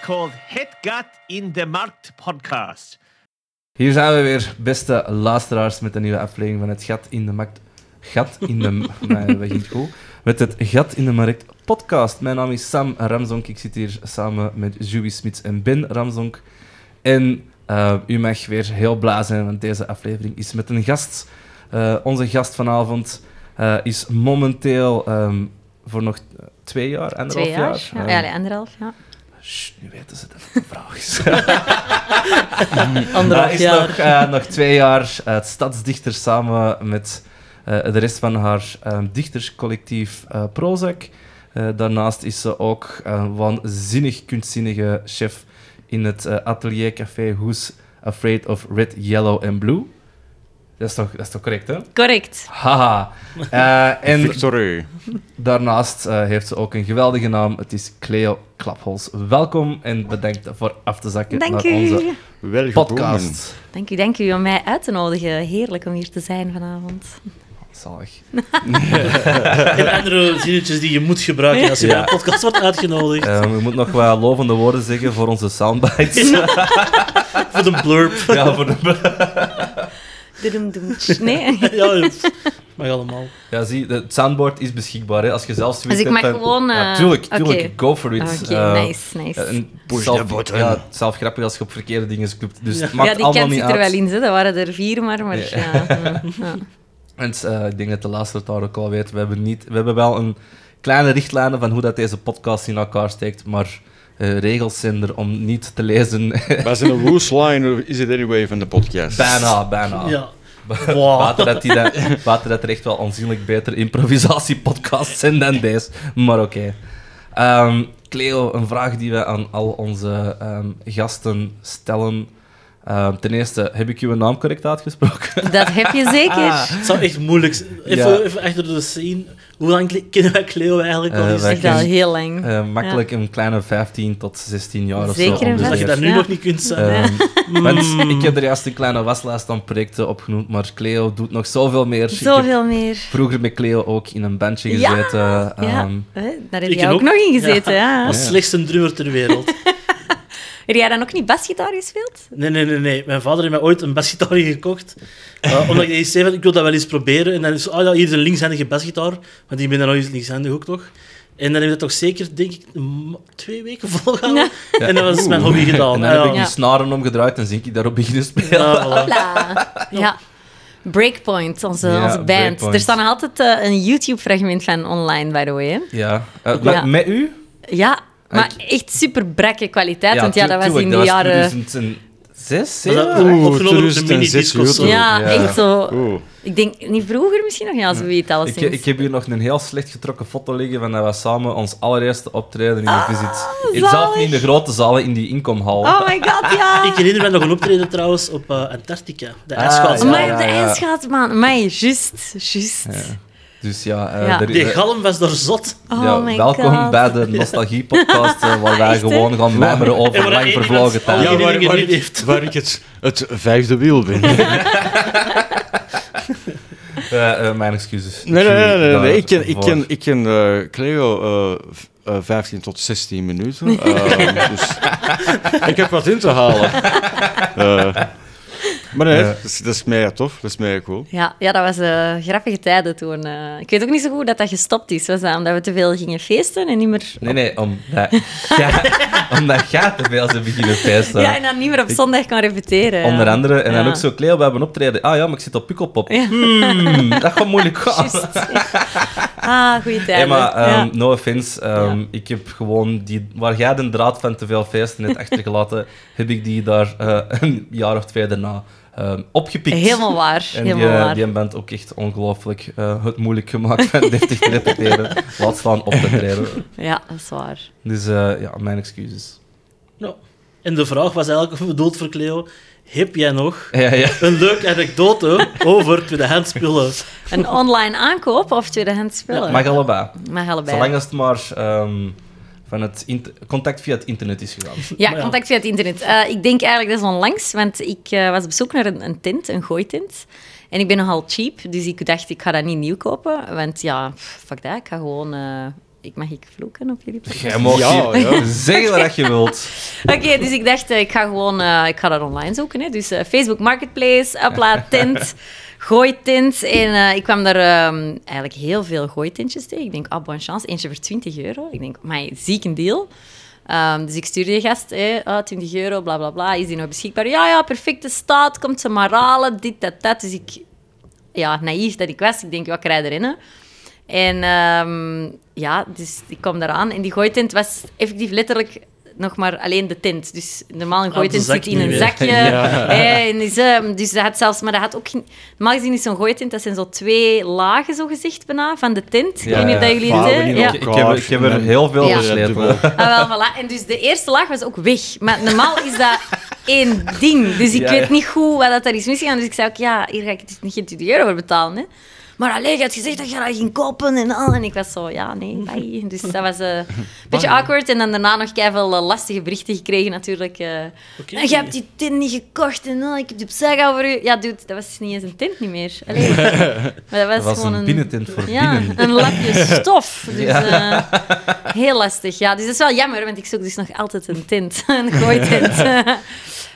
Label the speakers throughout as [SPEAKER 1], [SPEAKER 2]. [SPEAKER 1] called Hetgat in the Markt podcast.
[SPEAKER 2] Hier zijn we weer, beste luisteraars, met een nieuwe aflevering van het Gat in de Markt. Gat in de... nee, dat begint goed. Met het Gat in de Markt podcast. Mijn naam is Sam Ramzonk. Ik zit hier samen met Joey Smits en Ben Ramzonk. En eh, u mag weer heel blij zijn, want deze aflevering is met een gast. Eh, onze gast vanavond eh, is momenteel ehm, voor nog twee jaar, anderhalf
[SPEAKER 3] Twee jaar?
[SPEAKER 2] Ehm,
[SPEAKER 3] Ja, eigenlijk anderhalf, ja.
[SPEAKER 2] Sst, nu weten ze dat het een vraag is.
[SPEAKER 4] Anderhalf
[SPEAKER 2] Hij is
[SPEAKER 4] jaar.
[SPEAKER 2] Nog, eh, nog twee jaar eh stadsdichter samen met eh, de rest van haar eh, dichterscollectief eh Prozac. Eh, daarnaast is ze ook een waanzinnig kunstzinnige chef in het eh, ateliercafé Who's Afraid of Red, Yellow and Blue. Dat is toch, dat is toch correct, hè?
[SPEAKER 3] Correct.
[SPEAKER 2] Haha. Eh, en
[SPEAKER 5] Victor
[SPEAKER 2] daarnaast eh, heeft ze ook een geweldige naam. Het is Cleo Klaphols. Welkom en bedankt voor af te zakken
[SPEAKER 3] Dank
[SPEAKER 2] naar onze
[SPEAKER 3] u.
[SPEAKER 5] Wel gekomen.
[SPEAKER 2] podcast.
[SPEAKER 3] Dank u, dank u om mij uit te nodigen. Heerlijk om hier te zijn vanavond.
[SPEAKER 2] Zalig.
[SPEAKER 4] Er zijn andere zinnetjes die je moet gebruiken als je bij een podcast wordt uitgenodigd.
[SPEAKER 2] Eh, we moeten nog wat lovende woorden zeggen voor onze soundbites.
[SPEAKER 4] Voor de blurb.
[SPEAKER 2] ja, voor de...
[SPEAKER 3] Doedoem, doem, tsch. Nee.
[SPEAKER 4] Ja, dat mag allemaal.
[SPEAKER 2] ja, zie, de- het soundboard is beschikbaar. Hè. Als je zelf zoiets
[SPEAKER 3] Dus ik
[SPEAKER 2] hebt,
[SPEAKER 3] mag
[SPEAKER 2] dan-
[SPEAKER 3] gewoon,
[SPEAKER 2] Ja,
[SPEAKER 3] eh,
[SPEAKER 2] tuurlijk, tuurlijk.
[SPEAKER 3] oké.
[SPEAKER 2] Go for
[SPEAKER 3] Oké,
[SPEAKER 2] it. Eh,
[SPEAKER 3] nice, nice.
[SPEAKER 2] ja, en
[SPEAKER 5] Push
[SPEAKER 2] zelf-
[SPEAKER 5] the button.
[SPEAKER 2] Ja, het is zelf grappig als je op verkeerde dingen klopt. Dus het
[SPEAKER 4] Ja.
[SPEAKER 2] maakt
[SPEAKER 3] ja, die
[SPEAKER 2] allemaal
[SPEAKER 3] kant
[SPEAKER 2] niet
[SPEAKER 3] zit
[SPEAKER 2] uit.
[SPEAKER 3] er wel in, hè. dat waren er vier, maar... maar
[SPEAKER 2] Nee.
[SPEAKER 3] ja. mm, ja.
[SPEAKER 2] En eh, ik denk dat de laatste daar ook al weet. We hebben, niet, we hebben wel een kleine richtlijn van hoe dat deze podcast in elkaar steekt, maar eh, regels zijn er om niet te lezen.
[SPEAKER 5] Wij zijn een loose line, is it anyway, van de podcast.
[SPEAKER 2] bijna, bijna.
[SPEAKER 4] Ja.
[SPEAKER 2] Water dat, die dan, buiten dat er echt wel aanzienlijk beter improvisatiepodcasts zijn dan deze. Maar oké. Ehm, Cleo, een vraag die we aan al onze ehm, gasten stellen. Ehm, ten eerste, heb ik uw naam correct uitgesproken?
[SPEAKER 3] Dat heb je zeker.
[SPEAKER 2] Ah,
[SPEAKER 4] Het zou echt moeilijk zijn. Even,
[SPEAKER 2] Ja.
[SPEAKER 4] even achter de scene. Hoe lang kle- kennen wij Cleo eigenlijk al?
[SPEAKER 2] Eh,
[SPEAKER 4] eens?
[SPEAKER 2] wij
[SPEAKER 3] Echt al
[SPEAKER 2] kennen-
[SPEAKER 3] heel lang.
[SPEAKER 2] Eh, makkelijk een kleine 15 tot 16 jaar of zo.
[SPEAKER 3] Zeker een Mm.
[SPEAKER 2] ongeveer.
[SPEAKER 4] Dus dat je dat nu
[SPEAKER 3] Ja.
[SPEAKER 4] nog niet kunt zijn.
[SPEAKER 2] Ehm, want ik heb er juist een kleine waslijst aan projecten opgenoemd, maar Cleo doet nog zoveel meer. Ik heb
[SPEAKER 3] Zoveel meer.
[SPEAKER 2] vroeger met Cleo ook in een bandje
[SPEAKER 3] Ja,
[SPEAKER 2] gezeten.
[SPEAKER 3] Ja,
[SPEAKER 2] ehm,
[SPEAKER 3] hè, daar heb
[SPEAKER 4] ik
[SPEAKER 3] jij ook
[SPEAKER 4] ook.
[SPEAKER 3] nog in gezeten, ja.
[SPEAKER 4] Als slechtste drummer ter wereld.
[SPEAKER 3] Heb jij dan ook niet basgitaar gespeeld?
[SPEAKER 4] Nee, nee, nee, nee. Mijn vader heeft mij ooit een basgitaar gekocht. eh, omdat ik eens zei, van, ik wil dat wel eens proberen. En dan is oh ja, hier is een linkshandige basgitaar. Want ik ben dan ooit linkshandig ook nog. En dan heb ik dat toch zeker, denk ik, een ma- twee weken volgehouden. En dat was mijn hobby gedaan.
[SPEAKER 2] En dan heb ik dus-
[SPEAKER 4] Ah,
[SPEAKER 2] die
[SPEAKER 4] ja.
[SPEAKER 3] Ja.
[SPEAKER 2] snaren omgedraaid en zink ik daarop beginnen spelen.
[SPEAKER 4] Ja, voilà.
[SPEAKER 3] Hopla. Ja. Breakpoint, onze,
[SPEAKER 2] Ja,
[SPEAKER 3] onze band.
[SPEAKER 2] Breakpoint.
[SPEAKER 3] Er staat nog altijd eh, een YouTube-fragment van online, by the way. Hè.
[SPEAKER 2] Ja. Eh, maar
[SPEAKER 3] Ja.
[SPEAKER 2] Met u?
[SPEAKER 3] Ja, maar echt super brakke kwaliteit, want ja,
[SPEAKER 2] tu-
[SPEAKER 3] dat was
[SPEAKER 2] tuurlijk,
[SPEAKER 3] in de
[SPEAKER 2] dat
[SPEAKER 3] jaren...
[SPEAKER 2] 2006,
[SPEAKER 4] Was dat
[SPEAKER 2] 7?
[SPEAKER 4] Oeh,
[SPEAKER 5] Oeh,
[SPEAKER 4] opgenomen op de
[SPEAKER 5] 2006
[SPEAKER 4] minidisc of zo.
[SPEAKER 5] YouTube.
[SPEAKER 3] Ja,
[SPEAKER 2] Ja.
[SPEAKER 3] echt zo.
[SPEAKER 5] Oeh.
[SPEAKER 3] Ik denk, niet vroeger misschien nog, ja, zo weet alles.
[SPEAKER 2] Ik, ik heb hier nog een heel slecht getrokken foto liggen van dat we samen ons allereerste optreden in
[SPEAKER 4] Ah,
[SPEAKER 2] de visit.
[SPEAKER 3] zalig.
[SPEAKER 2] Zelf niet in de grote zalen, in die inkomhal.
[SPEAKER 3] Oh my god, ja!
[SPEAKER 4] Ik herinner me nog een optreden trouwens op eh, Antarctica. De
[SPEAKER 2] Ah,
[SPEAKER 4] ijsschaatsbaan.
[SPEAKER 2] ja.
[SPEAKER 3] Maar op de ijsschaatsbaan. Maar juist, juist.
[SPEAKER 2] Dus ja, eh,
[SPEAKER 3] Ja.
[SPEAKER 2] er-
[SPEAKER 4] Die
[SPEAKER 2] er-
[SPEAKER 4] galm was daar zot.
[SPEAKER 3] Oh
[SPEAKER 2] ja,
[SPEAKER 3] my
[SPEAKER 2] welkom
[SPEAKER 3] god.
[SPEAKER 2] bij de Nostalgie-podcast, eh, waar wij
[SPEAKER 3] Echt, hè?
[SPEAKER 2] gewoon gaan mijmeren
[SPEAKER 4] En
[SPEAKER 2] over
[SPEAKER 4] waar
[SPEAKER 2] lang
[SPEAKER 4] één
[SPEAKER 2] vervlogen
[SPEAKER 4] iemand alle
[SPEAKER 2] tijd.
[SPEAKER 5] Ja, waar,
[SPEAKER 4] herinneringen
[SPEAKER 5] waar,
[SPEAKER 4] niet heeft.
[SPEAKER 5] ik, waar ik het, het vijfde wiel ben. Nee,
[SPEAKER 2] Eh, eh, mijn excuses.
[SPEAKER 5] nee, nee. nee, nee,
[SPEAKER 2] Daar
[SPEAKER 5] Ik ken, ik
[SPEAKER 2] voor.
[SPEAKER 5] ken, ik ken eh, Cleo eh, v- eh, 15 tot 16 minuten. Eh, dus ik heb wat in te halen. Eh, maar nee,
[SPEAKER 2] Ja.
[SPEAKER 5] dat, is, dat is mega tof. Dat is mega cool.
[SPEAKER 3] Ja, ja, dat was eh, grappige tijden toen. eh. ik weet ook niet zo goed dat dat gestopt is. Was dat omdat we te veel gingen feesten en niet meer...
[SPEAKER 2] Nee, nee, omdat jij, omdat jij te veel ze beginnen feesten.
[SPEAKER 3] Ja, en dan niet meer op zondag kan repeteren.
[SPEAKER 2] eh, Onder andere, en dan
[SPEAKER 3] Ja.
[SPEAKER 2] ook zo Cleo, we hebben optreden. Ah ja, maar ik zit op Pukkelpop.
[SPEAKER 3] Ja.
[SPEAKER 2] Hmm, dat gaat moeilijk gaan.
[SPEAKER 3] Juist. ah, goede tijd.
[SPEAKER 2] Hey, maar ehm,
[SPEAKER 3] ja.
[SPEAKER 2] no offense, ehm,
[SPEAKER 3] Ja.
[SPEAKER 2] ik heb gewoon die, waar jij de draad van te veel feesten hebt achtergelaten, heb ik die daar eh, een jaar of twee daarna ehm, opgepikt.
[SPEAKER 3] Helemaal waar.
[SPEAKER 2] en die,
[SPEAKER 3] helemaal
[SPEAKER 2] eh,
[SPEAKER 3] waar.
[SPEAKER 2] die band ook echt ongelooflijk eh, het moeilijk gemaakt van deftig te repeteren, laat staan op te treden.
[SPEAKER 3] Ja, dat is waar.
[SPEAKER 2] Dus eh, ja, mijn excuses.
[SPEAKER 4] Nou, en de vraag was eigenlijk bedoeld voor Cleo. Heb jij nog
[SPEAKER 2] Ja, ja.
[SPEAKER 4] een leuke anekdote over tweedehands spullen?
[SPEAKER 3] Een online aankoop of tweedehands spullen?
[SPEAKER 2] Mag allebei.
[SPEAKER 3] Mag allebei.
[SPEAKER 2] Zolang als het maar ehm, van het int- contact via het internet is gegaan.
[SPEAKER 3] Ja,
[SPEAKER 4] Maar ja.
[SPEAKER 3] contact via het internet. Eh, ik denk eigenlijk dat is onlangs, want ik eh, was op zoek naar een, een tent, een gooitent. En ik ben nogal cheap, dus ik dacht, ik ga dat niet nieuw kopen. Want ja, pff, fuck dat, ik ga gewoon... eh, ik mag ik vloeken op jullie podcast?
[SPEAKER 2] Jij mag
[SPEAKER 5] Ja,
[SPEAKER 2] hier
[SPEAKER 5] ja.
[SPEAKER 2] zeggen wat je wilt.
[SPEAKER 3] Oké, dus ik dacht, eh, ik ga gewoon eh, ik ga dat online zoeken. Hè. Dus eh, Facebook Marketplace, Appla Tint, Gooitint. En eh, ik kwam daar ehm, eigenlijk heel veel gooitintjes tegen. Ik denk, ah, bonne chance, eentje voor 20 euro. Ik denk, maar ziek een deal. Ehm, dus ik stuurde die gast, hè, ah, 20 euro, bla bla bla, is die nog beschikbaar? Ja, ja, perfecte staat, komt ze maar halen, dit, dat, dat. Dus ik, ja, naïef dat ik was, ik denk, wat krijg je erin? hè? En ehm, ja, dus ik kwam daaraan en die gooitint was effectief letterlijk nog maar alleen de tint. Dus normaal een
[SPEAKER 4] Ah, op de
[SPEAKER 3] gooitint
[SPEAKER 4] zak
[SPEAKER 3] zit in
[SPEAKER 4] nu
[SPEAKER 3] een
[SPEAKER 4] weer.
[SPEAKER 3] zakje. hè, en is, ehm, dus dat had zelfs, maar dat had ook geen... Normaal gezien is zo'n gooitint, dat zijn zo twee lagen zo gezegd bijna van de tint. ik weet niet of dat jullie het...
[SPEAKER 5] vouwen
[SPEAKER 3] hè?
[SPEAKER 5] in
[SPEAKER 3] Ja.
[SPEAKER 2] Ik, ik heb, ik heb er heel veel
[SPEAKER 3] Ja.
[SPEAKER 2] versleten.
[SPEAKER 3] Ah, wel, voilà. En dus de eerste laag was ook weg. Maar normaal is dat één ding. Dus ik
[SPEAKER 2] Ja,
[SPEAKER 3] weet
[SPEAKER 2] ja.
[SPEAKER 3] niet goed wat dat daar is misgegaan. Dus ik zei ook, ja, hier ga ik dus niet geen 20 euro voor betalen. Hè. Maar alleen, je had gezegd dat je dat ging kopen en al. En ik was zo, ja, nee, bye. Dus dat was eh, een beetje awkward. En dan daarna nog veel eh, lastige berichten gekregen natuurlijk. eh
[SPEAKER 4] Oké.
[SPEAKER 3] En je hebt die tint niet gekocht en ah, ik heb die opzij gehouden voor u. Ja, dude, dat was niet eens een tint niet meer. Allee. Maar dat was,
[SPEAKER 2] Dat was
[SPEAKER 3] gewoon
[SPEAKER 2] een binnentint voor
[SPEAKER 3] ja,
[SPEAKER 2] binnen.
[SPEAKER 3] een lapje stof. Dus eh, heel lastig. Ja, dus dat is wel jammer, want ik zoek dus nog altijd een tint. Een gooitint.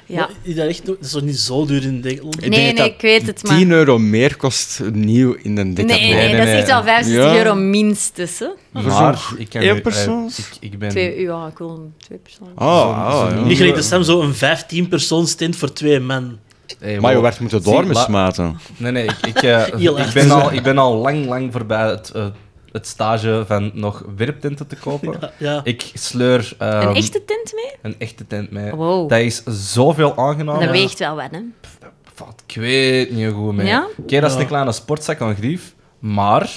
[SPEAKER 3] ja.
[SPEAKER 4] Maar is dat, echt, nog- dat is toch niet zo duur in Nederland?
[SPEAKER 5] Ik
[SPEAKER 3] Nee,
[SPEAKER 5] denk
[SPEAKER 3] nee,
[SPEAKER 5] dat
[SPEAKER 3] ik weet het, maar...
[SPEAKER 5] 10 euro meer kost nieuw in een
[SPEAKER 3] Nee,
[SPEAKER 5] dikke
[SPEAKER 3] nee,
[SPEAKER 2] nee,
[SPEAKER 3] dat is
[SPEAKER 2] nee.
[SPEAKER 3] echt al 65
[SPEAKER 5] Ja.
[SPEAKER 3] euro minstens. Hè?
[SPEAKER 2] Maar ik kan
[SPEAKER 5] één
[SPEAKER 2] nu- eh,
[SPEAKER 5] persoons?
[SPEAKER 2] ik, ik ben...
[SPEAKER 3] Twee, ja, ik wil een twee personen.
[SPEAKER 5] Oh, oh,
[SPEAKER 2] zo'n-
[SPEAKER 5] ja.
[SPEAKER 4] Niet gelijk de Sam zo een 15 persoons tint voor twee man.
[SPEAKER 2] Hey,
[SPEAKER 5] Maar je
[SPEAKER 2] wow.
[SPEAKER 5] werd moeten
[SPEAKER 2] Zie, la-
[SPEAKER 5] doormismaten.
[SPEAKER 2] Nee, nee, ik, ik, eh,
[SPEAKER 4] Heel
[SPEAKER 2] ik,
[SPEAKER 4] hard.
[SPEAKER 2] ben, al, ik ben al lang, lang voorbij het, eh, het stage van nog werptenten te kopen.
[SPEAKER 4] Ja, ja.
[SPEAKER 2] Ik sleur ehm,
[SPEAKER 3] Een echte tint mee?
[SPEAKER 2] een echte tent mee.
[SPEAKER 3] Wow.
[SPEAKER 2] Dat is zoveel aangenamer.
[SPEAKER 3] Dat weegt wel wat, hè?
[SPEAKER 2] Valt, ik weet niet goed mee.
[SPEAKER 3] Ja?
[SPEAKER 2] Oké, dat is
[SPEAKER 4] Ja.
[SPEAKER 2] een kleine sportzak aan grief, maar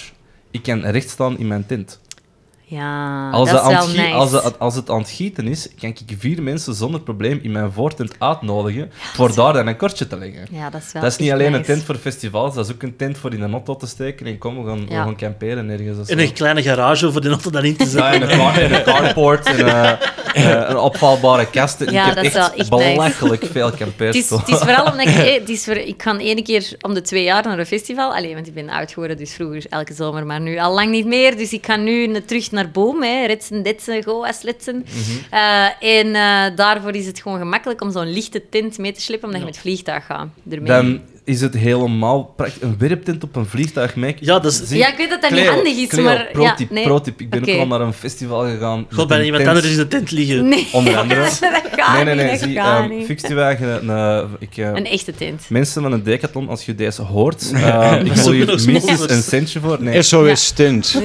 [SPEAKER 2] ik kan recht staan in mijn tent.
[SPEAKER 3] Ja,
[SPEAKER 2] Als,
[SPEAKER 3] Ah, dat
[SPEAKER 2] het
[SPEAKER 3] is
[SPEAKER 2] aan
[SPEAKER 3] wel
[SPEAKER 2] het gie-
[SPEAKER 3] nice.
[SPEAKER 2] als, het, als het aan het gieten is, kan ik vier mensen zonder probleem in mijn voortent uitnodigen voor daar dan een kortje te leggen.
[SPEAKER 3] Ja, dat is wel
[SPEAKER 2] Dat is niet
[SPEAKER 3] echt
[SPEAKER 2] alleen
[SPEAKER 3] nice.
[SPEAKER 2] een tent voor festivals, dat is ook een tent voor in een auto te steken en kom, we gaan, we
[SPEAKER 3] Ja.
[SPEAKER 2] gaan camperen ergens. of zo.
[SPEAKER 4] In een kleine garage voor de auto daarin te
[SPEAKER 2] Ja,
[SPEAKER 4] zetten.
[SPEAKER 2] in een, car, in een carport, in een, eh, een opvouwbare kast. En
[SPEAKER 3] Ja,
[SPEAKER 2] ik heb
[SPEAKER 3] dat is
[SPEAKER 2] echt,
[SPEAKER 3] wel echt nice.
[SPEAKER 2] belachelijk veel
[SPEAKER 3] Het is,
[SPEAKER 2] campeerstoel.
[SPEAKER 3] het is vooral omdat ik... eh, Het is voor, ik ga één keer om de twee jaar naar een festival. Alleen, want ik ben oud geworden, dus vroeger elke zomer, maar nu al lang niet meer. Dus ik ga nu na- terug naar Boom, hè. Ritsen, ditsen, goas, litsen.
[SPEAKER 2] Mhm.
[SPEAKER 3] Eh, en eh, daarvoor is het gewoon gemakkelijk om zo'n lichte tint mee te slippen, omdat je met vliegtuig gaat. Ermee.
[SPEAKER 2] Dan is het helemaal praktisch. Een werptent op een vliegtuig, Mike.
[SPEAKER 4] Ja, dat is-
[SPEAKER 2] Zie-
[SPEAKER 3] Ja, ik weet dat dat niet
[SPEAKER 2] Cleo,
[SPEAKER 3] handig is,
[SPEAKER 2] Cleo,
[SPEAKER 3] maar-
[SPEAKER 2] Protip,
[SPEAKER 3] ja, nee.
[SPEAKER 2] protip. Ik ben
[SPEAKER 3] Oké.
[SPEAKER 2] ook al naar een festival gegaan.
[SPEAKER 4] God,
[SPEAKER 2] bij
[SPEAKER 4] bij iemand anders in de tent liggen.
[SPEAKER 3] Nee,
[SPEAKER 2] Onder andere.
[SPEAKER 3] dat gaat
[SPEAKER 2] Nee, nee,
[SPEAKER 3] niet,
[SPEAKER 2] nee.
[SPEAKER 3] dat
[SPEAKER 2] Zie,
[SPEAKER 3] gaat
[SPEAKER 2] ehm
[SPEAKER 3] niet.
[SPEAKER 2] fix die wagen. eh, ik, eh,
[SPEAKER 3] Een echte tint.
[SPEAKER 2] mensen van een decathlon, als je deze hoort, eh, ik
[SPEAKER 4] is
[SPEAKER 2] wil
[SPEAKER 4] ook
[SPEAKER 2] hier
[SPEAKER 4] nog
[SPEAKER 2] minstens
[SPEAKER 4] sponsors.
[SPEAKER 2] een centje voor. Nee,
[SPEAKER 5] SOS Tint.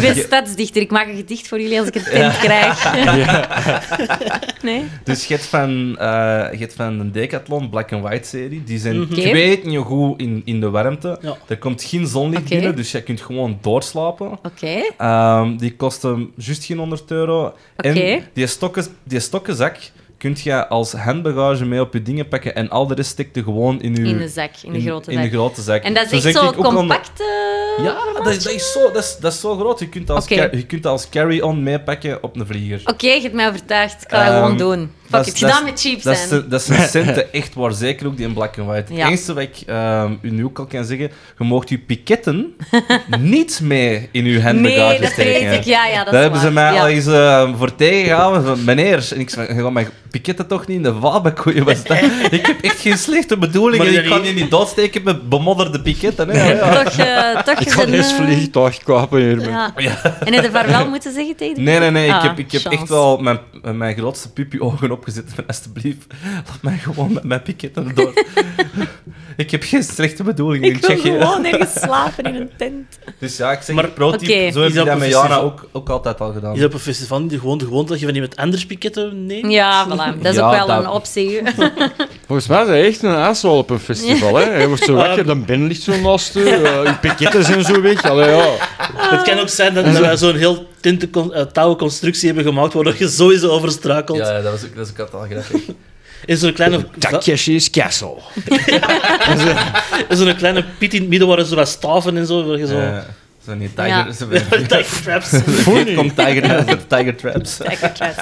[SPEAKER 3] ben stadsdichter, ik maak een gedicht voor jullie als ik een tint krijg. Nee?
[SPEAKER 2] Dus je hebt van, eh, je hebt van de Decathlon Black and White serie. Die zijn
[SPEAKER 3] Oké.
[SPEAKER 2] weet niet goed in, in de warmte.
[SPEAKER 4] Mhm. Ja.
[SPEAKER 2] Er komt geen zonlicht
[SPEAKER 3] Oké.
[SPEAKER 2] binnen, dus je kunt gewoon doorslapen.
[SPEAKER 3] Oké.
[SPEAKER 2] Ehm, die kosten juist geen 100 euro. En
[SPEAKER 3] Oké.
[SPEAKER 2] die, stokken, die stokkenzak kun je als handbagage mee op je dingen pakken en al de rest steekt je gewoon in je...
[SPEAKER 3] In de zak, in de grote
[SPEAKER 2] in
[SPEAKER 3] zak.
[SPEAKER 2] grote zak.
[SPEAKER 3] En dat is
[SPEAKER 2] Zo
[SPEAKER 3] echt
[SPEAKER 2] zeg
[SPEAKER 3] zo
[SPEAKER 2] ik ook al-
[SPEAKER 3] compact... eh,
[SPEAKER 2] Ja, dat is, dat, is zo, dat, is, dat is zo groot. Je kunt dat als,
[SPEAKER 3] Oké. Oh,
[SPEAKER 2] ca- je kunt dat als carry-on meepakken op een vlieger.
[SPEAKER 3] Oké, je hebt mij overtuigd. Ik ga dat
[SPEAKER 2] Ehm,
[SPEAKER 3] gewoon doen. Fuck
[SPEAKER 2] dat is-
[SPEAKER 3] it, gedaan
[SPEAKER 2] dat is-
[SPEAKER 3] met cheap
[SPEAKER 2] Dat, is
[SPEAKER 3] zijn.
[SPEAKER 2] de- dat zijn centen echt waar, zeker ook die in black and white.
[SPEAKER 3] Ja.
[SPEAKER 2] Het enige wat ik ehm, u nu ook al kan zeggen, je moogt je piketten niet mee in uw handbagage
[SPEAKER 3] Nee, dat
[SPEAKER 2] steken.
[SPEAKER 3] weet ik. Ja, ja, dat is
[SPEAKER 2] Daar hebben ze
[SPEAKER 3] waar.
[SPEAKER 2] mij
[SPEAKER 3] Ja.
[SPEAKER 2] al eens ehm, voor tegengehouden. Van, meneer, en ik zei, je gaat mijn piketten toch niet in de wabekoeien was dat? Ik heb echt geen slechte bedoelingen.
[SPEAKER 4] Maar
[SPEAKER 2] Ik
[SPEAKER 4] dat
[SPEAKER 2] kan je
[SPEAKER 4] niet-
[SPEAKER 2] niet doodsteken met bemodderde piketten. Hè? Ja, ja.
[SPEAKER 3] Toch, eh, toch
[SPEAKER 5] Ik ga
[SPEAKER 3] een,
[SPEAKER 5] eens
[SPEAKER 3] eh,
[SPEAKER 5] vliegtuig kopen hiermee.
[SPEAKER 3] Ja. En heb je vaarwel moeten zeggen tegen die
[SPEAKER 2] Nee, nee, nee. Ik
[SPEAKER 3] Ah,
[SPEAKER 2] heb, ik heb echt
[SPEAKER 3] chance.
[SPEAKER 2] wel mijn, mijn grootste pupie-ogen opgezet. Van, alsjeblieft, laat mij gewoon met mijn piketten door. ik heb geen slechte bedoelingen.
[SPEAKER 3] Ik wil
[SPEAKER 2] zeg je.
[SPEAKER 3] gewoon ergens slapen in een tent.
[SPEAKER 2] Dus ja, ik zeg
[SPEAKER 4] Maar-
[SPEAKER 2] pro-tip.
[SPEAKER 3] Oké.
[SPEAKER 2] Zo heb
[SPEAKER 4] Is
[SPEAKER 2] je
[SPEAKER 4] dat
[SPEAKER 2] dat met
[SPEAKER 4] professioneel?
[SPEAKER 2] Jana ook, ook altijd al gedaan.
[SPEAKER 4] Is dat op een festival niet gewoon de gewoonte dat je van iemand anders piketten neemt?
[SPEAKER 3] Ja, voilà. Dat is
[SPEAKER 2] Ja,
[SPEAKER 3] ook wel
[SPEAKER 2] dat-
[SPEAKER 3] een optie.
[SPEAKER 5] Volgens mij is hij echt een asshole op een festival. Hè? Hij wordt zo wakker, dan ben ligt zo naast u. eh, uw pakketten zijn zo weg. Allee, ja.
[SPEAKER 4] Het kan ook zijn dat, dat wij zo'n heel tinten eh, touwen constructie hebben gemaakt waardoor je sowieso overstrakelt.
[SPEAKER 2] Ja, ja, dat was ook, dat is ook altijd al grappig.
[SPEAKER 4] In zo'n kleine,
[SPEAKER 5] Takeshi's Castle.
[SPEAKER 4] in zo'n kleine pit in het midden waar ze wat staven en zo. Waar je zo...
[SPEAKER 2] Eh, Zo niet tiger...
[SPEAKER 3] Ja.
[SPEAKER 2] Zo,
[SPEAKER 4] Tiger traps.
[SPEAKER 2] Hier komt tiger, tiger traps.
[SPEAKER 3] Tiger traps.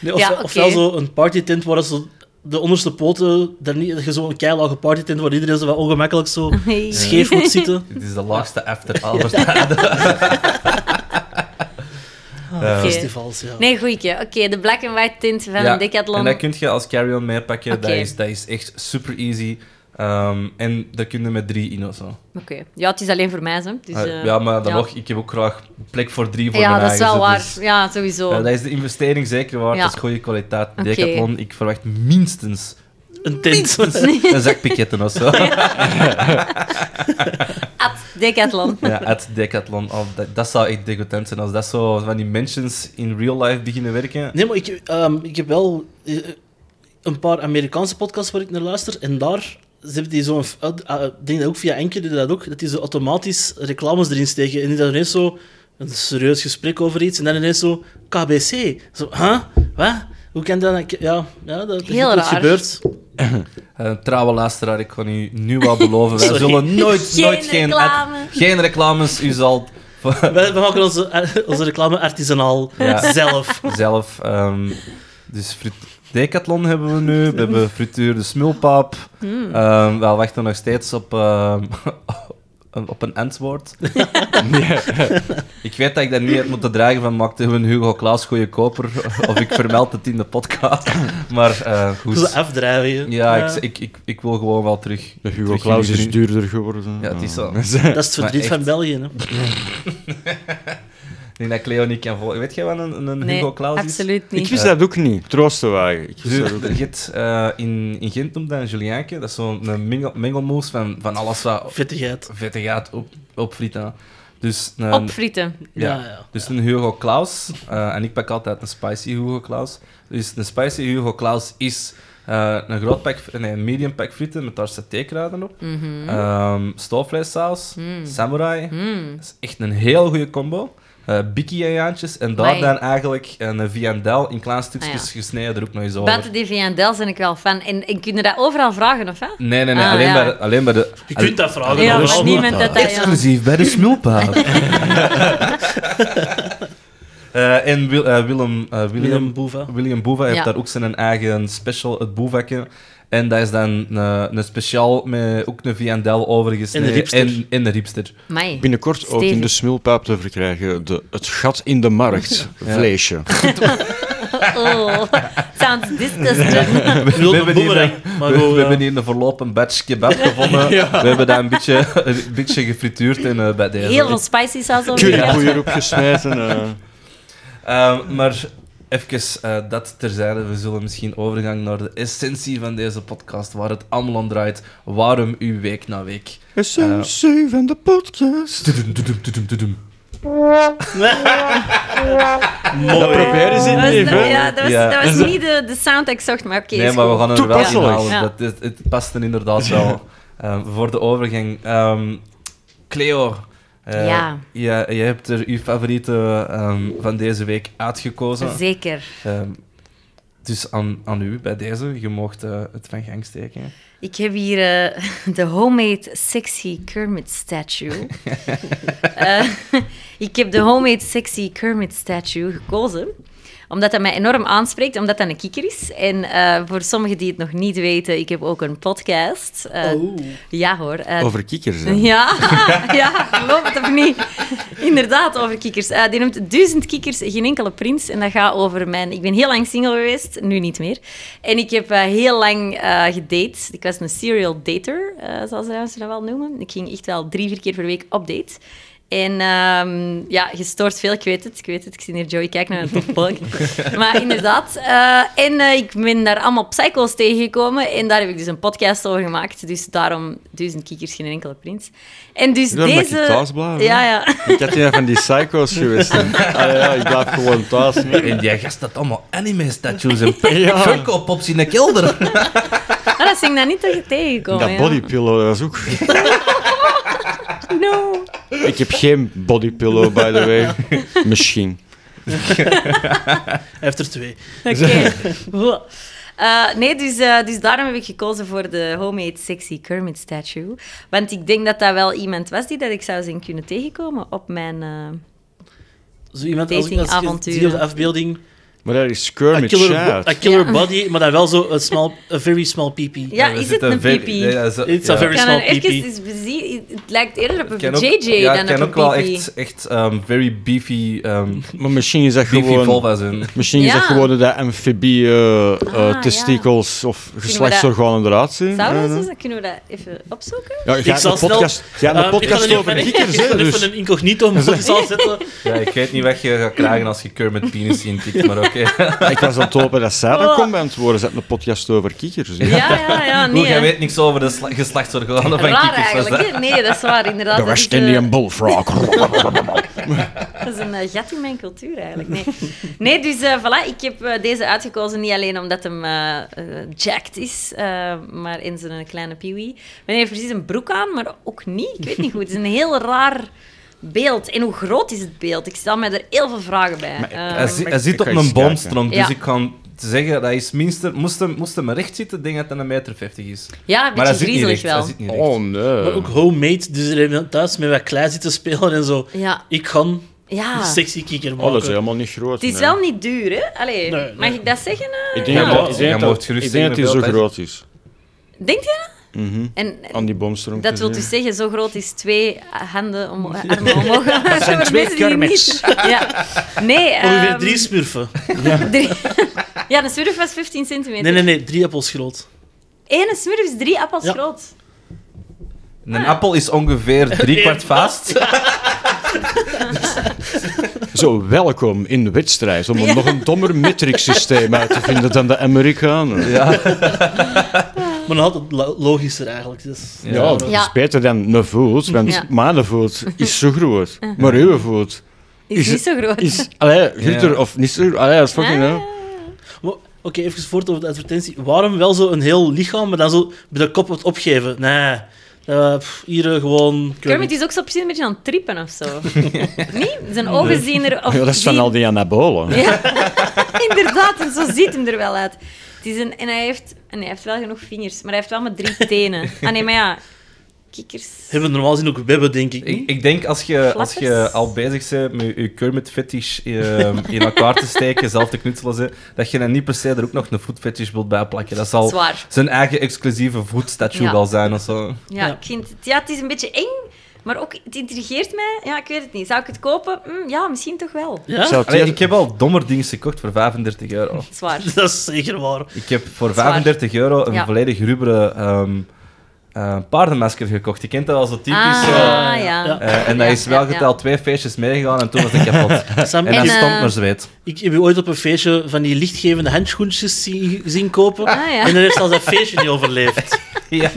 [SPEAKER 4] Nee,
[SPEAKER 3] Ja,
[SPEAKER 4] ofwel,
[SPEAKER 3] oké.
[SPEAKER 4] ofwel zo een partytent waar zo de onderste poten, daar niet, dat je zo'n keilage partytent waar iedereen zo wat ongemakkelijk zo
[SPEAKER 3] Nee.
[SPEAKER 4] scheef moet zitten.
[SPEAKER 2] Dit is de laagste after hours. Eh,
[SPEAKER 3] oké.
[SPEAKER 4] Festivals, ja.
[SPEAKER 3] Nee, goeie keer. Oké, de black and white tint van
[SPEAKER 2] Ja,
[SPEAKER 3] Decathlon.
[SPEAKER 2] En dat kun je als carry-on meepakken. Dat,
[SPEAKER 3] Oké.
[SPEAKER 2] is, dat is echt super easy. Ehm, en dat kun je met drie in of zo.
[SPEAKER 3] Oké. Ja, het is alleen voor mij, hè. Dus,
[SPEAKER 2] Ah,
[SPEAKER 3] eh,
[SPEAKER 2] ja, maar dat
[SPEAKER 3] ja.
[SPEAKER 2] mag, ik heb ook graag plek voor drie voor
[SPEAKER 3] Ja,
[SPEAKER 2] mijn
[SPEAKER 3] dat is wel
[SPEAKER 2] eigen,
[SPEAKER 3] waar.
[SPEAKER 2] dus-
[SPEAKER 3] Ja, sowieso.
[SPEAKER 2] Ja, dat is de investering zeker waard.
[SPEAKER 3] Ja.
[SPEAKER 2] Dat is goede kwaliteit.
[SPEAKER 3] Oké.
[SPEAKER 2] Decathlon, ik verwacht minstens
[SPEAKER 4] Een tent.
[SPEAKER 2] een zak pakketten of zo.
[SPEAKER 3] At Decathlon.
[SPEAKER 2] Ja, het Decathlon. al dat, dat zou echt degoutant zijn als dat zo van die mentions in real life beginnen werken.
[SPEAKER 4] Nee, maar ik, ehm, ik heb wel eh, een paar Amerikaanse podcasts waar ik naar luister. En daar ze hebben die zo'n. eh, eh, Ik denk dat ook via Enker die dat ook. Dat die zo automatisch reclames erin steken. En die dan ineens zo een serieus gesprek over iets. En dan ineens zo KBC. Zo, huh? Wat? Hoe kan dat? Ik- Ja, ja dat
[SPEAKER 3] Heel
[SPEAKER 4] dat
[SPEAKER 3] raar.
[SPEAKER 4] gebeurt.
[SPEAKER 2] Eh trouwe luisteraar, ik kan u nu wel beloven, wij
[SPEAKER 4] Sorry.
[SPEAKER 2] zullen nooit,
[SPEAKER 3] Geen
[SPEAKER 2] nooit geen,
[SPEAKER 3] reclame.
[SPEAKER 2] ad- geen reclames. U zal
[SPEAKER 4] Wij, wij maken onze, eh, onze reclame artisanaal
[SPEAKER 2] Ja.
[SPEAKER 4] zelf.
[SPEAKER 2] zelf. ehm, dus frit Decathlon hebben we nu. We hebben frituur de smulpaap. Ehm, we wachten nog steeds op, ehm, op een antwoord. Ik weet dat ik daar niet uit moet dragen van maakte hun Hugo Klaas goede koper. Of ik vermeld het in de podcast. Maar eh,
[SPEAKER 4] Zo
[SPEAKER 2] goed.
[SPEAKER 4] afdrijven. je.
[SPEAKER 2] Ja, ik, ik, ik, ik wil gewoon wel terug.
[SPEAKER 5] De Hugo
[SPEAKER 2] terug
[SPEAKER 5] Claus
[SPEAKER 2] in de
[SPEAKER 5] is
[SPEAKER 2] gru-
[SPEAKER 5] duurder geworden.
[SPEAKER 2] Ja, het is zo.
[SPEAKER 4] Dat is het verdriet
[SPEAKER 2] Maar echt.
[SPEAKER 4] van België. Hè.
[SPEAKER 2] Ik denk dat Cleo niet kan volgen. Weet jij wat een, een
[SPEAKER 3] Nee,
[SPEAKER 2] Hugo Klaus is?
[SPEAKER 3] absoluut
[SPEAKER 5] Ik
[SPEAKER 3] niet.
[SPEAKER 5] wist dat ook niet. Troostenwagen. Ik wist dat ook
[SPEAKER 2] Je
[SPEAKER 5] niet.
[SPEAKER 2] hebt eh, in, in Gent noemt dat een Julianke. Dat is zo'n mengel, mengelmoes van, van alles wat
[SPEAKER 4] Vettigheid.
[SPEAKER 2] vettig gaat op, op frieten. Dus een,
[SPEAKER 3] Opfrieten.
[SPEAKER 2] ja.
[SPEAKER 4] Ja, ja.
[SPEAKER 2] Dus een Hugo Klaus. eh, en ik pak altijd een spicy Hugo Klaus. Dus een spicy Hugo Klaus is eh, een groot pak, nee, een medium pak frieten met daar satékruiden op.
[SPEAKER 3] Mhm.
[SPEAKER 2] Ehm stoofvleessaus,
[SPEAKER 3] Mm.
[SPEAKER 2] samurai.
[SPEAKER 3] Mm.
[SPEAKER 2] Dat is echt een heel goede combo. Eh bikkie en jaantjes. En daar
[SPEAKER 3] Amai.
[SPEAKER 2] dan eigenlijk een viandel in kleine stukjes
[SPEAKER 3] Ah, ja.
[SPEAKER 2] gesneden er ook nog eens over.
[SPEAKER 3] Buiten die Del ben ik wel fan. En, en kun je dat overal vragen, of hè?
[SPEAKER 2] Nee, nee, nee.
[SPEAKER 3] Ah,
[SPEAKER 2] alleen,
[SPEAKER 3] ja.
[SPEAKER 2] bij de, alleen bij de...
[SPEAKER 4] Je kunt dat
[SPEAKER 2] Oh,
[SPEAKER 4] vragen.
[SPEAKER 3] Ja,
[SPEAKER 4] dat is
[SPEAKER 3] maar
[SPEAKER 4] allemaal.
[SPEAKER 3] niemand dat eh, dat... Ja.
[SPEAKER 2] Exclusief bij de smulpaap. Eh, en Wil- eh, Willem, eh,
[SPEAKER 4] Willem
[SPEAKER 2] William,
[SPEAKER 4] Boeva.
[SPEAKER 2] William Boeva heeft
[SPEAKER 3] Ja.
[SPEAKER 2] daar ook zijn eigen special, het Boevakje. En dat is dan eh, een speciaal met ook een viandel overgesneden.
[SPEAKER 4] En een ribster.
[SPEAKER 2] En, en een ribster.
[SPEAKER 3] Amai.
[SPEAKER 5] Binnenkort ook in de
[SPEAKER 3] Stevig.
[SPEAKER 5] smulpaap te verkrijgen. De, het gat in de markt. Vleesje.
[SPEAKER 3] Oh, sounds disgusting.
[SPEAKER 2] We,
[SPEAKER 4] bedoel, de
[SPEAKER 2] hebben hier,
[SPEAKER 4] boemerang,
[SPEAKER 2] een-
[SPEAKER 4] maar
[SPEAKER 2] we-
[SPEAKER 4] gewoon,
[SPEAKER 2] we
[SPEAKER 4] Oh, ja.
[SPEAKER 2] hebben hier een verlopen batch kebab gevonden. We hebben dat een beetje, een beetje gefrituurd en eh, bij deze.
[SPEAKER 3] Heel veel spicy saus over.
[SPEAKER 5] Currypoeier opgesmeten. eh.
[SPEAKER 2] Ehm, maar even eh, dat terzijde. We zullen misschien overgang naar de essentie van deze podcast, waar het allemaal om draait. Waarom u week na week?
[SPEAKER 5] Essentie van de podcast.
[SPEAKER 2] Tudum, tudum, tudum, tudum.
[SPEAKER 5] Dat proberen ze
[SPEAKER 3] Dat was,
[SPEAKER 5] niet, hè?
[SPEAKER 3] ja, dat was,
[SPEAKER 2] Ja.
[SPEAKER 3] dat was niet de, de sound dat ik zocht, maar oké,
[SPEAKER 2] Nee,
[SPEAKER 3] is
[SPEAKER 2] maar we
[SPEAKER 3] goed.
[SPEAKER 2] gaan er wel
[SPEAKER 5] Toepasselijk.
[SPEAKER 2] in halen.
[SPEAKER 3] Ja.
[SPEAKER 2] Dat, het, het past er inderdaad wel ehm, voor de overgang. Ehm, Cleo, eh,
[SPEAKER 3] Ja.
[SPEAKER 2] jij- jij hebt er uw favoriete ehm, van deze week uitgekozen.
[SPEAKER 3] Zeker.
[SPEAKER 2] Ehm, dus aan, aan u bij deze, je mocht eh, het van gang steken.
[SPEAKER 3] Ik heb hier eh, de homemade sexy Kermit statue. Eh, ik heb de homemade sexy Kermit statue gekozen omdat dat mij enorm aanspreekt, omdat dat een kikker is. En eh, voor sommigen die het nog niet weten, ik heb ook een podcast. Eh, Ja hoor. eh,
[SPEAKER 5] Over kikkers. hè.
[SPEAKER 3] ja, ja, geloof het of niet. Inderdaad, over kikkers. Eh, die noemt duizend kikkers, geen enkele prins. En dat gaat over mijn... Ik ben heel lang single geweest, nu niet meer. En ik heb eh, heel lang eh gedate. Ik was een serial dater, eh, zoals ze dat wel noemen. Ik ging echt wel drie, vier keer per week op date. En ehm, ja, gestoord veel, ik weet het, ik weet het. Ik zie hier Joey kijken naar een volk. maar inderdaad. eh, en eh, ik ben daar allemaal psychos tegengekomen. En daar heb ik dus een podcast over gemaakt. Dus daarom duizend kikkers, geen enkele prins. En dus
[SPEAKER 5] Ja, omdat
[SPEAKER 3] deze...
[SPEAKER 5] ik thuis blijf, hè.
[SPEAKER 3] ja, ja.
[SPEAKER 5] Ik had hier van die psycho's geweest. hè. Ah, ja, ik blijf gewoon thuis. hè.
[SPEAKER 2] En jij gast dat allemaal anime-statues en pops in de kelder.
[SPEAKER 3] Ah, dat zijn ik dan niet dat je tegenkomen.
[SPEAKER 5] Dat bodypillow, dat is ook...
[SPEAKER 3] No.
[SPEAKER 5] Ik heb geen bodypillow, by the way. Misschien.
[SPEAKER 4] Hij heeft er twee.
[SPEAKER 3] Oké. Wow. Eh, nee, dus, eh, dus daarom heb ik gekozen voor de homemade sexy Kermit statue. Want ik denk dat dat wel iemand was die dat ik zou zijn kunnen tegenkomen op mijn... eh,
[SPEAKER 4] Zo iemand als ik als ik
[SPEAKER 3] Datingavonturen.
[SPEAKER 4] zie op de afbeelding
[SPEAKER 5] Maar dat is
[SPEAKER 4] A
[SPEAKER 5] Kermit
[SPEAKER 4] killer, bo- a
[SPEAKER 5] Chat.
[SPEAKER 4] killer
[SPEAKER 3] Ja.
[SPEAKER 4] body, maar dan wel zo een small, a very small PP.
[SPEAKER 2] we
[SPEAKER 3] Ja, is het
[SPEAKER 2] zitten
[SPEAKER 3] een
[SPEAKER 2] very-
[SPEAKER 3] pipi?
[SPEAKER 2] Nee, dat is-
[SPEAKER 4] It's
[SPEAKER 2] ja.
[SPEAKER 4] a very
[SPEAKER 3] Ik kan er
[SPEAKER 4] small
[SPEAKER 3] even
[SPEAKER 4] PP.
[SPEAKER 3] eens bezien. Het lijkt eerder op een
[SPEAKER 2] Ken ook-
[SPEAKER 3] JJ
[SPEAKER 2] ja,
[SPEAKER 3] dan
[SPEAKER 2] kan
[SPEAKER 3] op een
[SPEAKER 2] ook wel
[SPEAKER 3] pipi.
[SPEAKER 2] echt, echt ehm, very beefy, ehm
[SPEAKER 5] Maar misschien is dat
[SPEAKER 2] beefy
[SPEAKER 5] gewoon...
[SPEAKER 2] vulva's in.
[SPEAKER 5] Misschien is dat
[SPEAKER 3] Ja.
[SPEAKER 5] gewoon dat amfibie, eh, eh,
[SPEAKER 3] Ah, ja.
[SPEAKER 5] testikels of
[SPEAKER 3] dat-
[SPEAKER 5] geslachtsorganen eruit zien.
[SPEAKER 3] Zou
[SPEAKER 5] Ja,
[SPEAKER 3] dat
[SPEAKER 5] ja.
[SPEAKER 3] zo zijn? Kunnen we dat even opzoeken?
[SPEAKER 5] Ja, je gaat
[SPEAKER 4] zal
[SPEAKER 5] een podcast, je gaat een
[SPEAKER 4] Ehm,
[SPEAKER 5] podcast
[SPEAKER 4] ik ga er
[SPEAKER 5] over
[SPEAKER 4] even-
[SPEAKER 5] kikkers,
[SPEAKER 4] Ik
[SPEAKER 5] hè,
[SPEAKER 4] ga er
[SPEAKER 5] dus...
[SPEAKER 4] even een incognito modus al zetten.
[SPEAKER 2] Ja, ik weet niet wat je gaat krijgen als je Kermit Penis intikt, maar oké.
[SPEAKER 5] Ik was aan het hopen dat zij dat
[SPEAKER 3] Oh.
[SPEAKER 5] kon bij het worden. Ze had een podcast over kikkers.
[SPEAKER 3] Ja, ja, ja.
[SPEAKER 2] Goed,
[SPEAKER 3] Nee,
[SPEAKER 2] jij
[SPEAKER 3] hè.
[SPEAKER 2] weet niks over de sla- geslachtsorganen van
[SPEAKER 3] Raar
[SPEAKER 2] kikkers. was
[SPEAKER 3] eigenlijk.
[SPEAKER 2] dat?
[SPEAKER 3] hè? Nee, dat is waar. Inderdaad.
[SPEAKER 5] De
[SPEAKER 3] dat is,
[SPEAKER 5] West
[SPEAKER 3] eh,
[SPEAKER 5] Indian Bullfrog. Oh,
[SPEAKER 3] Dat is een eh, gat in mijn cultuur eigenlijk. Nee, nee dus eh, voilà, ik heb eh, deze uitgekozen niet alleen omdat hem eh, eh, jacked is, eh, maar in zijn kleine piwi. Hij heeft precies een broek aan, maar ook niet. Ik weet niet goed. Het is een heel raar beeld. En hoe groot is het beeld? Ik stel mij er heel veel vragen bij. Ehm,
[SPEAKER 2] Hij, zi- hij
[SPEAKER 5] Ik
[SPEAKER 2] zit
[SPEAKER 5] ga
[SPEAKER 2] op
[SPEAKER 5] eens
[SPEAKER 2] een boomstroom,
[SPEAKER 3] kijken.
[SPEAKER 2] dus ik kan zeggen, dat is minstens... Moest hem, moest hem recht zitten, ik denk dat hij een meter 50 is.
[SPEAKER 3] ja, een
[SPEAKER 2] Maar hij
[SPEAKER 3] beetje
[SPEAKER 2] zit niet
[SPEAKER 3] griezelig
[SPEAKER 2] recht. Hij
[SPEAKER 3] wel.
[SPEAKER 2] zit niet recht.
[SPEAKER 5] Oh, nee.
[SPEAKER 4] Maar ook homemade, dus er iemand thuis met wat klei zitten spelen en zo.
[SPEAKER 3] Ja,
[SPEAKER 4] Ik kan een
[SPEAKER 3] ja.
[SPEAKER 4] sexy kikker maken.
[SPEAKER 5] Oh, dat is helemaal niet groot.
[SPEAKER 3] Het is
[SPEAKER 5] nee.
[SPEAKER 3] wel niet duur, hè? Allee,
[SPEAKER 4] Nee, nee.
[SPEAKER 3] mag ik dat zeggen? eh?
[SPEAKER 5] Ik denk
[SPEAKER 2] Ja,
[SPEAKER 5] dat
[SPEAKER 2] ja,
[SPEAKER 5] ik denk
[SPEAKER 2] ja,
[SPEAKER 5] dat-
[SPEAKER 2] mocht gerust
[SPEAKER 5] ik denk dat
[SPEAKER 2] zeggen
[SPEAKER 5] hij zo
[SPEAKER 2] hoeveel
[SPEAKER 5] groot is.
[SPEAKER 3] Denkt je dat?
[SPEAKER 5] Mhm.
[SPEAKER 3] En
[SPEAKER 5] Aan die boomstroom.
[SPEAKER 3] dat
[SPEAKER 5] te
[SPEAKER 3] wil
[SPEAKER 5] zien.
[SPEAKER 3] dus zeggen, zo groot is twee handen om, armen omhoog. Dat zijn
[SPEAKER 5] twee kermits.
[SPEAKER 3] Ja. Nee,
[SPEAKER 4] Ongeveer
[SPEAKER 3] ehm,
[SPEAKER 4] drie smurfen.
[SPEAKER 3] drie- ja, een smurf was 15 centimeter.
[SPEAKER 4] Nee, nee, nee, drie appels groot.
[SPEAKER 3] Eén smurf is drie appels
[SPEAKER 4] Ja.
[SPEAKER 3] groot.
[SPEAKER 2] Een appel is ongeveer drie kwart vast.
[SPEAKER 3] dus-
[SPEAKER 5] Zo, welkom in de wedstrijd om een nog een dommer matrix systeem uit te vinden dan de Amerikanen. Ja,
[SPEAKER 4] Maar nog altijd lo- logischer eigenlijk. Dus.
[SPEAKER 2] Ja.
[SPEAKER 5] dat
[SPEAKER 3] Ja.
[SPEAKER 5] is beter dan een voet, want
[SPEAKER 3] Ja.
[SPEAKER 5] mijn voet is zo groot, maar uw voet
[SPEAKER 3] Is,
[SPEAKER 5] Is-
[SPEAKER 3] niet zo groot. Ah.
[SPEAKER 5] is... Allee, groter of niet zo groot, allee, dat is fucking... hè.
[SPEAKER 4] Maar, Oké, even voort over de advertentie. Waarom wel zo een heel lichaam, maar dan zo bij de kop wat opgeven? Nee, Eh, pff, hier eh, gewoon...
[SPEAKER 3] Kermit is ook zo precies een beetje aan het trippen of zo. nee? Zijn ogen zien er... Of
[SPEAKER 5] Ja, dat is van
[SPEAKER 3] zien-
[SPEAKER 5] al die anabolen.
[SPEAKER 3] Ja, inderdaad. En zo ziet hem er wel uit. Het is een, en, hij heeft, en hij heeft wel genoeg vingers, maar hij heeft wel maar drie tenen. Ah nee, maar ja. Kikkers.
[SPEAKER 4] Hebben we normaal gezien ook webben, denk ik.
[SPEAKER 2] Ik, ik denk als je, als je
[SPEAKER 3] Flappers.
[SPEAKER 2] al bezig bent met je Kermit fetish ehm, in elkaar te steken, zelf te knutselen, ze, dat je dan niet per se er ook nog een voetfetish wilt bijplakken. Dat zal
[SPEAKER 3] Zwaar.
[SPEAKER 2] zijn eigen exclusieve voetstatue
[SPEAKER 3] Ja.
[SPEAKER 2] wel zijn of zo.
[SPEAKER 3] Ja,
[SPEAKER 4] Ja.
[SPEAKER 3] Ik vind het, ja, het is een beetje eng, maar ook het intrigeert mij. Ja, ik weet het niet. Zou ik het kopen? Hm, ja, misschien toch wel.
[SPEAKER 4] Ja?
[SPEAKER 5] Zou het
[SPEAKER 2] Allee,
[SPEAKER 5] hier-
[SPEAKER 2] ik heb al dommer dingen gekocht voor 35 euro.
[SPEAKER 3] Zwaar.
[SPEAKER 4] Dat is zeker waar.
[SPEAKER 2] Ik heb voor
[SPEAKER 3] Zwaar.
[SPEAKER 2] 35 euro een
[SPEAKER 3] Ja.
[SPEAKER 2] volledig rubberen ehm, eh, paardenmasker gekocht. Je kent dat wel zo typisch.
[SPEAKER 3] Ah,
[SPEAKER 2] zo.
[SPEAKER 3] ja.
[SPEAKER 4] Ja.
[SPEAKER 2] Eh, en dat
[SPEAKER 3] Ja,
[SPEAKER 2] is wel
[SPEAKER 3] ja, ja.
[SPEAKER 2] geteld twee feestjes meegegaan en toen was ik kapot.
[SPEAKER 4] Sam,
[SPEAKER 2] En
[SPEAKER 4] ik-
[SPEAKER 2] dat
[SPEAKER 3] eh,
[SPEAKER 2] stond naar zweet.
[SPEAKER 4] Ik heb u ooit op een feestje van die lichtgevende handschoentjes zien, zien kopen.
[SPEAKER 3] Ah, ja.
[SPEAKER 4] En dan heeft zelfs dat feestje niet overleefd.
[SPEAKER 2] Ja,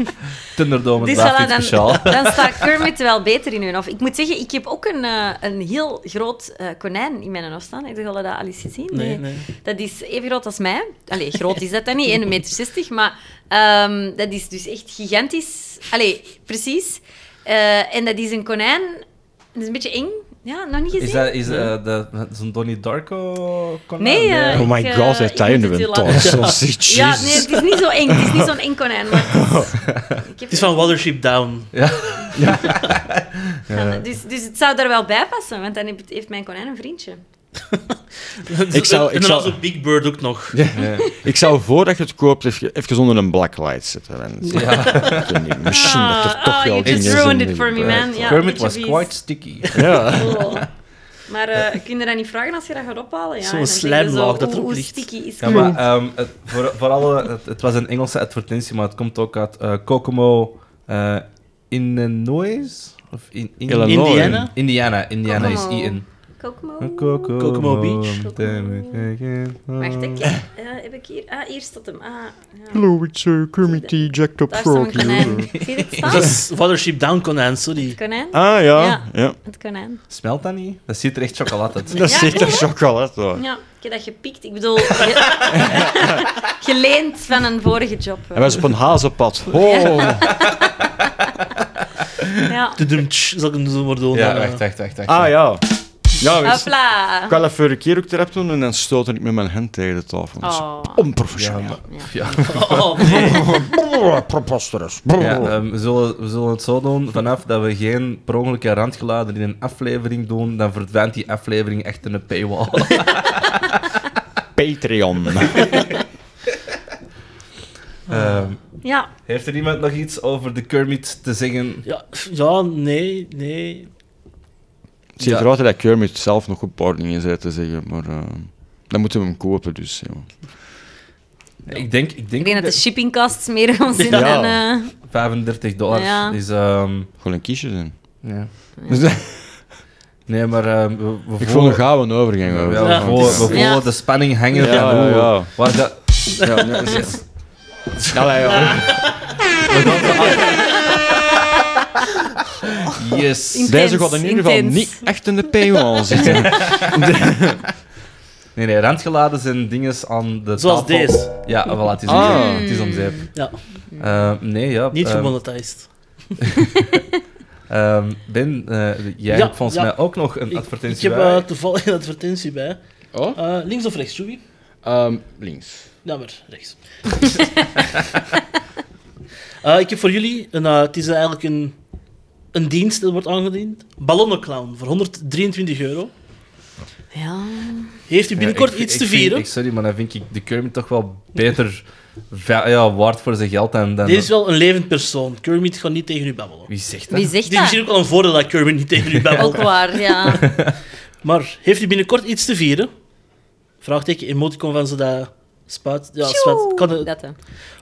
[SPEAKER 2] Thunderdome,
[SPEAKER 3] Dus
[SPEAKER 2] dus voilà,
[SPEAKER 3] voilà, dan,
[SPEAKER 2] speciaal.
[SPEAKER 3] dan staat Kermit wel beter in hun hof. Ik moet zeggen, ik heb ook een, eh, een heel groot eh, konijn in mijn hof staan. Heb je dat al eens gezien?
[SPEAKER 4] Nee, nee.
[SPEAKER 3] Dat is even groot als mij. Allee, groot is dat dan niet, 1,60 meter, 60, maar ehm, dat is dus echt gigantisch. Allee, precies. Eh, en dat is een konijn. Dat is een beetje eng. Ja, nog niet gezien.
[SPEAKER 2] Is dat is, eh, dat- zo'n Donnie Darko? konijn?
[SPEAKER 3] Nee, eh,
[SPEAKER 5] Oh
[SPEAKER 3] Ik,
[SPEAKER 5] my
[SPEAKER 3] eh,
[SPEAKER 5] god,
[SPEAKER 3] ik
[SPEAKER 5] heeft hij
[SPEAKER 3] moet
[SPEAKER 5] nu
[SPEAKER 3] het u
[SPEAKER 5] een
[SPEAKER 3] laten-
[SPEAKER 5] tonsel?
[SPEAKER 3] Ja, nee, het is niet zo eng. Het is niet zo'n eng konijn. Maar het is, ik heb
[SPEAKER 4] Het is van Watership Down.
[SPEAKER 3] Ja, dus, dus het zou daar wel bij passen, want dan heeft- heeft mijn konijn een vriendje.
[SPEAKER 5] Ik zou- ik
[SPEAKER 4] en dan
[SPEAKER 5] zou-
[SPEAKER 4] was ook Big Bird ook nog.
[SPEAKER 5] Ik zou voordat je het koopt even, even onder een blacklight zetten. En, Ik weet niet, misschien dat er
[SPEAKER 3] Ah,
[SPEAKER 5] toch
[SPEAKER 3] ah,
[SPEAKER 5] wel
[SPEAKER 3] you
[SPEAKER 5] dingen
[SPEAKER 3] just
[SPEAKER 5] zijn.
[SPEAKER 3] ruined
[SPEAKER 5] die
[SPEAKER 3] it for me,
[SPEAKER 5] blijven.
[SPEAKER 3] man. Ja,
[SPEAKER 2] Kermit
[SPEAKER 3] beetje
[SPEAKER 2] was
[SPEAKER 3] vies.
[SPEAKER 2] quite sticky.
[SPEAKER 5] Ja.
[SPEAKER 3] Oh. Maar eh kun je dat niet vragen als je dat gaat ophalen? Ja,
[SPEAKER 4] Zo'n
[SPEAKER 3] En dan denk je
[SPEAKER 4] slijmlaag dat
[SPEAKER 3] hoe-
[SPEAKER 4] erop
[SPEAKER 3] hoe
[SPEAKER 4] ligt.
[SPEAKER 3] sticky is
[SPEAKER 2] Ja, maar ehm, het, voor, voor alle, het, het was een Engelse advertentie, maar het komt ook uit eh, Kokomo, eh, Illinois? Of in, in-
[SPEAKER 5] Illinois.
[SPEAKER 4] Indiana?
[SPEAKER 2] Indiana. Indiana is
[SPEAKER 3] Kokomo.
[SPEAKER 2] Ian.
[SPEAKER 3] Kokomo.
[SPEAKER 4] Kokomo Beach.
[SPEAKER 3] Wacht, ik, eh, heb ik hier... Ah, hier staat hem. Ah, ja.
[SPEAKER 5] Hello, it's uh, Kermit the Jacked Up
[SPEAKER 3] Daar staat
[SPEAKER 5] Frog
[SPEAKER 3] mijn konijn.
[SPEAKER 5] here.
[SPEAKER 3] Zie je het staan?
[SPEAKER 4] Dat is Watership Down konijn, sorry.
[SPEAKER 3] Het konijn.
[SPEAKER 5] Ah
[SPEAKER 3] Ja.
[SPEAKER 5] ja, ja.
[SPEAKER 3] Het konijn.
[SPEAKER 2] Smelt dat niet? Dat ziet er echt chocolade uit.
[SPEAKER 5] dat
[SPEAKER 3] Ja,
[SPEAKER 5] zit
[SPEAKER 3] ja.
[SPEAKER 5] er chocolade hoor.
[SPEAKER 3] Ja, ik heb dat gepikt. Ik bedoel... ge- geleend van een vorige job.
[SPEAKER 5] Hij was op een hazenpad. Oh.
[SPEAKER 3] Ja.
[SPEAKER 4] Tudum, tsch, Zal ik hem zo maar doen?
[SPEAKER 2] Ja,
[SPEAKER 4] dan, eh.
[SPEAKER 2] wacht, wacht, wacht. wacht.
[SPEAKER 5] Ah ja. Ja, weet je,
[SPEAKER 3] Hopla.
[SPEAKER 5] ik had dat vorige keer ook erop doen en dan stootte ik met mijn hand tegen de tafel. Dat is
[SPEAKER 3] Oh.
[SPEAKER 5] onprofessioneel.
[SPEAKER 2] Ja, maar- ja.
[SPEAKER 4] Oh, nee.
[SPEAKER 5] Brrr, preposterous. Brrr.
[SPEAKER 2] Ja, ehm, we, zullen, we zullen het zo doen, vanaf dat we geen per ongeluk randgeladen in een aflevering doen, dan verdwijnt die aflevering echt in een paywall.
[SPEAKER 5] Patreon.
[SPEAKER 2] Ehm,
[SPEAKER 3] Ja,
[SPEAKER 2] heeft er iemand nog iets over de Kermit te zeggen?
[SPEAKER 4] Ja, ja, nee, nee.
[SPEAKER 5] Het ziet
[SPEAKER 2] Ja.
[SPEAKER 5] eruit dat Kermit zelf nog op boarding is, uit te zeggen. Maar eh, dan moeten we hem kopen, dus. joh.
[SPEAKER 2] Ik denk, ik
[SPEAKER 3] ik
[SPEAKER 2] denk,
[SPEAKER 3] denk dat de shippingkast smerig ons in.
[SPEAKER 5] Ja.
[SPEAKER 3] En, eh,
[SPEAKER 2] 35 dollar
[SPEAKER 3] Ja.
[SPEAKER 2] is... ehm,
[SPEAKER 5] Gewoon een kiesje zijn.
[SPEAKER 2] ja.
[SPEAKER 5] Dus,
[SPEAKER 2] Nee, maar ehm, we, we
[SPEAKER 5] ik voel
[SPEAKER 2] voelen-
[SPEAKER 5] een gouden overgang.
[SPEAKER 2] Ja,
[SPEAKER 5] hoor.
[SPEAKER 2] we
[SPEAKER 4] Ja.
[SPEAKER 2] voelen- we voelen
[SPEAKER 3] Ja.
[SPEAKER 2] de spanning hangen.
[SPEAKER 5] Ja,
[SPEAKER 2] van
[SPEAKER 5] ja,
[SPEAKER 2] hoe-
[SPEAKER 5] ja.
[SPEAKER 2] Waar dat... Ja, nee, dat is-
[SPEAKER 5] Allee, joh.
[SPEAKER 2] Yes.
[SPEAKER 5] Deze gaat in ieder geval
[SPEAKER 3] intens.
[SPEAKER 5] niet echt in de paywall zitten.
[SPEAKER 2] Nee, nee, randgeladen zijn dingen aan de
[SPEAKER 4] Zoals
[SPEAKER 2] tafel.
[SPEAKER 4] deze.
[SPEAKER 2] Ja, voilà, het is,
[SPEAKER 5] Ah.
[SPEAKER 2] om, het is om zeep.
[SPEAKER 4] Ja,
[SPEAKER 2] Eh, nee, ja.
[SPEAKER 4] niet
[SPEAKER 2] ehm,
[SPEAKER 4] gemonetized.
[SPEAKER 2] ehm, ben, eh, jij
[SPEAKER 4] Ja,
[SPEAKER 2] hebt volgens
[SPEAKER 4] ja.
[SPEAKER 2] mij ook nog een
[SPEAKER 4] Ik, ik
[SPEAKER 2] advertentie
[SPEAKER 4] heb
[SPEAKER 2] bij.
[SPEAKER 4] eh, toevallig een advertentie bij.
[SPEAKER 5] Oh?
[SPEAKER 4] Eh, links of rechts, Joey?
[SPEAKER 5] Ehm, links.
[SPEAKER 4] Ja, maar rechts. Eh, ik heb voor jullie, een, eh, het is eigenlijk een, een dienst dat wordt aangediend. Ballonnenclown voor 123 euro.
[SPEAKER 3] Ja.
[SPEAKER 4] Heeft u binnenkort
[SPEAKER 2] Ja, Eh, ik-
[SPEAKER 4] iets
[SPEAKER 2] ik
[SPEAKER 4] te
[SPEAKER 2] vind-
[SPEAKER 4] vieren?
[SPEAKER 2] ik- sorry, maar dan vind ik de Kermit toch wel beter va- ja, waard voor zijn geld dan... dan
[SPEAKER 4] Dit is wel een levend persoon. Kermit gaat niet tegen u babbelen.
[SPEAKER 2] Wie zegt dat?
[SPEAKER 3] Wie zegt
[SPEAKER 4] Het is misschien
[SPEAKER 3] dat?
[SPEAKER 4] ook wel een voordeel dat Kermit niet tegen u babbelt.
[SPEAKER 3] Ook waar, ja.
[SPEAKER 4] Maar heeft u binnenkort iets te vieren? Vraagteken, emoticon van ze dat spuit. Ja, spuit. Kan het-
[SPEAKER 3] Dat, hè.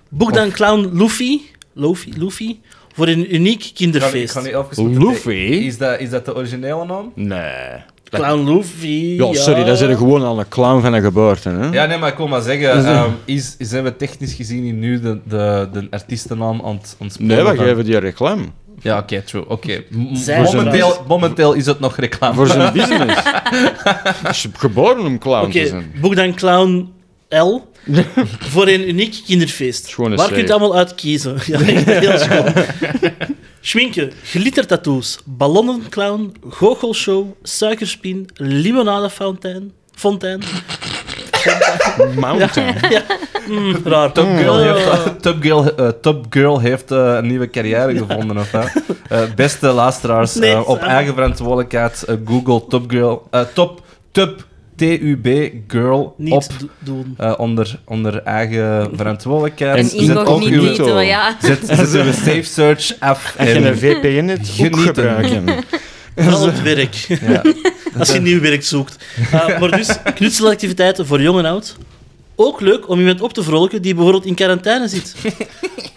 [SPEAKER 4] Boek dan clown Luffy, Luffy, Luffy voor een uniek
[SPEAKER 2] Ik ga niet- ik
[SPEAKER 4] kinderfeest.
[SPEAKER 2] ga niet afgesproken-
[SPEAKER 5] Luffy?
[SPEAKER 2] Is dat, is dat de originele naam?
[SPEAKER 5] Nee.
[SPEAKER 4] Clown Luffy.
[SPEAKER 5] Ja, sorry, daar zit er gewoon al een clown van een geboorte. Hè?
[SPEAKER 2] Ja, nee, maar ik wil maar zeggen, ehm, is, zijn we technisch gezien hier nu de, de, de artiestennaam aan het aan het
[SPEAKER 5] Nee, we
[SPEAKER 2] sporen van-
[SPEAKER 5] geven die reclame.
[SPEAKER 2] Ja, oké, true. Oké. M-
[SPEAKER 4] Zij-
[SPEAKER 2] Momenteel, momenteel is het nog reclame.
[SPEAKER 5] Voor zijn business. Is geboren om clown
[SPEAKER 4] Oké,
[SPEAKER 5] te zijn.
[SPEAKER 4] boek dan clown L voor een uniek kinderfeest.
[SPEAKER 5] Schone
[SPEAKER 4] Waar
[SPEAKER 5] C.
[SPEAKER 4] kunt u allemaal uit kiezen? Ja, echt heel schoon. Schminken, glittertattoos, ballonnenclown, goochelshow, suikerspin, limonadefontein, fontein.
[SPEAKER 5] Mountain.
[SPEAKER 4] Mm, raar.
[SPEAKER 2] Top Girl
[SPEAKER 4] Eh,
[SPEAKER 2] heeft, Top Girl, eh, Top Girl heeft eh, een nieuwe carrière gevonden. Of, hè? Eh, beste luisteraars, eh,
[SPEAKER 4] Nee,
[SPEAKER 2] op
[SPEAKER 4] eh.
[SPEAKER 2] eigen verantwoordelijkheid eh, Google Top Girl. eh, top, top, T-U-B, Girl
[SPEAKER 4] niet
[SPEAKER 2] op.
[SPEAKER 4] do- doen.
[SPEAKER 2] eh, onder, onder eigen verantwoordelijkheid.
[SPEAKER 3] Een
[SPEAKER 5] En zet ook uw-
[SPEAKER 3] incognito, ja.
[SPEAKER 2] zet, zet uw safe search af.
[SPEAKER 5] En je
[SPEAKER 2] en-
[SPEAKER 5] een VPN hebt,
[SPEAKER 2] Genieten.
[SPEAKER 5] ook gebruiken.
[SPEAKER 4] Vooral het werk.
[SPEAKER 2] ja.
[SPEAKER 4] Als je nieuw werk zoekt. Eh, maar dus, knutselactiviteiten voor jong en oud. Ook leuk om iemand op te vrolijken die bijvoorbeeld in quarantaine zit.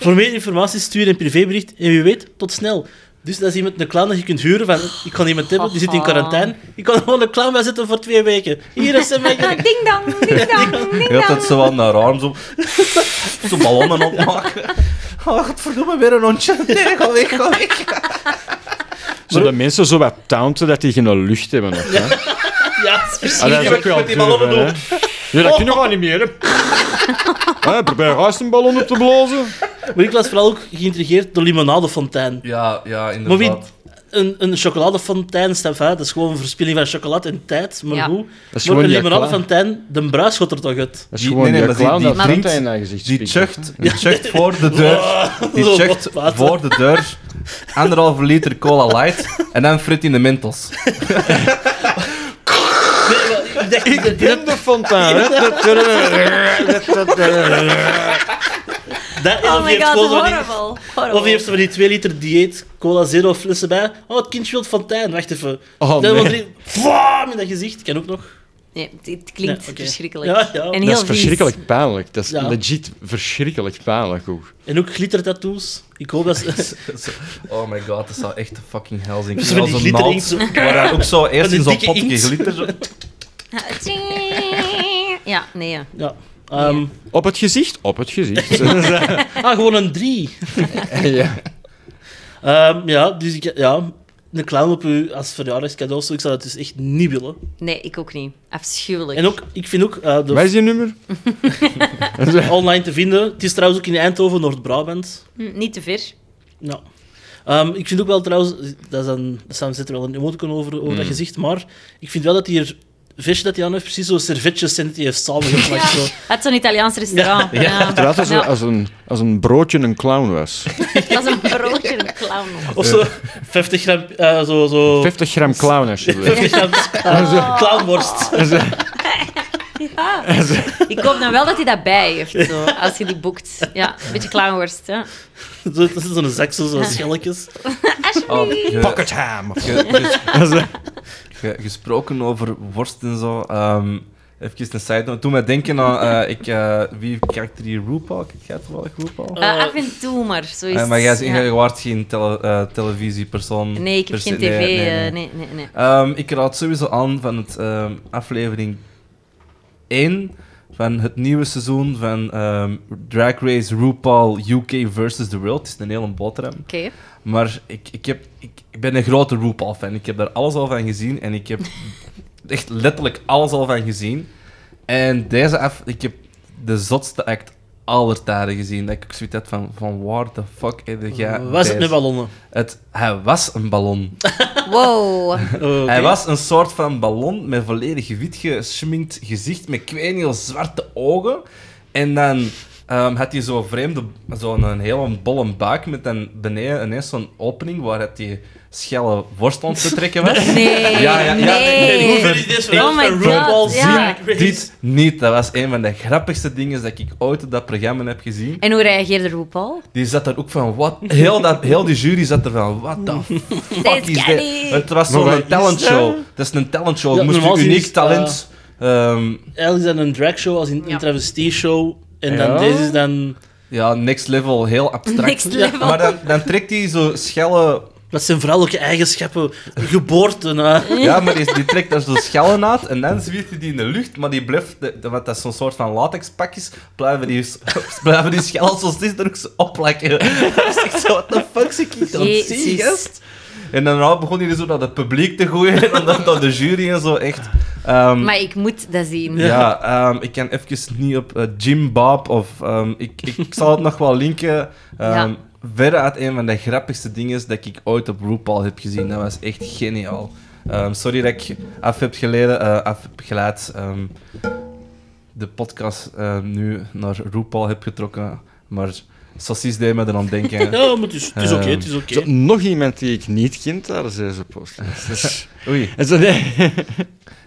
[SPEAKER 4] voor meer informatie stuur een privébericht en wie weet, tot snel. Dus dat is iemand een clown dat je kunt huren van ik kan iemand hebben, die zit in quarantaine. Ik kan er gewoon een clown bij zitten voor twee weken. Hier is hem.
[SPEAKER 3] Ah, ding dong, ding dong, ding
[SPEAKER 2] Je had dat
[SPEAKER 3] dong.
[SPEAKER 2] zo aan haar arm zo, zo ballonnen opmaken. Oh, godverdomme, weer een hondje. Nee, ga weg, ga weg.
[SPEAKER 5] Zodat mensen zo wat taunten dat die geen lucht hebben. Of, hè?
[SPEAKER 4] Ja,
[SPEAKER 5] Ah, dat is
[SPEAKER 4] verschrikkelijk.
[SPEAKER 5] ook wel
[SPEAKER 4] Met die ballonnen
[SPEAKER 5] duur, hè.
[SPEAKER 4] doen.
[SPEAKER 5] Ja, dat
[SPEAKER 2] Oh.
[SPEAKER 5] kun je nog niet meer. hè. Hè, probeer juist een ballon op te blazen.
[SPEAKER 4] Maar ik was vooral ook geïntrigeerd door limonadefontein.
[SPEAKER 2] Ja, ja,
[SPEAKER 4] Maar wie,
[SPEAKER 2] inderdaad.
[SPEAKER 4] een, een chocoladefontein, stef, hè, dat is gewoon een verspilling van chocolade en tijd, maar
[SPEAKER 3] Ja.
[SPEAKER 4] hoe?
[SPEAKER 5] Dat is
[SPEAKER 4] Maar
[SPEAKER 5] gewoon
[SPEAKER 4] een
[SPEAKER 5] die
[SPEAKER 4] limonadefontein, de bruis gaat er toch uit?
[SPEAKER 5] Dat is
[SPEAKER 2] Die-
[SPEAKER 5] gewoon
[SPEAKER 2] nee, nee,
[SPEAKER 5] die
[SPEAKER 2] maar die-
[SPEAKER 5] clown
[SPEAKER 2] die
[SPEAKER 5] dat
[SPEAKER 2] drinkt-
[SPEAKER 5] fontein aan gezicht
[SPEAKER 2] Die
[SPEAKER 5] spikt.
[SPEAKER 2] chucht, die chucht voor de deur. Die
[SPEAKER 4] Zo
[SPEAKER 2] chucht
[SPEAKER 4] water.
[SPEAKER 2] voor de deur. Anderhalve liter cola light. En dan frit in de mentos.
[SPEAKER 4] Nee, maar ik dacht, dat- dat,
[SPEAKER 5] In de fontein. hè. Dat- dat- dat- dat- dat-
[SPEAKER 4] dat-
[SPEAKER 3] Oh
[SPEAKER 4] of
[SPEAKER 3] my
[SPEAKER 4] je hebt
[SPEAKER 3] god,
[SPEAKER 4] gewoon zo van die-
[SPEAKER 3] horrible.
[SPEAKER 4] Of je
[SPEAKER 3] horrible.
[SPEAKER 4] hebt zo van die 2 liter dieet, cola zero flessen bij. Oh, het kindje wil fontein, wacht even.
[SPEAKER 5] Oh,
[SPEAKER 4] Dat
[SPEAKER 5] nee.
[SPEAKER 4] wil drie- Vlaam in dat gezicht, kan ook nog.
[SPEAKER 3] Nee, het, het klinkt
[SPEAKER 4] Nee, oké.
[SPEAKER 3] verschrikkelijk.
[SPEAKER 4] Ja, ja.
[SPEAKER 3] En heel
[SPEAKER 5] Dat is
[SPEAKER 3] vies.
[SPEAKER 5] verschrikkelijk pijnlijk. Dat is
[SPEAKER 4] Ja.
[SPEAKER 5] legit verschrikkelijk pijnlijk ook.
[SPEAKER 4] En ook glittertattoos. Ik hoop dat ze...
[SPEAKER 2] Oh my god, dat zou echt de fucking hel zijn.
[SPEAKER 4] Zo van die
[SPEAKER 2] Zo'n
[SPEAKER 4] glitter
[SPEAKER 2] naald,
[SPEAKER 4] inkt, zo-
[SPEAKER 2] Waar daar ook zo eerst
[SPEAKER 4] Van
[SPEAKER 2] in
[SPEAKER 4] die
[SPEAKER 2] zo'n
[SPEAKER 4] dikke
[SPEAKER 2] potje
[SPEAKER 4] inkt.
[SPEAKER 2] glitter... zo-
[SPEAKER 3] Ja, Ja, nee. ja.
[SPEAKER 4] Ja. ehm,
[SPEAKER 5] Op het gezicht? Op het gezicht.
[SPEAKER 4] ah, gewoon een 3.
[SPEAKER 5] ja.
[SPEAKER 4] Ehm, ja, dus ik... Ja, een clown op u als verjaardagscadeau, zo, ik zou dat dus echt niet willen.
[SPEAKER 3] Nee, ik ook niet. Afschuwelijk.
[SPEAKER 4] En ook, ik vind ook... eh, de
[SPEAKER 5] Wat is je nummer?
[SPEAKER 4] online te vinden. Het is trouwens ook in Eindhoven, Noord-Brabant.
[SPEAKER 3] Hm, niet te ver.
[SPEAKER 4] Ja. Ehm, ik vind ook wel trouwens, dat is een, Sam zit er wel een emoticon over, over
[SPEAKER 2] Mm.
[SPEAKER 4] dat gezicht, maar ik vind wel dat hier visje dat hij aan heeft, precies zo'n servetjes zijn dat hij heeft samengeplakt. zo.
[SPEAKER 3] Ah, Het is zo'n Italiaans restaurant. Ja.
[SPEAKER 5] Terwijl als,
[SPEAKER 3] Ja,
[SPEAKER 5] als, een, als een broodje een clown was.
[SPEAKER 3] Dat is een broodje en een clown.
[SPEAKER 4] Of zo 50 gram, eh, zo, zo
[SPEAKER 5] 50 gram clown, alsjeblieft.
[SPEAKER 4] 50 gram eh, clownworst.
[SPEAKER 3] Ja.
[SPEAKER 2] Ah.
[SPEAKER 3] Ik hoop dan wel dat hij dat bij heeft, zo, als je die boekt. Ja, een beetje clownworst. Ja.
[SPEAKER 4] Zo- Dat is zo'n zak, zo- zo'n schelletjes.
[SPEAKER 2] Oh, ge-
[SPEAKER 5] Pocket ham.
[SPEAKER 2] ge- ges- ge- gesproken over worst en zo. ehm, even een side note. Toen mij denken aan eh, ik, eh, wie kijkt er hier RuPaul? Ik het toevallig RuPaul.
[SPEAKER 3] Eh, af en toe maar, zo is
[SPEAKER 2] Oh. Eh, maar jij is
[SPEAKER 3] het, ja.
[SPEAKER 2] jij waart geen tele- eh, televisiepersoon.
[SPEAKER 3] Nee, ik
[SPEAKER 2] per
[SPEAKER 3] heb
[SPEAKER 2] se.
[SPEAKER 3] geen tv.
[SPEAKER 2] Dus, Nee, nee, nee.
[SPEAKER 3] eh, nee, nee, nee.
[SPEAKER 2] Ehm, ik raad sowieso aan van het ehm, aflevering 1 van het nieuwe seizoen van ehm, Drag Race RuPaul UK versus the World. Het is een hele boterham.
[SPEAKER 3] Oké.
[SPEAKER 2] Maar ik, ik, heb, ik, ik ben een grote RuPaul-fan. Ik heb daar alles al van gezien en ik heb echt letterlijk alles al van gezien. En deze af, ik heb de zotste act aller tijden gezien. Dat ik ook zoiets had van, van waar de fuck heb jij
[SPEAKER 4] Was het
[SPEAKER 2] deze-
[SPEAKER 4] met ballonnen?
[SPEAKER 2] Het, hij was een ballon.
[SPEAKER 3] Wow.
[SPEAKER 4] Oh, oké.
[SPEAKER 2] Hij was een soort van ballon met volledig wit geschminkt gezicht, met kwijneel zwarte ogen. En dan ehm, had hij zo'n vreemde, zo'n hele bolle buik met dan beneden ineens zo'n opening waar het die schelle worst aan te trekken was.
[SPEAKER 3] Nee,
[SPEAKER 2] Ja, ja, ja,
[SPEAKER 3] nee.
[SPEAKER 2] nee,
[SPEAKER 4] Ik vind dit is wel
[SPEAKER 3] Oh my
[SPEAKER 4] van RuPaul's
[SPEAKER 3] God, ja.
[SPEAKER 4] Drag Race.
[SPEAKER 2] Dit niet. Dat was een van de grappigste dingen dat ik ooit op dat programma heb gezien.
[SPEAKER 3] En hoe reageerde RuPaul?
[SPEAKER 2] Die zat er ook van, wat? Heel, dat, heel die jury zat er van, wat de fuck
[SPEAKER 3] Deze
[SPEAKER 2] is
[SPEAKER 3] ken
[SPEAKER 2] dit?
[SPEAKER 3] ik.
[SPEAKER 2] Het was
[SPEAKER 5] Maar wat
[SPEAKER 2] zo'n
[SPEAKER 5] is
[SPEAKER 2] talentshow.
[SPEAKER 5] dat?
[SPEAKER 2] Dat is een talentshow.
[SPEAKER 4] Ja,
[SPEAKER 2] Je moest
[SPEAKER 4] normaal
[SPEAKER 2] je
[SPEAKER 4] gezien
[SPEAKER 2] uniek
[SPEAKER 4] is,
[SPEAKER 2] talent... ehm,
[SPEAKER 4] Eigenlijk is dat een dragshow als een,
[SPEAKER 3] Ja.
[SPEAKER 4] een travestie-show. En
[SPEAKER 2] Ja.
[SPEAKER 4] dan deze is dan...
[SPEAKER 2] Ja, next level, heel abstract.
[SPEAKER 3] Next level.
[SPEAKER 2] Maar dan, dan trekt hij zo schellen...
[SPEAKER 4] Dat zijn vrouwelijke eigenschappen. Geboorte. hè.
[SPEAKER 2] Ja, maar die, die trekt daar zo schellen uit en dan zwiert hij die in de lucht, maar die blijft... de- de- Want dat is zo'n soort van latexpakjes, blijven die, blijven die schellen zoals dit er ook zo opplakken. Dat is echt zo, what the fuck, zie ik hier aan het zien,
[SPEAKER 3] Jezus.
[SPEAKER 2] gast? En daarna begon hij zo naar het publiek te gooien en dan naar de jury en zo, echt. Ehm,
[SPEAKER 3] Maar ik moet dat zien.
[SPEAKER 2] Ja, ehm, ik kan even niet op eh, Jim Bob of... ehm, ik, ik zal het nog wel linken. Ehm
[SPEAKER 3] Ja.
[SPEAKER 2] Veruit een van de grappigste dingen dat ik ooit op RuPaul heb gezien. Dat was echt geniaal. Ehm, sorry dat ik af heb geleden, eh, af heb geleid. ehm, de podcast eh, nu naar RuPaul heb getrokken. Maar Sassies deed me er aan denken.
[SPEAKER 4] Ja, maar het is, het is oké,
[SPEAKER 2] Ehm,
[SPEAKER 4] het is oké.
[SPEAKER 5] Zo, nog iemand die ik niet kent tijdens deze podcast. Dus-
[SPEAKER 2] Oei.
[SPEAKER 5] en zo, nee.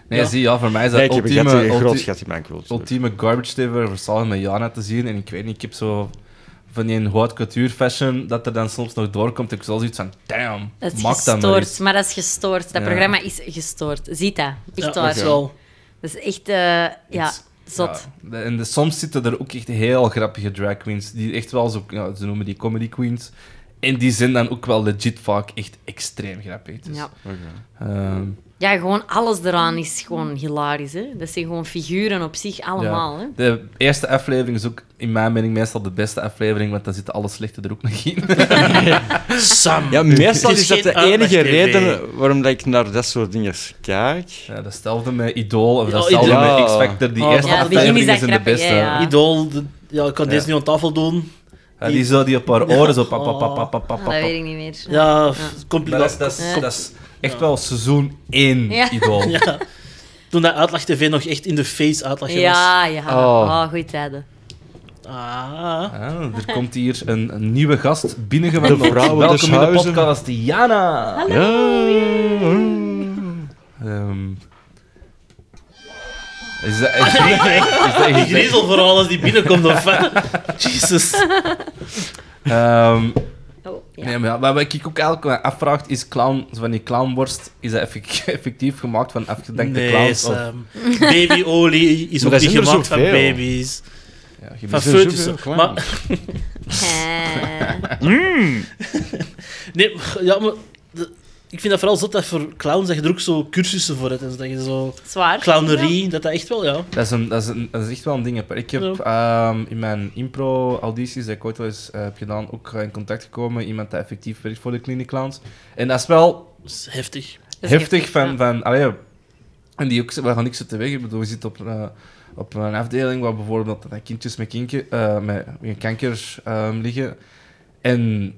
[SPEAKER 2] Nee, zie, ja, voor mij is dat
[SPEAKER 5] Nee, ik heb een, gat,
[SPEAKER 2] ultieme...
[SPEAKER 5] een
[SPEAKER 2] ulti-
[SPEAKER 5] groot gat in mijn quilt.
[SPEAKER 2] ultieme garbage day waar we samen met Jana te zien. En ik weet niet, ik heb zo van die haute couture fashion dat er dan soms nog doorkomt. Ik heb wel zoiets van, damn,
[SPEAKER 3] Dat is
[SPEAKER 2] maak dat
[SPEAKER 3] gestoord,
[SPEAKER 2] maar eens.
[SPEAKER 3] maar dat is gestoord. Dat
[SPEAKER 2] Ja.
[SPEAKER 3] programma is gestoord. Ziet dat.
[SPEAKER 4] Ja,
[SPEAKER 3] Echt
[SPEAKER 4] dat
[SPEAKER 3] waar.
[SPEAKER 4] is wel.
[SPEAKER 3] Dat is echt, eh, ja,
[SPEAKER 2] Iets-
[SPEAKER 3] zot.
[SPEAKER 2] Ja, en de- soms zitten er ook echt heel grappige drag queens, die echt wel zo, ja, ze noemen die comedy queens. En die zijn dan ook wel legit vaak echt extreem grappig. Dus,
[SPEAKER 3] Ja.
[SPEAKER 2] ehm,
[SPEAKER 3] ja, gewoon alles eraan is gewoon hilarisch. Hè? Dat zijn gewoon figuren op zich allemaal.
[SPEAKER 2] ja.
[SPEAKER 3] Hè?
[SPEAKER 2] De eerste aflevering is ook in mijn mening meestal de beste aflevering, want dan zitten alle slechte er ook nog in.
[SPEAKER 4] Sam.
[SPEAKER 5] Ja, meestal
[SPEAKER 4] Het
[SPEAKER 5] is dat
[SPEAKER 4] geen
[SPEAKER 5] de enige
[SPEAKER 4] uitleg-tv.
[SPEAKER 5] reden waarom dat ik naar dat soort dingen kijk.
[SPEAKER 2] Ja, datzelfde met Idol of
[SPEAKER 4] Ja,
[SPEAKER 2] datzelfde
[SPEAKER 5] Idol.
[SPEAKER 2] met X-Factor. Die
[SPEAKER 4] Ja.
[SPEAKER 2] eerste
[SPEAKER 4] Ja, in het
[SPEAKER 3] begin
[SPEAKER 2] aflevering
[SPEAKER 3] is dat
[SPEAKER 2] is in de
[SPEAKER 3] grappig,
[SPEAKER 2] beste.
[SPEAKER 3] hè, ja.
[SPEAKER 4] Idool. de- ja, ik kan
[SPEAKER 2] Ja.
[SPEAKER 4] deze nu aan tafel doen.
[SPEAKER 2] Ja, die zo die op haar oren zo pap, pap, pap, pap, pap,
[SPEAKER 3] Ah,
[SPEAKER 2] pap,
[SPEAKER 3] dat
[SPEAKER 2] pap.
[SPEAKER 3] weet ik niet meer.
[SPEAKER 4] Ja,
[SPEAKER 2] Maar dat is,
[SPEAKER 4] compliment.
[SPEAKER 2] dat is, dat is echt wel seizoen 1
[SPEAKER 3] Ja.
[SPEAKER 2] Idol.
[SPEAKER 4] Ja. Toen dat Uitlag TV nog echt in de face Uitlag was.
[SPEAKER 3] Ja, ja.
[SPEAKER 5] Oh.
[SPEAKER 3] Oh, goeie tijden.
[SPEAKER 4] Ah.
[SPEAKER 2] Ah, er komt hier een, een nieuwe gast binnengewerkt.
[SPEAKER 5] De vrouwen
[SPEAKER 2] Welkom
[SPEAKER 5] des
[SPEAKER 2] in de
[SPEAKER 5] huizen.
[SPEAKER 2] podcast, Jana.
[SPEAKER 5] Ja.
[SPEAKER 2] Ehm. is dat, is, is dat-
[SPEAKER 4] Die griezel vooral als die binnenkomt. Of, hè. Jesus.
[SPEAKER 2] Ehm,
[SPEAKER 3] Oh, ja.
[SPEAKER 2] Nee, maar ja, maar wat ik ook elke keer afvraag is clown, zo van die clownworst, is dat effe- effectief gemaakt van afgedankte
[SPEAKER 4] Nee, eh,
[SPEAKER 2] clowns? of-
[SPEAKER 4] Sam. Babyolie is
[SPEAKER 5] Maar dat
[SPEAKER 4] ook niet
[SPEAKER 5] zijn er
[SPEAKER 4] gemaakt van
[SPEAKER 5] zoveel.
[SPEAKER 4] baby's.
[SPEAKER 2] Ja, je
[SPEAKER 4] Van
[SPEAKER 5] Er zijn
[SPEAKER 4] foetussen.
[SPEAKER 5] zoveel clowns.
[SPEAKER 4] Maar,
[SPEAKER 3] Eh,
[SPEAKER 4] nee, maar- ja, maar... de- ik vind dat vooral zot dat voor clowns dat je er ook zo cursussen voor hebt. en zo, dat je zo...
[SPEAKER 3] Zwaar.
[SPEAKER 4] Clownerie, dat dat echt wel, ja.
[SPEAKER 2] Dat is, een, dat, is een, dat is echt wel een ding. hè. Ik heb ehm, in mijn impro-audities, die ik ooit wel eens eh, heb gedaan, ook eh, in contact gekomen. Iemand die effectief werkt voor de Clinic Clowns. En dat is wel
[SPEAKER 4] Dat is heftig.
[SPEAKER 3] Dat is
[SPEAKER 2] heftig van...
[SPEAKER 3] Dus ja.
[SPEAKER 2] van allee, ja. en die ook, we gaan niks te weg. Ik bedoel, je zit op, eh, op een afdeling waar bijvoorbeeld dat kindjes met, kinke, eh, met met kanker ehm, liggen. En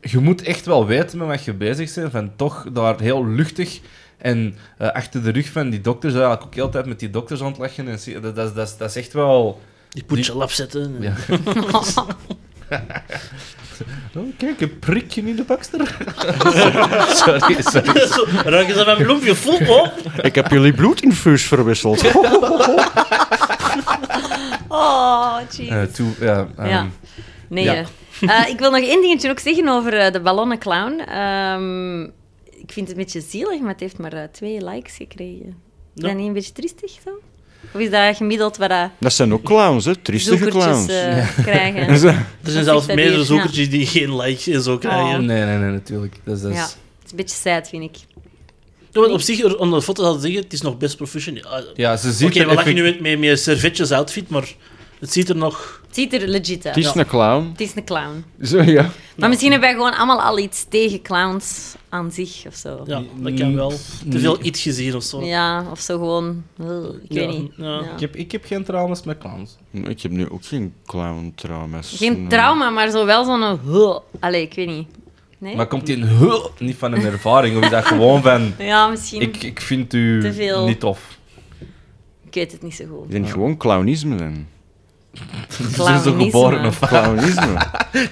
[SPEAKER 2] je moet echt wel weten met wat je bezig bent. Van toch daar heel luchtig en eh, achter de rug van die dokters. Ja, ik ook heel de tijd met die dokters aan het lachen. En, zie- dat, dat, dat, dat is echt wel...
[SPEAKER 4] Die poetje lap zetten.
[SPEAKER 2] Ja. Oh, kijk, een prikje in de bakster. sorry, sorry.
[SPEAKER 4] Zo, Ruik eens aan mijn bloempje, voel op.
[SPEAKER 5] Ik heb jullie bloedinfuus verwisseld.
[SPEAKER 3] Oh, jeez.
[SPEAKER 2] Eh, toe, ja, ehm,
[SPEAKER 3] Ja. Nee.
[SPEAKER 2] Ja.
[SPEAKER 3] hè. Eh, ik wil nog één dingetje ook zeggen over eh, de ballonnenclown. Ehm, ik vind het een beetje zielig, maar het heeft maar eh, twee likes gekregen. Is
[SPEAKER 4] Ja.
[SPEAKER 3] dat niet een beetje triestig dan? Of is dat gemiddeld wat dat
[SPEAKER 5] Dat zijn ook clowns, hè? Triestige
[SPEAKER 3] zoekertjes
[SPEAKER 5] clowns.
[SPEAKER 3] eh, krijgen?
[SPEAKER 5] En ze-
[SPEAKER 4] Er zijn zelfs
[SPEAKER 3] dat
[SPEAKER 4] meerdere
[SPEAKER 3] weer?
[SPEAKER 4] zoekertjes die geen like en zo krijgen.
[SPEAKER 2] Nee, nee, nee, natuurlijk. Dat is, dat is-
[SPEAKER 3] Ja, het is een beetje sad, vind ik.
[SPEAKER 4] Ja, want op zich, er- om de foto te zeggen, het is nog best professioneel. Ah, Oké,
[SPEAKER 2] Ja, ze ziet er
[SPEAKER 4] we lachen
[SPEAKER 2] effect-
[SPEAKER 4] nu met met mijn servetjes outfit, maar het ziet er nog...
[SPEAKER 3] Het ziet er legit uit.
[SPEAKER 5] Het is een clown.
[SPEAKER 3] Het is een clown.
[SPEAKER 5] Zo, ja.
[SPEAKER 3] Maar misschien hebben wij gewoon allemaal al iets tegen clowns aan zich of zo.
[SPEAKER 4] Ja, dat kan wel. Te veel iets gezien of zo.
[SPEAKER 3] Ja, of zo gewoon. eh, ik
[SPEAKER 4] Ja,
[SPEAKER 3] weet niet.
[SPEAKER 4] ja.
[SPEAKER 3] Ja.
[SPEAKER 2] Ik, heb, ik heb geen traumas met clowns.
[SPEAKER 5] Ik heb nu ook geen clown-trauma's.
[SPEAKER 3] Geen
[SPEAKER 2] eh,
[SPEAKER 5] Nee.
[SPEAKER 3] trauma, maar zo wel zo'n. eh, Allee, ik weet niet. Nee?
[SPEAKER 2] Maar komt die een huh, niet van een ervaring? Of is dat gewoon van...
[SPEAKER 3] Ja, misschien.
[SPEAKER 2] Ik,
[SPEAKER 3] Ik...
[SPEAKER 2] ik vind u
[SPEAKER 3] Te veel.
[SPEAKER 2] niet tof.
[SPEAKER 3] weet het niet zo goed.
[SPEAKER 5] Ik denk gewoon clownisme dan.
[SPEAKER 2] Ze zijn zo
[SPEAKER 3] Clownisme.
[SPEAKER 2] geboren of wat?
[SPEAKER 5] Clownisme.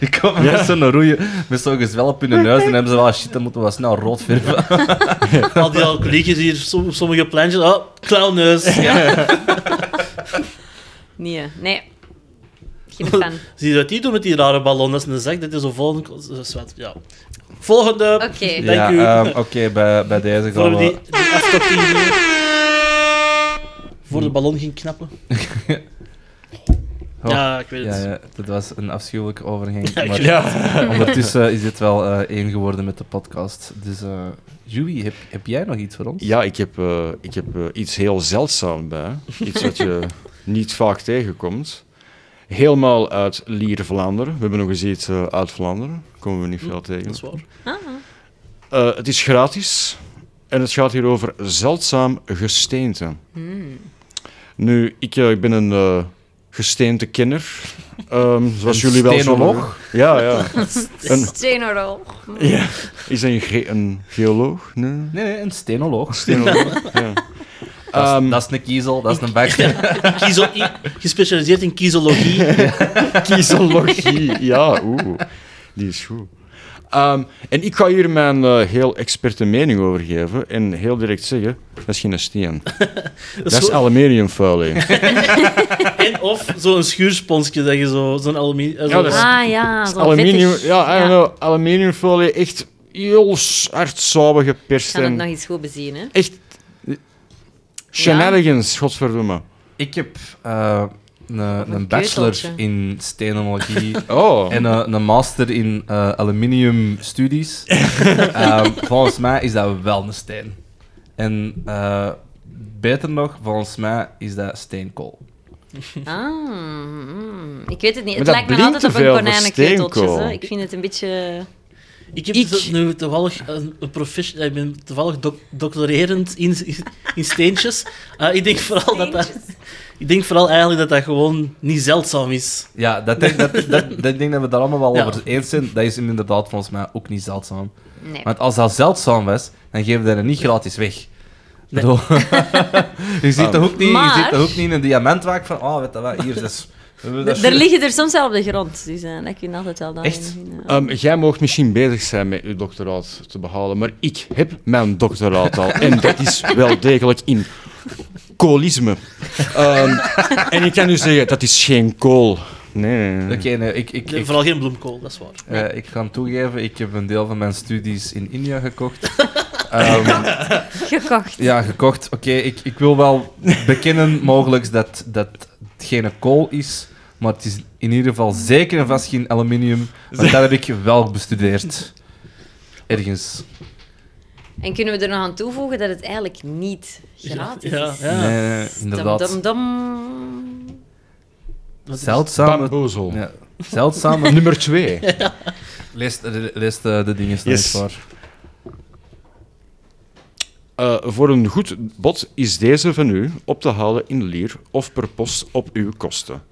[SPEAKER 2] Die komen met zo'n roeien, met zo'n gezwel op hun neus. En dan hebben ze wel "Ah, shit, dan moeten we wel snel rood verven.
[SPEAKER 4] Al die alcoholiekjes hier, som- op sommige plantjes, ah, clownneus.
[SPEAKER 3] Nee, nee. Geen fan.
[SPEAKER 4] Zie je wat die doen met die rare ballon? Dat is een zak, dit is een volgende... dat is wat, Ja. Volgende.
[SPEAKER 3] Oké.
[SPEAKER 4] Dank
[SPEAKER 2] ja,
[SPEAKER 4] u.
[SPEAKER 2] ehm, Oké, bij, bij deze
[SPEAKER 4] Voor
[SPEAKER 2] gaan
[SPEAKER 4] we
[SPEAKER 2] we...
[SPEAKER 4] die, die afkorting doen. Voor de ballon ging knappen.
[SPEAKER 2] Oh.
[SPEAKER 4] Ja, ik weet
[SPEAKER 2] Ja,
[SPEAKER 4] het.
[SPEAKER 2] ja, dat was een afschuwelijke overgang.
[SPEAKER 4] Ja, ik-
[SPEAKER 2] Maar ondertussen is dit wel eh, één geworden met de podcast. Dus eh Joey, heb, heb jij nog iets voor ons?
[SPEAKER 5] Ja, ik heb, eh, ik heb eh, iets heel zeldzaam bij. Iets wat je niet vaak tegenkomt. Helemaal uit Lier Vlaanderen. We hebben nog eens iets eh, uit Vlaanderen. Komen we niet veel tegen.
[SPEAKER 4] Dat is waar.
[SPEAKER 5] Eh, het is gratis en het gaat hier over zeldzaam gesteente. Nu, ik, eh, ik ben een eh gesteente kenner. Ehm, zoals
[SPEAKER 2] Een
[SPEAKER 5] jullie wel zullen-
[SPEAKER 2] stenoloog?
[SPEAKER 5] Ja, ja. een,
[SPEAKER 3] General.
[SPEAKER 5] ja. Is hij een, ge- een geoloog? Nee.
[SPEAKER 2] Nee, nee, een stenoloog.
[SPEAKER 5] Stenoloog, ja.
[SPEAKER 2] Dat is-
[SPEAKER 5] Ehm,
[SPEAKER 2] dat is een kiezel, dat is een bakster.
[SPEAKER 4] Kiezel, i- gespecialiseerd in kiezologie.
[SPEAKER 5] Kiesologie, ja, oeh, die is goed. Ehm, en ik ga hier mijn eh, heel experte mening over geven en heel direct zeggen, dat is geen steen. Dat is
[SPEAKER 4] zo-
[SPEAKER 5] aluminiumfolie.
[SPEAKER 4] En of zo'n schuursponsje, dat je zo, eh, zo'n aluminium...
[SPEAKER 5] Ja, dat is-
[SPEAKER 3] Ah ja, zo'n
[SPEAKER 5] aluminium,
[SPEAKER 3] vettig.
[SPEAKER 5] ja, I don't know, aluminiumfolie, echt heel s- hard sauber geperst
[SPEAKER 3] Kan het
[SPEAKER 5] en
[SPEAKER 3] nog iets goed bezien, hè?
[SPEAKER 5] echt shenanigans, godverdomme.
[SPEAKER 2] Ik heb eh, een- een,
[SPEAKER 3] een
[SPEAKER 2] bachelor
[SPEAKER 3] keuteltje.
[SPEAKER 2] in stenologie
[SPEAKER 5] Oh,
[SPEAKER 2] en eh, een, een master in eh, aluminium studies. Ehm, volgens mij is dat wel een steen. En eh, beter nog, volgens mij is dat steenkool.
[SPEAKER 3] Ah, mm. ik weet het niet.
[SPEAKER 5] Maar
[SPEAKER 3] Het
[SPEAKER 5] dat
[SPEAKER 3] lijkt me
[SPEAKER 5] blinkt
[SPEAKER 3] altijd op
[SPEAKER 5] te
[SPEAKER 3] een
[SPEAKER 5] veel voor
[SPEAKER 3] konijnenketeltje.
[SPEAKER 5] steenkool.
[SPEAKER 3] hè. Ik vind het een beetje...
[SPEAKER 4] Ik heb
[SPEAKER 5] Ik-
[SPEAKER 4] zo- nu toevallig een, een profession... Ik ben toevallig doc- doctorerend in, in steentjes. Ah, ik, denk vooral dat dat, ik denk vooral eigenlijk dat dat gewoon niet zeldzaam is.
[SPEAKER 2] Ja, dat denk, dat, dat, dat denk ik dat we daar allemaal wel
[SPEAKER 4] Ja.
[SPEAKER 2] over eens zijn. Dat is inderdaad volgens mij ook niet zeldzaam.
[SPEAKER 3] Nee.
[SPEAKER 2] Want als dat zeldzaam was, dan geven we dat niet gratis weg.
[SPEAKER 4] Nee.
[SPEAKER 2] Bedoel, je ziet toch ook niet,
[SPEAKER 3] Maar-
[SPEAKER 2] je ziet toch ook niet in een diamantwaak van, oh, weet je wat, hier is...
[SPEAKER 3] D- Er liggen er soms wel op de grond, dus eh, dat kun je altijd wel dan
[SPEAKER 2] Echt?
[SPEAKER 3] vinden.
[SPEAKER 5] Ehm, jij mag misschien bezig zijn met uw doctoraat te behalen, maar ik heb mijn doctoraat al. En dat is wel degelijk in koolisme. Ehm, en ik kan nu zeggen, dat is geen kool. Nee, nee, nee.
[SPEAKER 2] Oké, nee, ik, ik,
[SPEAKER 4] Nee,
[SPEAKER 2] ik,
[SPEAKER 4] vooral geen bloemkool, dat is waar.
[SPEAKER 2] eh, ik ga toegeven, ik heb een deel van mijn studies in India gekocht. Ehm,
[SPEAKER 3] Gekocht.
[SPEAKER 2] ja, gekocht. Oké, ik, ik wil wel bekennen mogelijk dat, dat het geen kool is, maar het is in ieder geval zeker en vast geen aluminium, want dat heb ik wel bestudeerd. Ergens.
[SPEAKER 3] En kunnen we er nog aan toevoegen dat het eigenlijk niet gratis
[SPEAKER 4] Ja,
[SPEAKER 3] is?
[SPEAKER 4] ja.
[SPEAKER 2] Nee, nee, nee, Eh, inderdaad.
[SPEAKER 3] Dum, dum, dum.
[SPEAKER 4] Dat is-
[SPEAKER 2] Zeldzame
[SPEAKER 5] Bamboezel.
[SPEAKER 2] Ja. Zeldzame.
[SPEAKER 5] Nummer twee.
[SPEAKER 2] lees, lees de, de dingen snel
[SPEAKER 5] Yes.
[SPEAKER 2] eens voor.
[SPEAKER 5] Eh, voor een goed bod is deze van u op te halen in Lier of per post op uw kosten.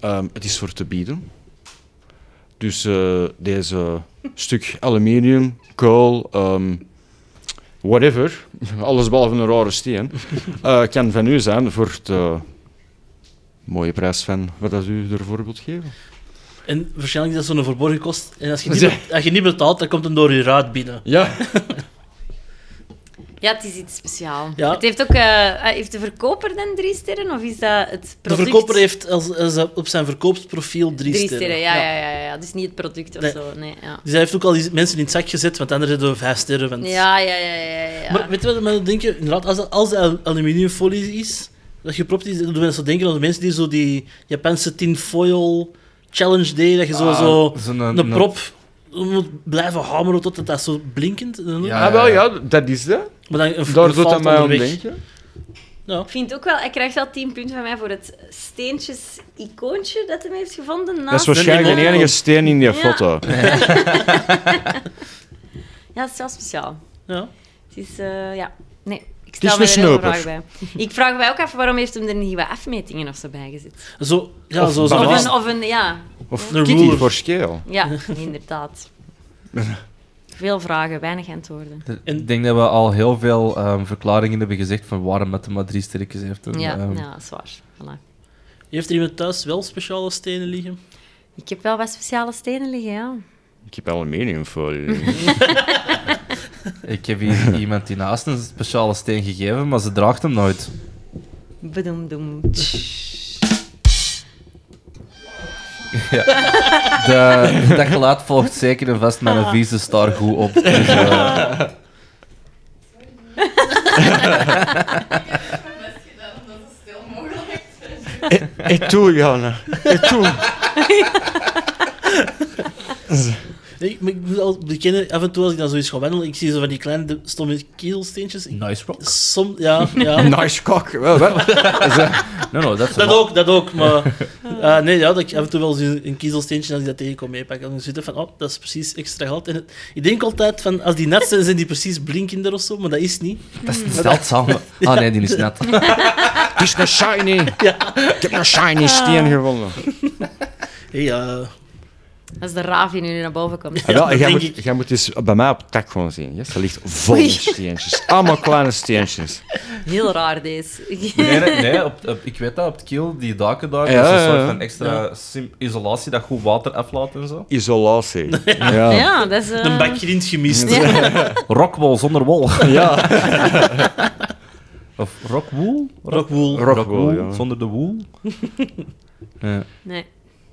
[SPEAKER 5] Ehm, het is voor te bieden. Dus eh, deze stuk aluminium, kool, ehm, whatever, alles behalve een rare steen, eh, kan van u zijn voor de mooie prijs van wat dat u ervoor wilt geven.
[SPEAKER 4] En waarschijnlijk is dat zo'n verborgen kost. En als je, niet, be- als je niet betaalt, dan komt hem door je raad binnen.
[SPEAKER 5] Ja,
[SPEAKER 3] Ja, het is iets speciaals.
[SPEAKER 4] Ja.
[SPEAKER 3] Het heeft ook... eh, heeft de verkoper dan drie sterren? Of is dat het
[SPEAKER 4] De
[SPEAKER 3] product?
[SPEAKER 4] verkoper heeft als, als eh, op zijn verkoopsprofiel drie,
[SPEAKER 3] drie
[SPEAKER 4] sterren.
[SPEAKER 3] sterren. Ja, ja. Ja, ja, Dus niet het product of
[SPEAKER 4] Nee.
[SPEAKER 3] zo. Nee, ja.
[SPEAKER 4] Dus hij heeft ook al die mensen in het zak gezet, want anders hadden we vijf sterren. want-
[SPEAKER 3] Ja, ja, ja, ja. ja.
[SPEAKER 4] Maar weet je wat ik me denk? Inderdaad, als dat, als dat al- aluminiumfolie is, dat gepropt is, dan doen mensen denken aan de mensen die zo die Japanse tinfoil challenge deden, dat je zo,
[SPEAKER 2] Ah,
[SPEAKER 4] zo
[SPEAKER 2] zo'n-
[SPEAKER 4] een,
[SPEAKER 2] een-
[SPEAKER 4] prop moet blijven hameren tot dat zo blinkend...
[SPEAKER 2] Ja.
[SPEAKER 5] ah, wel, ja, dat is dat.
[SPEAKER 4] Maar dan een
[SPEAKER 5] Daar doet
[SPEAKER 4] valt
[SPEAKER 5] dat mij aan
[SPEAKER 4] onderweg.
[SPEAKER 5] denken.
[SPEAKER 4] Ja.
[SPEAKER 3] Ik vind ook wel... Hij krijgt wel 10 punten van mij voor het steentjes-icoontje dat hij heeft gevonden.
[SPEAKER 5] Dat is
[SPEAKER 3] Naast
[SPEAKER 5] waarschijnlijk de
[SPEAKER 4] emotie.
[SPEAKER 5] enige steen in die
[SPEAKER 3] Ja.
[SPEAKER 5] foto.
[SPEAKER 3] Ja, dat is wel speciaal.
[SPEAKER 4] Ja.
[SPEAKER 3] Het is... eh, ja. Nee. Ik
[SPEAKER 5] is
[SPEAKER 3] stel
[SPEAKER 5] een
[SPEAKER 3] me er heel veel
[SPEAKER 5] snoper.
[SPEAKER 3] vragen bij. Ik vraag mij ook af waarom heeft hem er nieuwe afmetingen of zo bij gezet.
[SPEAKER 4] Zo, ja,
[SPEAKER 5] Of
[SPEAKER 4] zo, zo.
[SPEAKER 3] Of
[SPEAKER 5] bananen. Balans.
[SPEAKER 3] een, of een ja,
[SPEAKER 5] Of
[SPEAKER 4] De
[SPEAKER 5] Kitty
[SPEAKER 4] ruler.
[SPEAKER 5] voor scale.
[SPEAKER 3] ja, inderdaad. Veel vragen, weinig antwoorden.
[SPEAKER 4] En-
[SPEAKER 2] Ik denk dat we al heel veel ehm, verklaringen hebben gezegd van waarom het maar drie sterretjes heeft. En,
[SPEAKER 3] Ja,
[SPEAKER 2] ehm,
[SPEAKER 3] ja, dat is waar. Voilà.
[SPEAKER 4] Heeft er iemand thuis wel speciale stenen liggen?
[SPEAKER 3] Ik heb wel wat speciale stenen liggen, ja.
[SPEAKER 5] Ik heb aluminiumfolie.
[SPEAKER 2] Ik heb hier iemand die naast een speciale steen gegeven, maar ze draagt hem nooit.
[SPEAKER 3] Bedoemdoem.
[SPEAKER 2] De, dat geluid volgt zeker en vast mijn vieze star goed op. Dus, eh,
[SPEAKER 5] Ik toe, Jana. Ik toe.
[SPEAKER 4] Nee, maar ik moet al bekennen, af en toe als ik dan zoiets ga wandelen, ik zie zo van die kleine de- stomme keelsteentjes. Ik-
[SPEAKER 2] nice rock.
[SPEAKER 4] Som, ja, ja.
[SPEAKER 5] Nice cock. Wel, wel.
[SPEAKER 2] No, no, dat is
[SPEAKER 4] Dat ook, dat ook, maar... eh, nee, ja, dat ik af en toe wel zo'n een kiezelsteentje als ik dat tegenkom meepak. En dan zit ik van, oh, dat is precies extra geld. En het- ik denk altijd van, als die nat zijn, zijn die precies blinkender of zo, maar dat is niet.
[SPEAKER 2] dat is zeldzaam. Ah nee, die is net.
[SPEAKER 5] Het is een shiny. Ik heb een shiny steen gevonden.
[SPEAKER 4] Hey, eh,
[SPEAKER 3] Dat is de raaf die nu naar boven komt.
[SPEAKER 5] Ah, wel,
[SPEAKER 4] dat
[SPEAKER 5] jij,
[SPEAKER 4] denk
[SPEAKER 5] moet,
[SPEAKER 4] ik.
[SPEAKER 5] jij moet eens bij mij op het dak gewoon zien. Yes? Dat ligt vol met steentjes. Allemaal kleine steentjes.
[SPEAKER 3] Heel raar, deze.
[SPEAKER 2] Nee, nee, nee, op, op- ik weet dat, op het kiel, die daken daar,
[SPEAKER 5] Ja,
[SPEAKER 2] dat is een
[SPEAKER 5] ja,
[SPEAKER 2] soort
[SPEAKER 5] ja.
[SPEAKER 2] van extra sim- isolatie dat goed water aflaat en zo.
[SPEAKER 5] Isolatie. Ja. ja.
[SPEAKER 3] Ja, dat is... eh,
[SPEAKER 4] een bakje in het gemist.
[SPEAKER 2] Rockwol zonder wol.
[SPEAKER 5] ja.
[SPEAKER 2] Of rockwool?
[SPEAKER 5] Rockwool,
[SPEAKER 4] Rockwool.
[SPEAKER 2] Rockwool,
[SPEAKER 5] ja.
[SPEAKER 2] zonder de wool. ja.
[SPEAKER 3] Nee.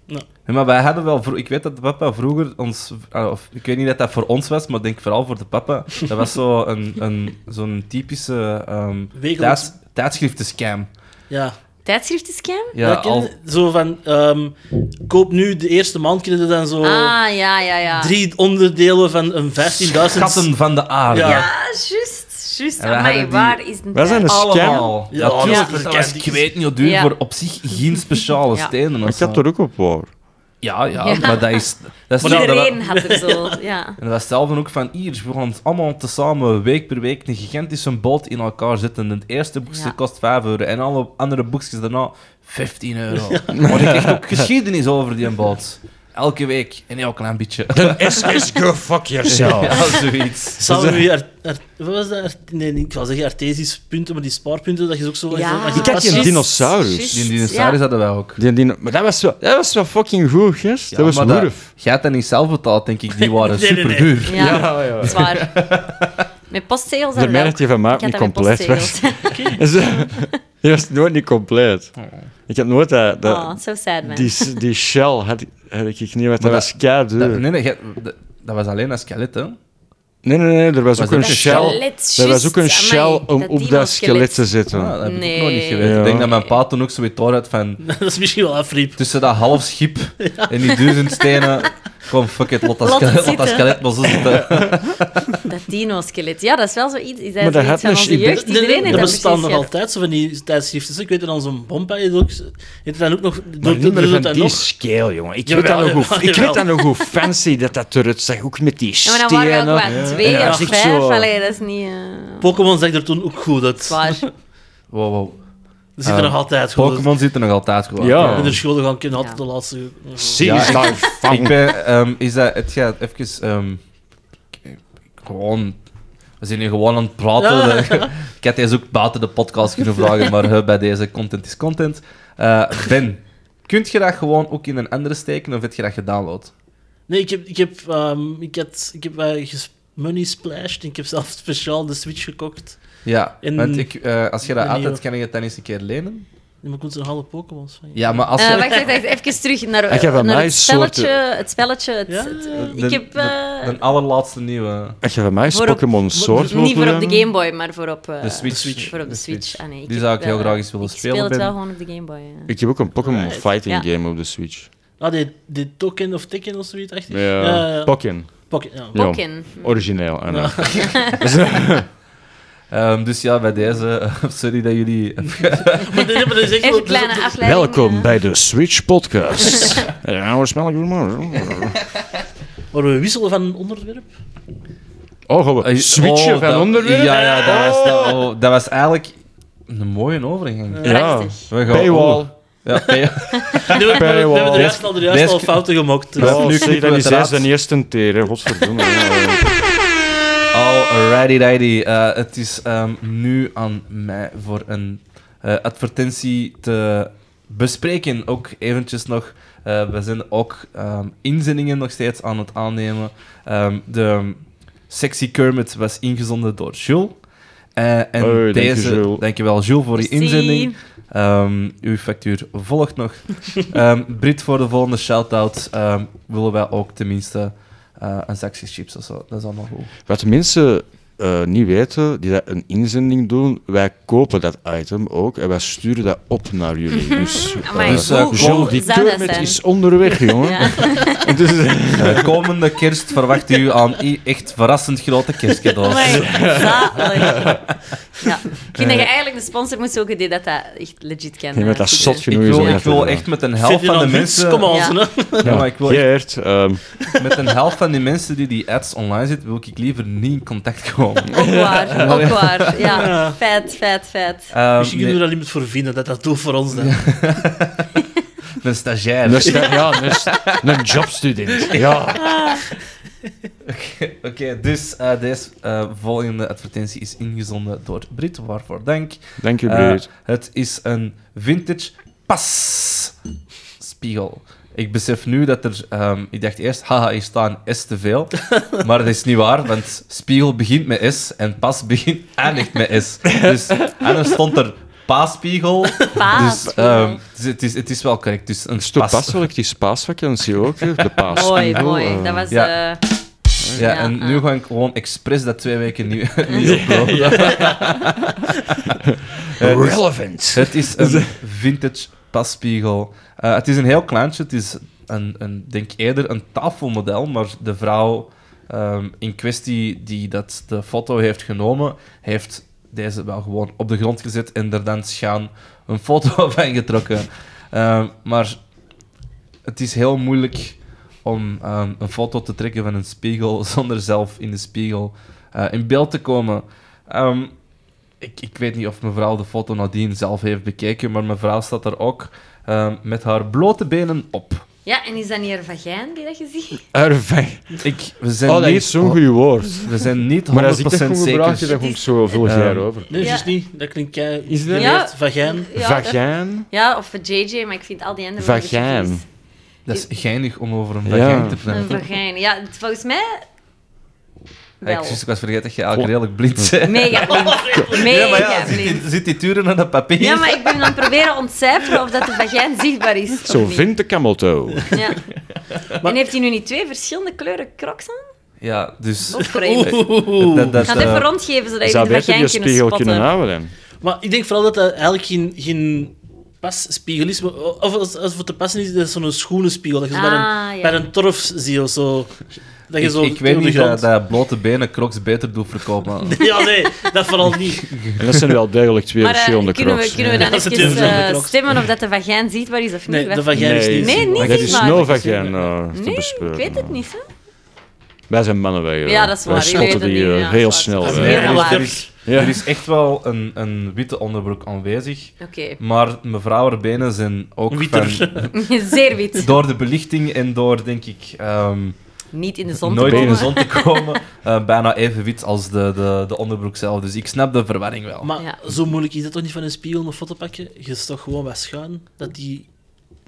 [SPEAKER 2] Ja, maar wij hadden wel vro- ik weet dat papa vroeger ons, ah, of ik weet niet dat dat voor ons was, maar ik denk vooral voor de papa. Dat was zo een, een, zo'n typische ehm
[SPEAKER 4] Wekelijks-
[SPEAKER 2] tijds, tijdschriftenscam.
[SPEAKER 4] Ja.
[SPEAKER 3] Tijdschriftenscam?
[SPEAKER 2] Ja,
[SPEAKER 4] Ja,
[SPEAKER 2] al,
[SPEAKER 4] ken- Zo van, ehm, koop nu de eerste maand, krijg je dan zo
[SPEAKER 2] Oh.
[SPEAKER 3] Ah, ja, ja, ja.
[SPEAKER 4] drie onderdelen van een 15.000...
[SPEAKER 2] schatten van de aarde.
[SPEAKER 4] Ja.
[SPEAKER 3] Ja, Ah, juist. Juist.
[SPEAKER 2] En we
[SPEAKER 3] Amai,
[SPEAKER 2] hadden die-
[SPEAKER 3] waar is een
[SPEAKER 5] Wij zijn
[SPEAKER 3] tijd?
[SPEAKER 5] een scam.
[SPEAKER 2] Allemaal.
[SPEAKER 4] Ja,
[SPEAKER 2] Ja, tuurlijk,
[SPEAKER 4] ja.
[SPEAKER 2] dat was, ik weet niet hoe duur,
[SPEAKER 3] Ja.
[SPEAKER 2] voor op zich geen speciale
[SPEAKER 3] Ja.
[SPEAKER 2] stenen. of
[SPEAKER 5] Ik had
[SPEAKER 2] zo.
[SPEAKER 5] er ook op hoor.
[SPEAKER 2] ja, ja,
[SPEAKER 3] Ja.
[SPEAKER 2] maar dat is... Dat is dat wa-
[SPEAKER 3] Iedereen had er zo, ja.
[SPEAKER 2] En dat was zelf ook van hier, we gaan allemaal tezamen week per week een gigantische boot in elkaar zetten. En het eerste boekje
[SPEAKER 3] Ja.
[SPEAKER 2] kost 5 euro en alle andere boekjes daarna 15 euro. Maar ik kreeg ook geschiedenis over die boot. Elke week en heel klein beetje.
[SPEAKER 5] SS, go fuck yourself.
[SPEAKER 2] Ja, zoiets.
[SPEAKER 4] Samen met je, ar- ar- wat was dat? Ar- Nee, niet- ik wou zeggen artesisch punten, maar die spaarpunten, dat je ook zo...
[SPEAKER 3] Ja.
[SPEAKER 4] als
[SPEAKER 5] Ik had
[SPEAKER 4] als
[SPEAKER 5] geen dinosaurus.
[SPEAKER 3] Juist.
[SPEAKER 2] Die dinosaurus hadden wij ook.
[SPEAKER 5] Die, die, maar dat was, wel, dat was wel fucking goed, yes?
[SPEAKER 2] Ja,
[SPEAKER 5] dat was
[SPEAKER 2] maar dat-
[SPEAKER 5] wurf.
[SPEAKER 2] Jij had dat niet zelf betaald, denk ik. Die waren
[SPEAKER 4] Nee, nee, nee.
[SPEAKER 2] super duur.
[SPEAKER 3] Ja, ja, dat is waar. Met postzegels
[SPEAKER 5] De
[SPEAKER 3] en wel.
[SPEAKER 5] merk die van mij
[SPEAKER 3] Ik
[SPEAKER 5] ook
[SPEAKER 3] had
[SPEAKER 5] niet
[SPEAKER 3] dat met
[SPEAKER 5] compleet was.
[SPEAKER 3] postzegels.
[SPEAKER 5] Ze- Die was nooit niet compleet. Ik had nooit dat... dat-
[SPEAKER 3] Oh, so sad, man.
[SPEAKER 5] die, die shell had, ik- had ik niet, want
[SPEAKER 2] Maar
[SPEAKER 5] dat
[SPEAKER 2] dat-
[SPEAKER 5] was kei
[SPEAKER 2] Dat,
[SPEAKER 5] duur.
[SPEAKER 2] nee, nee, jij- dat, dat was alleen een skelet, hè? Ah,
[SPEAKER 5] Nee, nee, nee, er was,
[SPEAKER 2] Was
[SPEAKER 5] ook een
[SPEAKER 2] dat een
[SPEAKER 5] shell.
[SPEAKER 3] skelet?
[SPEAKER 5] Er was ook een
[SPEAKER 3] Juist,
[SPEAKER 5] shell
[SPEAKER 3] amai,
[SPEAKER 5] om
[SPEAKER 3] dat
[SPEAKER 5] op dat skelet
[SPEAKER 3] dino-skelet.
[SPEAKER 5] te zitten.
[SPEAKER 2] Ah, dat heb ik ook nog niet
[SPEAKER 3] Nee.
[SPEAKER 2] geweten. Ik
[SPEAKER 5] Ja.
[SPEAKER 2] denk dat mijn pa toen ook zoiets door had van...
[SPEAKER 4] dat is misschien wel afriep.
[SPEAKER 2] tussen dat half schip en die duizend stenen. Kom, fuck it, lot dat
[SPEAKER 3] Laat het
[SPEAKER 2] skelet, lot dat
[SPEAKER 3] zitten.
[SPEAKER 2] skelet maar zo zitten.
[SPEAKER 3] Dat dino-skelet. Ja, dat is wel zoiets. Is dat
[SPEAKER 5] Maar dat
[SPEAKER 3] zoiets
[SPEAKER 5] had
[SPEAKER 3] van
[SPEAKER 5] een-
[SPEAKER 3] onze
[SPEAKER 5] ik ben-
[SPEAKER 3] jeugd? Iedereen heeft
[SPEAKER 4] er
[SPEAKER 3] dat
[SPEAKER 4] bestaan nog
[SPEAKER 3] precies, ja.
[SPEAKER 4] altijd zo van die tijdschriften. Ik weet dat dan zo'n bompa is ook... Je hebt dan ook nog...
[SPEAKER 5] Maar
[SPEAKER 4] doet-
[SPEAKER 5] niet meer
[SPEAKER 4] doet
[SPEAKER 5] van
[SPEAKER 4] dat
[SPEAKER 5] die
[SPEAKER 4] nog?
[SPEAKER 5] scale, jongen. Ik
[SPEAKER 4] Jawel,
[SPEAKER 5] weet dan nog hoe,
[SPEAKER 4] jawel,
[SPEAKER 5] ik weet dan
[SPEAKER 4] jawel.
[SPEAKER 5] nog hoe fancy dat dat eruit zag. Ook met die
[SPEAKER 3] Ja,
[SPEAKER 5] stenen.
[SPEAKER 3] maar dan waren we ook wat, twee
[SPEAKER 5] Ja,
[SPEAKER 3] of
[SPEAKER 5] dat is
[SPEAKER 3] vijf.
[SPEAKER 5] echt zo.
[SPEAKER 3] Allee, dat is niet... eh,
[SPEAKER 4] Pokémon zag er toen ook goed uit.
[SPEAKER 3] zwaar.
[SPEAKER 2] Wow, wow.
[SPEAKER 4] Dat zit er
[SPEAKER 2] Eh,
[SPEAKER 5] Ah.
[SPEAKER 4] nog altijd goed uit.
[SPEAKER 2] Pokémon zit er nog altijd gewoon.
[SPEAKER 5] Ja.
[SPEAKER 4] In de school gaan kinderen altijd
[SPEAKER 3] Ja.
[SPEAKER 4] de laatste...
[SPEAKER 5] Sinds
[SPEAKER 2] Ja,
[SPEAKER 5] daarvan.
[SPEAKER 2] Ik ben, ehm, is dat, het gaat even, ehm, gewoon, we zijn hier gewoon aan het praten. ik had deze ook buiten de podcast kunnen vragen, maar eh, bij deze content is content. Eh, ben, ik Kunt je dat gewoon ook in een andere steken of heb je dat gedownload?
[SPEAKER 4] Nee, ik heb, ik heb, ehm, ik had, ik heb eh, ges- money splashed. Ik heb zelf speciaal de Switch gekocht.
[SPEAKER 2] Ja,
[SPEAKER 4] In-
[SPEAKER 2] want ik, eh, als je dat
[SPEAKER 4] in
[SPEAKER 2] altijd
[SPEAKER 4] nieuwe-
[SPEAKER 2] kan je het dan eens een keer lenen.
[SPEAKER 4] Nu moet ik zo'n halve Pokémon's van je.
[SPEAKER 2] Ja, maar als
[SPEAKER 3] Eh,
[SPEAKER 2] je...
[SPEAKER 3] wacht, wacht, wacht, even terug naar, eh,
[SPEAKER 5] Hij geeft aan
[SPEAKER 3] naar
[SPEAKER 5] mij
[SPEAKER 3] het
[SPEAKER 5] soorten-
[SPEAKER 3] spelletje. Het spelletje het,
[SPEAKER 4] Ja.
[SPEAKER 3] het, eh,
[SPEAKER 2] De-
[SPEAKER 3] ik heb...
[SPEAKER 2] de-
[SPEAKER 3] eh,
[SPEAKER 2] Een allerlaatste nieuwe.
[SPEAKER 5] Als je bij mij is
[SPEAKER 3] Voor op-
[SPEAKER 5] Pokémon Soort wilt
[SPEAKER 3] niet voor op de
[SPEAKER 5] doen,
[SPEAKER 3] Game Boy, maar voor op eh,
[SPEAKER 2] De Switch.
[SPEAKER 3] Voor op de,
[SPEAKER 2] De
[SPEAKER 3] Switch.
[SPEAKER 2] Switch.
[SPEAKER 3] Ah, nee, ik
[SPEAKER 2] Die
[SPEAKER 3] heb
[SPEAKER 2] zou ik heel
[SPEAKER 3] wel-
[SPEAKER 2] graag eens willen
[SPEAKER 3] ik
[SPEAKER 2] spelen,
[SPEAKER 3] speel het wel
[SPEAKER 2] Ben.
[SPEAKER 3] gewoon op de Game Boy. eh. ja.
[SPEAKER 5] Ik heb ook een Pokémon
[SPEAKER 4] Right.
[SPEAKER 5] Fighting
[SPEAKER 3] Ja.
[SPEAKER 5] game op de Switch.
[SPEAKER 4] Ah, die, die Token of Tekken of zoiets, echt.
[SPEAKER 5] Ja,
[SPEAKER 4] ja,
[SPEAKER 2] Eh,
[SPEAKER 4] ja.
[SPEAKER 5] Pokken.
[SPEAKER 4] Pokken, ja.
[SPEAKER 5] Ja.
[SPEAKER 3] Pokken.
[SPEAKER 5] Origineel. en, eh,
[SPEAKER 2] Ehm, dus ja, bij deze... eh, sorry dat jullie...
[SPEAKER 4] Maar dit- maar dit is echt
[SPEAKER 3] Even
[SPEAKER 4] wel-
[SPEAKER 3] een kleine
[SPEAKER 4] dit is-
[SPEAKER 3] afleiding.
[SPEAKER 5] Welkom
[SPEAKER 3] eh.
[SPEAKER 5] bij de Switch Podcast. ja, waarschijnlijk doen maar.
[SPEAKER 4] Maar we wisselen van onderwerp.
[SPEAKER 5] Oh, gaan we switchen
[SPEAKER 2] Oh,
[SPEAKER 5] van
[SPEAKER 2] dat-
[SPEAKER 5] onderwerp?
[SPEAKER 2] Ja, ja dat, was, dat, oh, dat was eigenlijk een mooie overgang.
[SPEAKER 5] Ja.
[SPEAKER 3] Prachtig.
[SPEAKER 2] We gaan- Oh.
[SPEAKER 5] Paywall.
[SPEAKER 2] Ja, pay-
[SPEAKER 4] Nu, we, we, we hebben er juist al, er juist
[SPEAKER 2] Deze-
[SPEAKER 4] al fouten gemaakt. Dus.
[SPEAKER 2] Ja.
[SPEAKER 5] Oh,
[SPEAKER 2] Nu
[SPEAKER 5] zeg
[SPEAKER 2] knippen
[SPEAKER 5] dat
[SPEAKER 2] we
[SPEAKER 5] niet
[SPEAKER 2] het
[SPEAKER 5] zes
[SPEAKER 2] eruit.
[SPEAKER 5] en eerst een teer, hè, godverdomme. Ja, ja.
[SPEAKER 2] Alrighty, righty. Eh, het is ehm, nu aan mij voor een eh, advertentie te bespreken. Ook eventjes nog. eh, we zijn ook ehm, inzendingen nog steeds aan het aannemen. Ehm, de Sexy Kermit was ingezonden door Jules. Eh, en
[SPEAKER 5] Hey, dank je,
[SPEAKER 2] deze,
[SPEAKER 5] Jules.
[SPEAKER 2] dankjewel Jules voor je
[SPEAKER 3] Merci.
[SPEAKER 2] inzending. Ehm, uw factuur volgt nog. Ehm, Brit, voor de volgende shout-out ehm, willen wij ook tenminste eh, een sexy chips of zo. Dat is allemaal goed.
[SPEAKER 5] Wat de mensen eh, niet weten, die dat een inzending doen, wij kopen dat item ook en wij sturen dat op naar jullie.
[SPEAKER 2] Mhm.
[SPEAKER 5] Dus, eh,
[SPEAKER 3] Amai,
[SPEAKER 2] Dus, eh,
[SPEAKER 3] hoe
[SPEAKER 2] Jean
[SPEAKER 3] cool
[SPEAKER 5] die
[SPEAKER 3] zou dat
[SPEAKER 5] Kermit
[SPEAKER 3] zijn?
[SPEAKER 5] is onderweg, jongen.
[SPEAKER 3] Ja.
[SPEAKER 5] Dus, eh,
[SPEAKER 2] Eh, komende kerst verwacht u aan i- echt verrassend grote kerstcadeaus.
[SPEAKER 3] Amai, Oh zalig. Ja. Ik vind dat je eigenlijk een sponsor moet zoeken die dat, dat echt legit kan.
[SPEAKER 5] Eh. Nee, maar
[SPEAKER 3] eh,
[SPEAKER 5] dat
[SPEAKER 3] fixen.
[SPEAKER 5] zot
[SPEAKER 2] Ik
[SPEAKER 5] genoeg is. om
[SPEAKER 2] wil, ik
[SPEAKER 5] dat te
[SPEAKER 2] wil
[SPEAKER 5] doen.
[SPEAKER 2] echt met een
[SPEAKER 4] Vind
[SPEAKER 2] helft
[SPEAKER 4] je
[SPEAKER 2] van de
[SPEAKER 4] dan mensen... Kom
[SPEAKER 2] mensen...
[SPEAKER 4] al,
[SPEAKER 3] Ja.
[SPEAKER 4] ja.
[SPEAKER 2] Ja, maar ik wil echt
[SPEAKER 5] Geert, ehm,
[SPEAKER 2] met een helft van die mensen die die ads online zitten, wil ik liever niet in contact komen.
[SPEAKER 3] Ook waar, ook waar. Ja,
[SPEAKER 4] Ja.
[SPEAKER 3] feit, feit, feit.
[SPEAKER 2] Ehm,
[SPEAKER 4] Misschien
[SPEAKER 2] nee,
[SPEAKER 4] kunnen we dat niet voor vinden, dat dat doet voor ons. Dan.
[SPEAKER 2] een stagiair.
[SPEAKER 5] een, sta- ja, een, sta- een jobstudent. Ja.
[SPEAKER 2] Oké, dus eh, deze eh, volgende advertentie is ingezonden door Brit, waarvoor dank.
[SPEAKER 5] Dank je,
[SPEAKER 2] Eh,
[SPEAKER 5] Brit.
[SPEAKER 2] het is een vintage pas spiegel. Ik besef nu dat er. ehm, ik dacht eerst, haha, hier staan S te veel. Maar dat is niet waar, want spiegel begint met S en pas begint, eindigt met S. Dus, en dan stond er paaspiegel.
[SPEAKER 3] Paas.
[SPEAKER 2] Dus, ehm, dus het, is, het is wel correct. Dus een
[SPEAKER 5] Is toch
[SPEAKER 2] pas.
[SPEAKER 5] passelijk die paasvakantie ook? hè? De paas.
[SPEAKER 3] mooi, mooi. Dat was...
[SPEAKER 2] ja.
[SPEAKER 3] eh,
[SPEAKER 2] Ja,
[SPEAKER 3] Ja,
[SPEAKER 2] en
[SPEAKER 3] ah.
[SPEAKER 2] nu ga ik gewoon expres dat twee weken niet, niet uploaden. Eh, dus-
[SPEAKER 5] Relevant.
[SPEAKER 2] Het is een vintage paspiegel. Eh, het is een heel kleintje. Het is een, een, denk eerder een tafelmodel, maar de vrouw ehm, in kwestie die dat de foto heeft genomen, heeft deze wel gewoon op de grond gezet en er dan schuin een foto van getrokken. Ehm, maar het is heel moeilijk om ehm, een foto te trekken van een spiegel zonder zelf in de spiegel eh, in beeld te komen. Ehm, ik, ik weet niet of mevrouw de foto nadien zelf heeft bekeken, maar mevrouw staat er ook ehm, met haar blote benen op.
[SPEAKER 3] ja, en is dat niet haar vagijn die dat je ziet?
[SPEAKER 5] Ervang.
[SPEAKER 2] Ik, we zijn
[SPEAKER 5] Oh, dat
[SPEAKER 2] niet,
[SPEAKER 5] is zo'n goeie woord.
[SPEAKER 2] We zijn niet 100%
[SPEAKER 5] Maar als ik dat goed gebruik,
[SPEAKER 2] Oh. zeker.
[SPEAKER 5] dan komt zo vulgair
[SPEAKER 2] Ehm,
[SPEAKER 5] over.
[SPEAKER 4] Nee,
[SPEAKER 3] Ja.
[SPEAKER 4] juist niet. Dat klinkt kei...
[SPEAKER 5] Is dat-
[SPEAKER 3] Ja.
[SPEAKER 4] Vagijn.
[SPEAKER 3] Ja, dat-
[SPEAKER 5] Vagijn.
[SPEAKER 3] Ja, of een JJ, maar ik vind al die andere woorden
[SPEAKER 5] Vagijn.
[SPEAKER 3] precies.
[SPEAKER 2] Dat is geinig om over een
[SPEAKER 5] Ja.
[SPEAKER 2] vagijn te
[SPEAKER 3] Een
[SPEAKER 2] praten.
[SPEAKER 3] vagijn. Ja, het- volgens mij...
[SPEAKER 2] Hey,
[SPEAKER 3] Wel.
[SPEAKER 2] ik, ik was vergeten dat je eigenlijk redelijk blind bent.
[SPEAKER 3] Mega blind. Mega
[SPEAKER 2] Ja, maar ja, zit
[SPEAKER 3] blind.
[SPEAKER 2] die, zit die turen aan het papier?
[SPEAKER 3] Ja, maar ik ben aan het proberen ontcijferen of dat de vagijn zichtbaar is. of
[SPEAKER 5] Zo
[SPEAKER 3] niet.
[SPEAKER 5] vindt de kameltoe.
[SPEAKER 3] Ja. En heeft hij nu niet twee verschillende kleuren crocs aan?
[SPEAKER 2] Ja, dus...
[SPEAKER 3] Of vreemd? Ik
[SPEAKER 2] Dat, dat,
[SPEAKER 3] ga het
[SPEAKER 2] eh,
[SPEAKER 3] even rondgeven, zodat jullie de
[SPEAKER 5] Zou beter
[SPEAKER 3] vagijn
[SPEAKER 5] die
[SPEAKER 3] kunnen
[SPEAKER 5] spiegel kunnen
[SPEAKER 3] spotten.
[SPEAKER 5] houden. dan.
[SPEAKER 4] Maar ik denk vooral dat dat eigenlijk geen, geen passpiegel is. maar- Of als, als het te passen is, dat is zo'n schoenenspiegel. Dat je zo bij,
[SPEAKER 3] Ah,
[SPEAKER 4] een,
[SPEAKER 3] ja.
[SPEAKER 4] bij een torf ziet of zo. Dat je
[SPEAKER 2] ik,
[SPEAKER 4] zo
[SPEAKER 2] ik weet
[SPEAKER 4] op de
[SPEAKER 2] niet
[SPEAKER 4] grond-
[SPEAKER 2] dat, dat blote benen crocs beter doet verkopen.
[SPEAKER 4] Ja, nee, dat vooral niet.
[SPEAKER 5] En dat zijn wel duidelijk twee
[SPEAKER 3] Maar eh,
[SPEAKER 5] verschillende
[SPEAKER 3] kunnen, we,
[SPEAKER 5] crocs.
[SPEAKER 3] kunnen we dan
[SPEAKER 4] Dat is het
[SPEAKER 3] even
[SPEAKER 4] tweede
[SPEAKER 3] eh,
[SPEAKER 4] crocs.
[SPEAKER 3] stemmen of dat de vagijn zichtbaar is of niet?
[SPEAKER 4] Nee,
[SPEAKER 3] Wat-
[SPEAKER 4] de vagijn is niet.
[SPEAKER 3] Nee, niet
[SPEAKER 5] Dat is
[SPEAKER 3] zichtbaar.
[SPEAKER 5] no vagijn eh, te
[SPEAKER 3] Nee,
[SPEAKER 5] bespeuren.
[SPEAKER 3] ik weet het niet, hè?
[SPEAKER 5] Wij zijn mannen wij. eh.
[SPEAKER 3] Ja, dat is waar.
[SPEAKER 5] Wij
[SPEAKER 3] Jullie
[SPEAKER 5] spotten
[SPEAKER 3] weten
[SPEAKER 5] die
[SPEAKER 3] het
[SPEAKER 5] eh,
[SPEAKER 3] niet, ja,
[SPEAKER 5] heel
[SPEAKER 3] zwart.
[SPEAKER 5] snel.
[SPEAKER 3] Dat is
[SPEAKER 5] hè.
[SPEAKER 3] meer
[SPEAKER 2] Ja.
[SPEAKER 3] dan waar.
[SPEAKER 2] Er
[SPEAKER 5] Ja.
[SPEAKER 2] is echt wel een, een witte onderbroek aanwezig.
[SPEAKER 3] Oké.
[SPEAKER 2] Maar mevrouw haar benen zijn ook
[SPEAKER 4] Witter.
[SPEAKER 2] van-
[SPEAKER 3] Zeer wit.
[SPEAKER 2] door de belichting en door, denk ik, ehm,
[SPEAKER 3] Niet in de zon
[SPEAKER 2] nooit
[SPEAKER 3] te
[SPEAKER 2] in de
[SPEAKER 3] komen.
[SPEAKER 2] zon te komen, eh, bijna even wit als de, de, de onderbroek zelf. Dus ik snap de verwarring wel.
[SPEAKER 4] Maar
[SPEAKER 3] Ja.
[SPEAKER 4] zo moeilijk is dat toch niet van een spiegel om een foto te pakken? Je is toch gewoon wat schuin dat die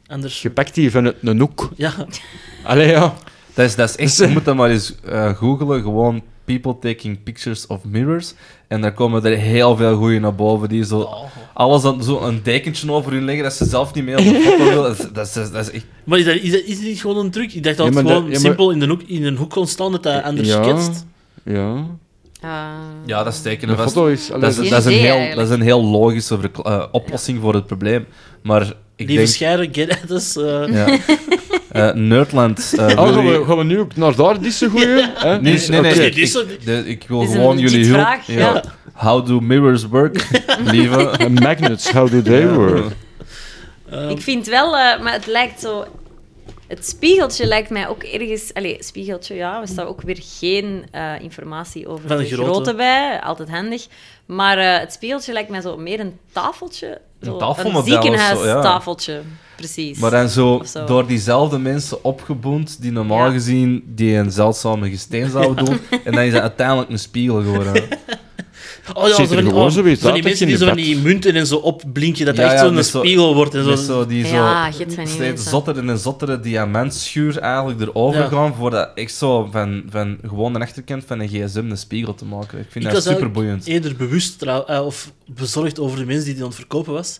[SPEAKER 4] Anders...
[SPEAKER 5] Je pakt die van een hoek.
[SPEAKER 4] Ja,
[SPEAKER 5] Allee, ja.
[SPEAKER 2] Dat is, dat is echt,
[SPEAKER 5] Dus,
[SPEAKER 2] je moet dat maar eens eh googlen. Gewoon people taking pictures of mirrors. En dan komen er heel veel goeie naar boven die zo
[SPEAKER 3] Oh.
[SPEAKER 2] alles aan zo een dekentje over hun leggen dat ze zelf niet meer op de foto willen. Dat is, dat is, dat is echt...
[SPEAKER 4] maar is dat, is dat is dat niet gewoon een truc? Ik dacht dat
[SPEAKER 5] Ja,
[SPEAKER 4] het
[SPEAKER 5] maar
[SPEAKER 4] gewoon
[SPEAKER 5] dat- ja, maar-
[SPEAKER 4] simpel in, de hoek, in een hoek kon staan, dat hij anders
[SPEAKER 5] Ja.
[SPEAKER 4] schetst.
[SPEAKER 5] Ja.
[SPEAKER 3] Eh,
[SPEAKER 2] Ja, dat is tekenen
[SPEAKER 5] Een
[SPEAKER 2] vast.
[SPEAKER 5] foto is... allee,
[SPEAKER 2] Dat is,
[SPEAKER 5] dat-
[SPEAKER 2] dat, is een
[SPEAKER 3] Geen idee,
[SPEAKER 2] heel, dat
[SPEAKER 3] eigenlijk.
[SPEAKER 2] is een heel logische verkla- eh, oplossing voor het probleem. Maar ik
[SPEAKER 4] Lieve
[SPEAKER 2] denk...
[SPEAKER 4] scheren, get at us. eh.
[SPEAKER 2] Ja. Eh, Nerdland... eh, wil
[SPEAKER 5] Oh, gaan,
[SPEAKER 2] jullie-
[SPEAKER 5] we, gaan we nu ook naar daar, die is een goeie? Hè?
[SPEAKER 2] Nee,
[SPEAKER 5] Dus,
[SPEAKER 2] nee, nee.
[SPEAKER 5] oké.
[SPEAKER 2] Ik,
[SPEAKER 4] dit is
[SPEAKER 2] ik-
[SPEAKER 4] een-
[SPEAKER 2] de- ik wil
[SPEAKER 3] dit is
[SPEAKER 2] gewoon
[SPEAKER 3] een
[SPEAKER 2] jullie
[SPEAKER 3] legit
[SPEAKER 2] hulp.
[SPEAKER 3] vraag,
[SPEAKER 2] Ja.
[SPEAKER 3] ja.
[SPEAKER 2] How do mirrors work, lieve?
[SPEAKER 5] En Magnets, how do they work?
[SPEAKER 3] Ik vind wel, eh, maar het lijkt zo. Het spiegeltje lijkt mij ook ergens. Allee, spiegeltje, ja, we staan ook weer geen eh, informatie over
[SPEAKER 4] Van
[SPEAKER 3] de,
[SPEAKER 4] de
[SPEAKER 3] grote.
[SPEAKER 4] grootte.
[SPEAKER 3] bij. Altijd handig. Maar eh, het spiegeltje lijkt mij zo meer een tafeltje. Zo,
[SPEAKER 2] Een tafelmodel of zo, ja.
[SPEAKER 3] ziekenhuistafeltje, precies.
[SPEAKER 2] Maar dan zo,
[SPEAKER 3] Of zo.
[SPEAKER 2] door diezelfde mensen opgeboend die normaal
[SPEAKER 3] Ja.
[SPEAKER 2] gezien die een zeldzame gesteen zouden doen. En dan is dat uiteindelijk een spiegel geworden.
[SPEAKER 4] Oh ja,
[SPEAKER 5] Zit
[SPEAKER 4] zo
[SPEAKER 5] er
[SPEAKER 4] van, die-
[SPEAKER 5] gewoon
[SPEAKER 4] oh,
[SPEAKER 5] zoiets
[SPEAKER 4] van
[SPEAKER 5] uit
[SPEAKER 4] die
[SPEAKER 5] dat
[SPEAKER 4] mensen
[SPEAKER 5] je
[SPEAKER 4] die
[SPEAKER 5] in
[SPEAKER 4] zo
[SPEAKER 5] je
[SPEAKER 4] van die munten en zo opblinken, dat
[SPEAKER 2] Ja,
[SPEAKER 4] dat
[SPEAKER 2] ja,
[SPEAKER 4] echt zo'n
[SPEAKER 2] met zo-
[SPEAKER 4] spiegel wordt. En zo.
[SPEAKER 2] Met Dus zo die zo,
[SPEAKER 3] ja, je hebt van die
[SPEAKER 2] steeds
[SPEAKER 3] mensen.
[SPEAKER 2] zotter en een zottere diamantschuur eigenlijk erover
[SPEAKER 4] Ja.
[SPEAKER 2] gaan. Voordat ik zo van, van gewoon de achterkant van een gsm een spiegel te maken. Ik vind
[SPEAKER 4] Ik
[SPEAKER 2] dat
[SPEAKER 4] was
[SPEAKER 2] super
[SPEAKER 4] eigenlijk
[SPEAKER 2] boeiend.
[SPEAKER 4] eerder bewust trouw- eh, of bezorgd over de mensen die die aan het verkopen was.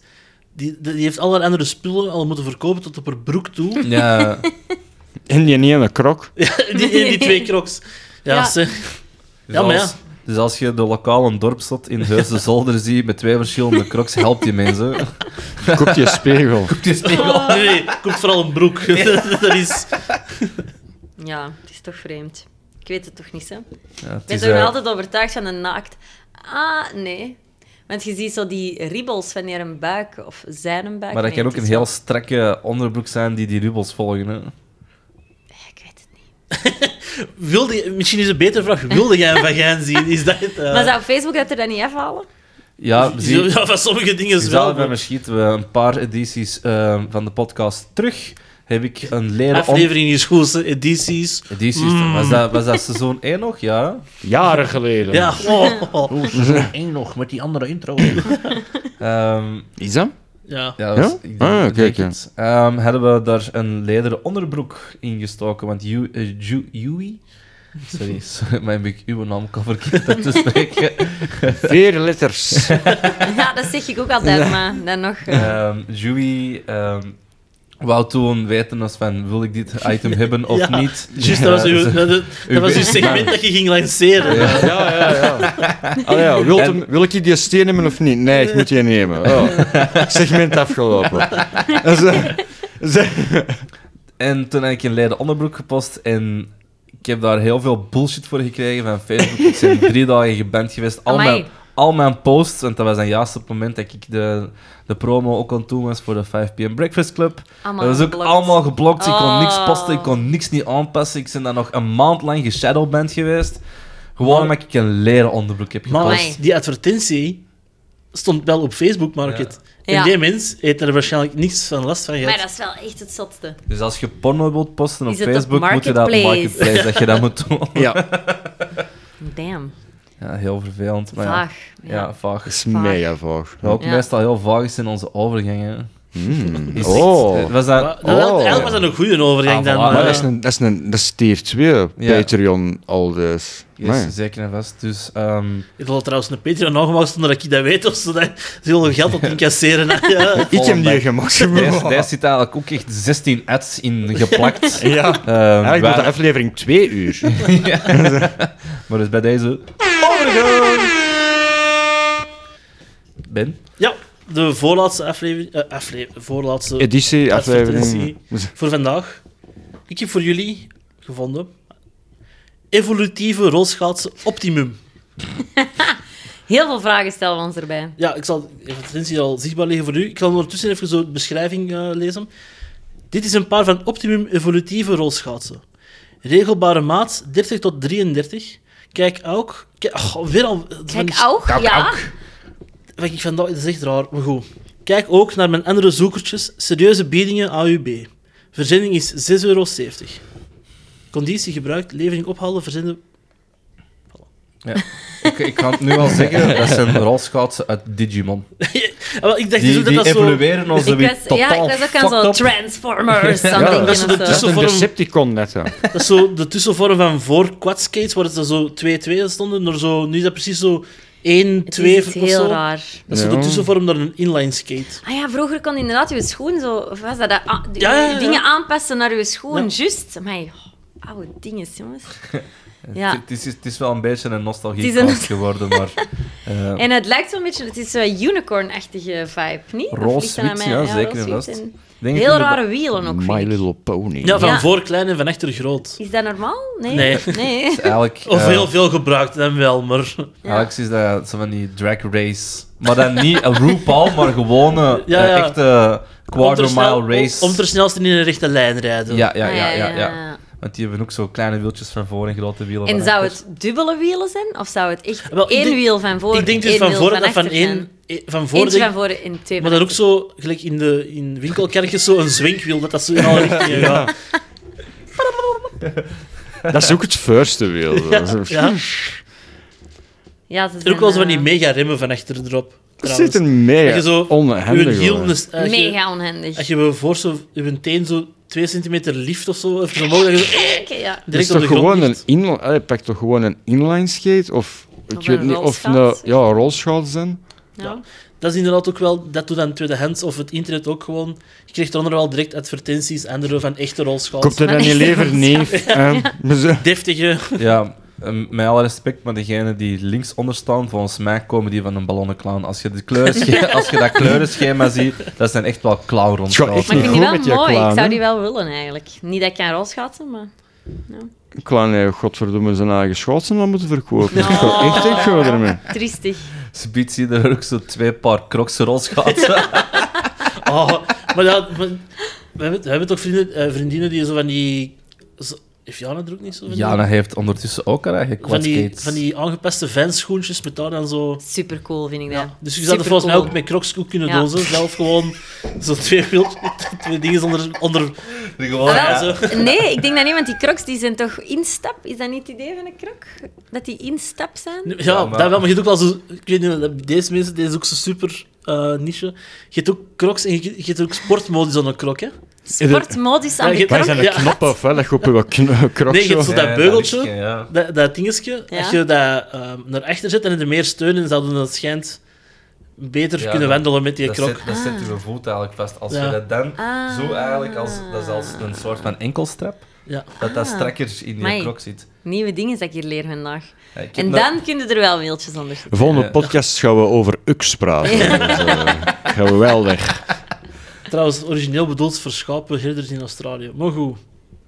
[SPEAKER 4] Die, die heeft allerlei andere spullen al moeten verkopen tot op haar broek toe.
[SPEAKER 2] Ja,
[SPEAKER 5] En die ene krok.
[SPEAKER 4] die, en die twee crocs. Ja,
[SPEAKER 3] Ja.
[SPEAKER 4] ze-
[SPEAKER 2] dus
[SPEAKER 4] Ja, maar ja.
[SPEAKER 2] als, Dus als je de lokale dorpstot in Heusden Zolder ziet met twee verschillende crocs, helpt die mensen.
[SPEAKER 5] Koop je spiegel.
[SPEAKER 2] Die spiegel.
[SPEAKER 4] Nee, nee, komt vooral een broek. dat is...
[SPEAKER 3] Ja, het is toch vreemd. Ik weet het toch niet, hè?
[SPEAKER 2] Ja, het
[SPEAKER 3] Ik
[SPEAKER 2] is,
[SPEAKER 3] ben toch
[SPEAKER 2] eh,
[SPEAKER 3] nog altijd overtuigd van een naakt. Ah, nee. Want je ziet zo die ribbels wanneer een buik of zijn een buik.
[SPEAKER 2] maar dat
[SPEAKER 3] nee,
[SPEAKER 2] kan ook
[SPEAKER 3] het
[SPEAKER 2] een
[SPEAKER 3] is
[SPEAKER 2] heel
[SPEAKER 3] wel-
[SPEAKER 2] strakke onderbroek zijn die die rubbels volgen. Hè.
[SPEAKER 3] Ik weet het niet.
[SPEAKER 4] Wilde, je- misschien is een betere vraag. Wilde jij een vagijn zien? Is dat het? eh?
[SPEAKER 3] Maar zou Facebook dat er dan niet afhalen?
[SPEAKER 2] Ja, zie, ik
[SPEAKER 4] ja, van sommige dingen is
[SPEAKER 2] zal
[SPEAKER 4] wel.
[SPEAKER 2] bij me schieten. We een paar edities eh, van de podcast terug heb ik een leren om...
[SPEAKER 4] Aflevering Mm. is goed, hè, edities.
[SPEAKER 2] Edities, was, dat, was dat seizoen 1 nog? Ja.
[SPEAKER 5] Jaren geleden.
[SPEAKER 4] Ja, oh, oh.
[SPEAKER 1] Oh, seizoen 1 nog met die andere intro.
[SPEAKER 2] Ehm,
[SPEAKER 5] Is dat?
[SPEAKER 4] ja.
[SPEAKER 2] ja, dat was-
[SPEAKER 5] Ja?
[SPEAKER 2] ik denk-
[SPEAKER 5] Ah,
[SPEAKER 2] ik
[SPEAKER 5] kijk,
[SPEAKER 2] denk het. Ehm, hadden we daar een lederen onderbroek in gestoken, want Ju- eh, Ju- Yui... Sorry, sorry, maar heb ik uw naam al verkeerd uit te spreken.
[SPEAKER 5] Vier letters.
[SPEAKER 3] Ja, dat zeg ik ook altijd, maar dan nog. eh,
[SPEAKER 2] Ehm Joey ehm, wou toen weten als van, wil ik dit item hebben of
[SPEAKER 4] Ja,
[SPEAKER 2] niet?
[SPEAKER 4] Juist, dat was
[SPEAKER 2] Ja,
[SPEAKER 4] uw,
[SPEAKER 2] dus-
[SPEAKER 4] dat, dat- dat was uw segment dat je ging lanceren.
[SPEAKER 5] Ja, ja, ja. Allee, ja, wilt hem- wil ik die steen nemen of niet? Nee, ik moet die nemen. Oh. Segment afgelopen. En ze- ze-
[SPEAKER 2] En toen heb ik een leiden onderbroek gepost en ik heb daar heel veel bullshit voor gekregen van Facebook. Ik ben drie dagen geband geweest. Al
[SPEAKER 3] Amai.
[SPEAKER 2] mijn, al mijn posts, want dat was dan juist op het moment dat ik de, de promo ook aan het doen was voor de 5pm Breakfast Club.
[SPEAKER 3] allemaal
[SPEAKER 2] dat was ook
[SPEAKER 3] geblokt.
[SPEAKER 2] allemaal geblokt. Ik kon niks
[SPEAKER 3] Oh.
[SPEAKER 2] posten, ik kon niks niet aanpassen. Ik ben dan nog een maand lang geshadowband geweest. Gewoon omdat ik een leren onderbroek heb
[SPEAKER 4] Maar
[SPEAKER 2] gepost.
[SPEAKER 3] Amai.
[SPEAKER 4] die advertentie stond wel op Facebook Market.
[SPEAKER 3] Ja.
[SPEAKER 4] En die mens heeft er waarschijnlijk niks van last van
[SPEAKER 3] Maar
[SPEAKER 4] gehad.
[SPEAKER 3] dat is wel echt het zotste.
[SPEAKER 2] Dus als je porno wilt posten op
[SPEAKER 3] Is het op
[SPEAKER 2] Facebook, moet je dat op
[SPEAKER 3] Marketplace?
[SPEAKER 2] Marketplace, dat je dat moet doen.
[SPEAKER 5] Ja,
[SPEAKER 3] Damn.
[SPEAKER 2] Ja, heel vervelend. Maar ja.
[SPEAKER 3] Vaag.
[SPEAKER 2] Ja.
[SPEAKER 3] Ja.
[SPEAKER 2] vaag.
[SPEAKER 5] dat is mega vaag.
[SPEAKER 2] Maar ook
[SPEAKER 3] Ja.
[SPEAKER 2] meestal heel vaag is in onze overgangen.
[SPEAKER 5] Mm.
[SPEAKER 2] Is-
[SPEAKER 5] Oh.
[SPEAKER 2] Was
[SPEAKER 4] Maar
[SPEAKER 2] dat...
[SPEAKER 4] dat- dat-
[SPEAKER 5] Oh.
[SPEAKER 4] Eigenlijk was dat een goede overgang
[SPEAKER 2] Ah,
[SPEAKER 4] dan.
[SPEAKER 2] voilà.
[SPEAKER 4] maar- eh,
[SPEAKER 5] Maar dat is, een, dat, is een, dat is tier 2,
[SPEAKER 2] Ja.
[SPEAKER 5] Patreon, al dus.
[SPEAKER 2] Yes,
[SPEAKER 5] Nee.
[SPEAKER 2] zeker en vast. Dus, ehm,
[SPEAKER 4] Ik wil trouwens een Patreon aangemaakt zonder dat ik dat weet of ze daar ze willen geld op incasseren. hè. Ja.
[SPEAKER 5] Ik heb
[SPEAKER 2] Volgende.
[SPEAKER 5] die gemaakt.
[SPEAKER 2] daar, daar zit eigenlijk ook echt 16 ads in geplakt.
[SPEAKER 5] Ja.
[SPEAKER 2] Ehm,
[SPEAKER 5] Eigenlijk
[SPEAKER 2] waar-
[SPEAKER 5] wordt de aflevering 2 uur.
[SPEAKER 2] maar dus bij deze... Ben?
[SPEAKER 4] ja, de voorlaatste aflevering. eh, aflevering voorlaatste
[SPEAKER 5] Editie, aflevering.
[SPEAKER 4] Advertentie. voor vandaag. Ik heb voor jullie gevonden evolutieve rolschaatsen optimum.
[SPEAKER 3] Heel veel vragen stellen we ons erbij.
[SPEAKER 4] Ja, ik zal de advertentie al zichtbaar liggen voor u. Ik zal ondertussen even zo de beschrijving eh, lezen. Dit is een paar van optimum evolutieve rolschaatsen. Regelbare maat 30 tot 33. Kijk ook. Kijk, oh, weer al. van die
[SPEAKER 3] Kijk, ook, ja.
[SPEAKER 4] Wat ik vandaag, dat is echt raar, maar goed. Kijk ook naar mijn andere zoekertjes. Serieuze biedingen AUB. Verzending is 6,70 euro. Conditie gebruikt, levering ophalen, verzenden...
[SPEAKER 2] Ik, ik kan het nu al zeggen, dat zijn rolschaatsen uit Digimon.
[SPEAKER 4] Ah, wel, ik dacht dus
[SPEAKER 2] Die,
[SPEAKER 4] ook dat
[SPEAKER 2] die
[SPEAKER 4] dat zo...
[SPEAKER 2] evalueren ons
[SPEAKER 3] Ik
[SPEAKER 2] weer
[SPEAKER 3] was,
[SPEAKER 2] totaal
[SPEAKER 3] ja, ik was ook aan
[SPEAKER 2] fucked
[SPEAKER 3] zo'n
[SPEAKER 2] up.
[SPEAKER 3] Transformers.
[SPEAKER 2] Ja,
[SPEAKER 3] something
[SPEAKER 5] dat
[SPEAKER 4] is
[SPEAKER 3] of
[SPEAKER 4] de
[SPEAKER 3] zo.
[SPEAKER 5] Dat is een
[SPEAKER 4] vorm-
[SPEAKER 5] Decepticon net, ja.
[SPEAKER 4] Dat is zo de tussenvorm van voor quadskates, waar het dan zo 2-2 stonden, naar zo, nu is dat precies zo 1-2
[SPEAKER 3] Het is iets
[SPEAKER 4] of
[SPEAKER 3] heel
[SPEAKER 4] zo.
[SPEAKER 3] raar.
[SPEAKER 4] Dat is zo
[SPEAKER 5] Ja.
[SPEAKER 4] de tussenvorm naar een inline skate.
[SPEAKER 3] Ah ja, vroeger kon inderdaad je schoen zo... of Was dat, dat a- die-
[SPEAKER 4] Ja, ja, ja.
[SPEAKER 3] Dingen aanpassen naar je schoen,
[SPEAKER 4] Ja.
[SPEAKER 3] juist. Maar oude dingen, jongens. Ja.
[SPEAKER 2] Het, is, het is wel een beetje een
[SPEAKER 3] Het is een-
[SPEAKER 2] nostalgie geworden, maar... eh,
[SPEAKER 3] En het lijkt wel een beetje... Het is een unicorn-achtige vibe, niet? Of
[SPEAKER 2] Roze
[SPEAKER 3] ligt dat aan
[SPEAKER 2] wit,
[SPEAKER 3] mij?
[SPEAKER 2] ja, zeker en
[SPEAKER 3] roze-wit
[SPEAKER 2] vast.
[SPEAKER 3] en-
[SPEAKER 2] denk ik
[SPEAKER 3] Heel
[SPEAKER 2] inderdaad-
[SPEAKER 3] rare wielen ook,
[SPEAKER 5] My
[SPEAKER 3] vind ik.
[SPEAKER 5] Little Pony.
[SPEAKER 4] Ja, van
[SPEAKER 3] Ja.
[SPEAKER 4] voor klein en van achter groot.
[SPEAKER 3] Is dat normaal? Nee.
[SPEAKER 4] Nee.
[SPEAKER 2] Eigenlijk,
[SPEAKER 4] Of
[SPEAKER 2] eh,
[SPEAKER 4] heel veel gebruikt, dan wel, maar...
[SPEAKER 2] Alex is dat zo van die drag race. Maar dan niet een RuPaul, maar gewoon een
[SPEAKER 4] Ja,
[SPEAKER 2] eh,
[SPEAKER 4] ja.
[SPEAKER 2] echte quarter
[SPEAKER 4] Om te snel-
[SPEAKER 2] mile race.
[SPEAKER 4] Om, om ter snelste in een rechte lijn rijden.
[SPEAKER 2] ja, ja,
[SPEAKER 3] Ah,
[SPEAKER 2] ja, ja, ja. Want die hebben ook zo kleine wieltjes van voor en grote wielen
[SPEAKER 3] En
[SPEAKER 2] van
[SPEAKER 3] zou
[SPEAKER 2] achter.
[SPEAKER 3] het dubbele wielen zijn? Of zou het echt
[SPEAKER 4] Wel, ik
[SPEAKER 3] één
[SPEAKER 4] denk-
[SPEAKER 3] wiel van voor
[SPEAKER 4] ik denk dus
[SPEAKER 3] één
[SPEAKER 4] van
[SPEAKER 3] wiel
[SPEAKER 4] voor
[SPEAKER 3] van
[SPEAKER 4] dat van
[SPEAKER 3] achter zijn?
[SPEAKER 4] één... eh, Van voor
[SPEAKER 3] Eentje
[SPEAKER 4] denk-
[SPEAKER 3] van voor en twee
[SPEAKER 4] Maar
[SPEAKER 3] van
[SPEAKER 4] dan ook
[SPEAKER 3] achter.
[SPEAKER 4] zo, gelijk in, de, in winkelkerkjes, zo een zwenkwiel, dat dat zo in alle richtingen gaat.
[SPEAKER 5] Dat is ook het firste wiel. Dat is-
[SPEAKER 4] Ja.
[SPEAKER 3] Ja, ze
[SPEAKER 4] En ook wel zo van die
[SPEAKER 3] eh,
[SPEAKER 4] mega remmen van achter erop.
[SPEAKER 5] Dat
[SPEAKER 4] trouwens.
[SPEAKER 5] zit er
[SPEAKER 4] Dat je
[SPEAKER 5] meer
[SPEAKER 4] zo
[SPEAKER 5] onhandig
[SPEAKER 4] uw hiel...
[SPEAKER 5] hoor.
[SPEAKER 4] dus- als je-
[SPEAKER 3] Mega onhandig.
[SPEAKER 4] Als je wel voor zo, uw teen zo twee centimeter lift of zo, even omhoog, dat je zo, eh,
[SPEAKER 3] Oké, ja.
[SPEAKER 5] Dat is
[SPEAKER 4] direct op
[SPEAKER 5] toch
[SPEAKER 4] de grond
[SPEAKER 5] gewoon een
[SPEAKER 4] ligt.
[SPEAKER 5] inline... Allee, pak toch gewoon een inline skate? Of, ik
[SPEAKER 3] Of
[SPEAKER 5] weet
[SPEAKER 3] een
[SPEAKER 5] niet, of een
[SPEAKER 3] rolschaats.
[SPEAKER 5] ja, rolschaats dan?
[SPEAKER 3] ja.
[SPEAKER 4] Dat is inderdaad ook wel, dat doet aan tweedehands of het internet ook gewoon. Je krijgt daaronder wel direct advertenties, andere van echte rolschaals.
[SPEAKER 5] Komt er dan
[SPEAKER 3] Maar
[SPEAKER 5] je
[SPEAKER 3] echt
[SPEAKER 5] lever
[SPEAKER 3] een
[SPEAKER 5] neef? Ja.
[SPEAKER 4] Deftige.
[SPEAKER 2] Ja, eh, met alle respect, maar degenen die linksonder staan, volgens mij komen die van een ballonnenclown. Als je, de kleurenschema, als je dat kleurenschema ziet, dat zijn echt wel clown
[SPEAKER 5] Het gaat echt
[SPEAKER 3] Maar ik vind die
[SPEAKER 5] niet goed
[SPEAKER 3] wel
[SPEAKER 5] met je
[SPEAKER 3] mooi. ik
[SPEAKER 5] clown.
[SPEAKER 3] zou die
[SPEAKER 5] hè?
[SPEAKER 3] wel willen eigenlijk. Niet dat ik kan rolschaatsen, maar...
[SPEAKER 5] Clown heeft godverdomme zijn eigen schaatsen dan moeten verkopen. Ik ga echt echt goed ermee.
[SPEAKER 3] Triestig.
[SPEAKER 2] Ze zie je er ook zo twee paar crocs rolschaatsen.
[SPEAKER 4] Oh, maar dat, maar- we, hebben, we hebben toch vrienden, eh, vriendinnen die zo van die. Zo, heeft Jana er ook niet zo van? die-
[SPEAKER 2] Jana heeft ondertussen ook haar eigen
[SPEAKER 4] van die,
[SPEAKER 2] quadskates.
[SPEAKER 4] van die aangepaste fanschoentjes met daar dan zo.
[SPEAKER 3] Super cool, vind ik dat.
[SPEAKER 4] Ja. Dus je zou er
[SPEAKER 3] Supercool.
[SPEAKER 4] volgens mij ook met crocs ook kunnen
[SPEAKER 3] Ja.
[SPEAKER 4] doen. Zo. Zelf gewoon zo twee, wiel- twee dingen onder, onder
[SPEAKER 2] Gewoon,
[SPEAKER 3] Ah,
[SPEAKER 2] ja.
[SPEAKER 3] wel, Nee, ik denk dat niet, want die crocs die zijn toch instap? Is dat niet het idee van een croc? Dat die instap zijn?
[SPEAKER 4] Ja,
[SPEAKER 2] Ja, maar-
[SPEAKER 4] dat wel, maar je hebt ook wel zo... Ik weet niet, dat- deze mensen, deze is ook zo super eh, niche. Je hebt ook crocs en je, je hebt ook sportmodus aan een croc, hè?
[SPEAKER 3] Sportmodus aan
[SPEAKER 4] Ja,
[SPEAKER 3] de
[SPEAKER 4] je-
[SPEAKER 5] Wij
[SPEAKER 3] croc?
[SPEAKER 5] zijn
[SPEAKER 4] Ja.
[SPEAKER 5] een knop af, hè? Dat je op je kn- krok
[SPEAKER 4] Nee, je hebt
[SPEAKER 5] zo-
[SPEAKER 4] zo dat beugeltje,
[SPEAKER 2] ligt je, ja.
[SPEAKER 4] dat, dat dingetje,
[SPEAKER 3] Ja.
[SPEAKER 4] als je dat ehm, naar achter zet en er meer steun in zouden dat schijnt beter
[SPEAKER 2] Ja,
[SPEAKER 4] kunnen
[SPEAKER 2] dat-
[SPEAKER 4] wandelen met die
[SPEAKER 2] dat
[SPEAKER 4] krok.
[SPEAKER 2] Zit, dat zit je voet eigenlijk vast. Als
[SPEAKER 4] Ja.
[SPEAKER 2] je dat dan
[SPEAKER 3] Ah.
[SPEAKER 2] zo eigenlijk, als, dat is als een soort van enkelstrap,
[SPEAKER 4] Ja.
[SPEAKER 2] dat dat strakker in die
[SPEAKER 3] Ah. Amai.
[SPEAKER 2] krok zit.
[SPEAKER 3] Nieuwe dingen dat ik hier leer vandaag.
[SPEAKER 2] Ja, ik heb
[SPEAKER 3] En
[SPEAKER 2] dat-
[SPEAKER 3] dan kunnen er wel wieltjes onder zitten.
[SPEAKER 5] De volgende
[SPEAKER 2] Eh.
[SPEAKER 5] podcast gaan we over UX praten. Dus, eh, geweldig.
[SPEAKER 4] Trouwens, origineel bedoeld voor schapenherders in Australië. Maar goed.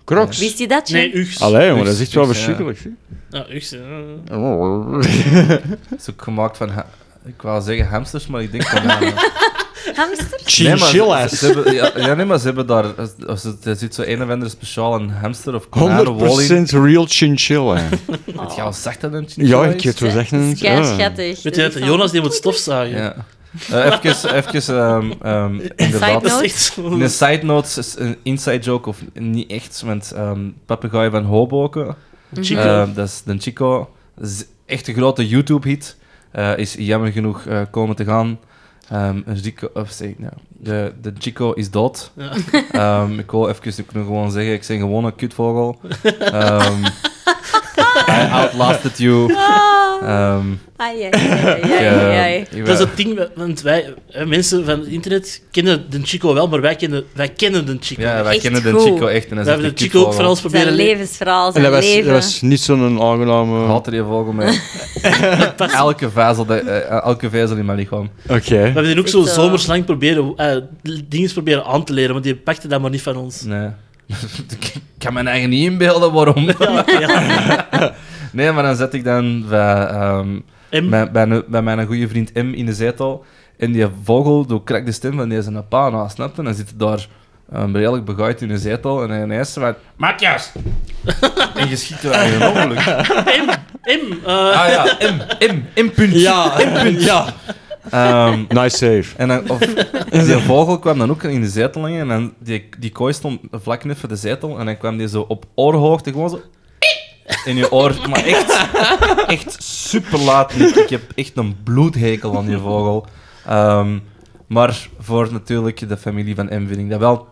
[SPEAKER 5] Crocs.
[SPEAKER 3] Wist je dat, John?
[SPEAKER 4] Nee, Ugs.
[SPEAKER 5] Allee, jongen, dat is echt wel
[SPEAKER 2] Dus, ja.
[SPEAKER 5] verschrikkelijk. zie.
[SPEAKER 4] Ja, Ugs. eh.
[SPEAKER 2] dat is ook gemaakt van, ha- ik wou zeggen hamsters, maar ik denk van... eh, nee, maar
[SPEAKER 3] Hamster?
[SPEAKER 2] ze- ze hebben- ja, ja, nee, maar ze hebben daar... als- als- Er zit zo een of andere speciaal een hamster of konijn of wall in.
[SPEAKER 5] 100% real chinchilla.
[SPEAKER 2] Het gaat zachter dan
[SPEAKER 5] Ja,
[SPEAKER 2] chinchilla
[SPEAKER 5] ik
[SPEAKER 2] is.
[SPEAKER 5] het wel zeggen.
[SPEAKER 3] Dat is
[SPEAKER 5] ja.
[SPEAKER 3] keischattig.
[SPEAKER 4] Weet je dat? Jonas die moet stofzagen.
[SPEAKER 2] Ja. Eh, even, even ehm, ehm, inderdaad...
[SPEAKER 4] Dat is echt zo.
[SPEAKER 2] Een side note, is een inside joke of niet echt, want ehm papegaai van Hoboken,
[SPEAKER 4] Chico.
[SPEAKER 2] ehm, dat is de Chico, Dat is echt een grote YouTube-hit, Eh, is jammer genoeg eh, komen te gaan. Ehm, een Chico, of zeg, ja, nou, de, de Chico is dood.
[SPEAKER 4] Ja.
[SPEAKER 2] Ehm, ik wil even ook nog gewoon zeggen, ik ben gewoon een kutvogel. Ehm I outlasted you. Ehm,
[SPEAKER 3] Ai, ai, ai, ai, ai,
[SPEAKER 2] eh,
[SPEAKER 3] ai.
[SPEAKER 2] ik
[SPEAKER 4] Dat is
[SPEAKER 2] ben-
[SPEAKER 4] het ding, want wij, hè, mensen van het internet, kennen de Chico wel, maar wij kennen, wij kennen de Chico.
[SPEAKER 2] ja, wij
[SPEAKER 3] Echt
[SPEAKER 2] kennen de
[SPEAKER 3] goed.
[SPEAKER 2] Chico echt. En dat
[SPEAKER 4] we
[SPEAKER 2] is
[SPEAKER 4] hebben
[SPEAKER 2] echt
[SPEAKER 4] de
[SPEAKER 2] een
[SPEAKER 4] Chico ook
[SPEAKER 2] kutvogel.
[SPEAKER 4] voor ons
[SPEAKER 3] Zijn
[SPEAKER 4] proberen leren
[SPEAKER 3] levensverhaal,
[SPEAKER 5] En
[SPEAKER 3] zijn
[SPEAKER 5] dat was, dat
[SPEAKER 3] leven.
[SPEAKER 5] was niet zo'n aangename...
[SPEAKER 2] Haalt er je vogel mee. elke, vezel, dat- eh, elke vezel in mijn lichaam.
[SPEAKER 5] Oké.
[SPEAKER 4] We hebben die ook
[SPEAKER 3] Is
[SPEAKER 4] zo
[SPEAKER 3] het, eh,
[SPEAKER 4] zomerslang proberen, eh, dingen proberen aan te leren, maar die pakte dat maar niet van ons.
[SPEAKER 2] Nee. ik kan mijn eigen niet inbeelden waarom.
[SPEAKER 4] Ja.
[SPEAKER 2] Nee, maar dan zet ik dan bij, ehm,
[SPEAKER 4] En
[SPEAKER 2] bij, bij, een- bij mijn goede vriend M in de zetel. En die vogel doet krek de stem van deze pana, snap je? En dan zit hij daar um, redelijk begooid in de zetel. En hij ineens van... Matthias! en je schiet er eigenlijk een ongeluk.
[SPEAKER 4] M, eh,
[SPEAKER 2] Ah ja, M, M, M punt.
[SPEAKER 5] Ja, ja.
[SPEAKER 2] Ehm,
[SPEAKER 5] Nice save.
[SPEAKER 2] En dan, of, die vogel kwam dan ook in de zetel liggen en dan die, die kooi stond vlak net voor de zetel en dan kwam die zo op oorhoogte gewoon zo in je oor. Maar echt, echt super laat. Ik heb echt een bloedhekel aan die vogel. Ehm, Maar voor natuurlijk de familie van M vind ik dat wel...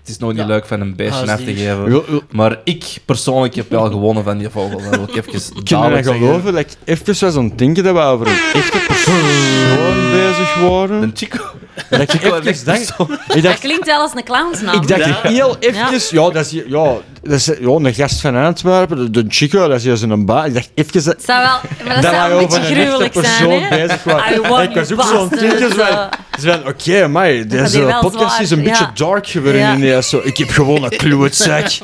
[SPEAKER 2] Het is nooit niet
[SPEAKER 4] Ja.
[SPEAKER 2] leuk van een beestje af te
[SPEAKER 4] Huisdier.
[SPEAKER 2] geven.
[SPEAKER 5] Wil- wil-
[SPEAKER 2] Maar ik persoonlijk heb wel gewonnen van die vogel. Dat wil ik even
[SPEAKER 5] Kunnen
[SPEAKER 2] dadelijk
[SPEAKER 5] wij
[SPEAKER 2] zeggen.
[SPEAKER 5] geloven dat ik even was aan het denken dat we over een echte persoon bezig waren?
[SPEAKER 2] Een chico.
[SPEAKER 5] Dat ik
[SPEAKER 2] Chico heeft
[SPEAKER 5] even
[SPEAKER 2] echt
[SPEAKER 5] dacht...
[SPEAKER 2] persoon.
[SPEAKER 5] Ik
[SPEAKER 3] Dat
[SPEAKER 5] dacht,
[SPEAKER 3] klinkt wel als een clownsnaam.
[SPEAKER 5] ik dacht
[SPEAKER 4] Ja.
[SPEAKER 5] heel eventjes... Ja, dat is, hier- ja, dat is ja, een gast van Antwerpen, de, de Chico, dat is juist een baas. Ik dacht even dat...
[SPEAKER 3] Het zou wel, maar dat, zou
[SPEAKER 5] dat wij
[SPEAKER 3] een beetje
[SPEAKER 5] over een echte
[SPEAKER 3] gruwelijk
[SPEAKER 5] persoon
[SPEAKER 3] zijn, hè?
[SPEAKER 5] bezig waren.
[SPEAKER 3] I want
[SPEAKER 5] ik was
[SPEAKER 3] you
[SPEAKER 5] ook zo'n
[SPEAKER 3] bastards,
[SPEAKER 5] tintje
[SPEAKER 3] eh.
[SPEAKER 5] van... Ze van, oké, maar
[SPEAKER 3] die
[SPEAKER 5] deze
[SPEAKER 3] wel
[SPEAKER 5] podcast is een
[SPEAKER 3] zwaar,
[SPEAKER 5] beetje
[SPEAKER 3] ja.
[SPEAKER 5] dark geworden
[SPEAKER 3] Ja.
[SPEAKER 5] ineens. Zo, ik heb gewoon een kloetzak.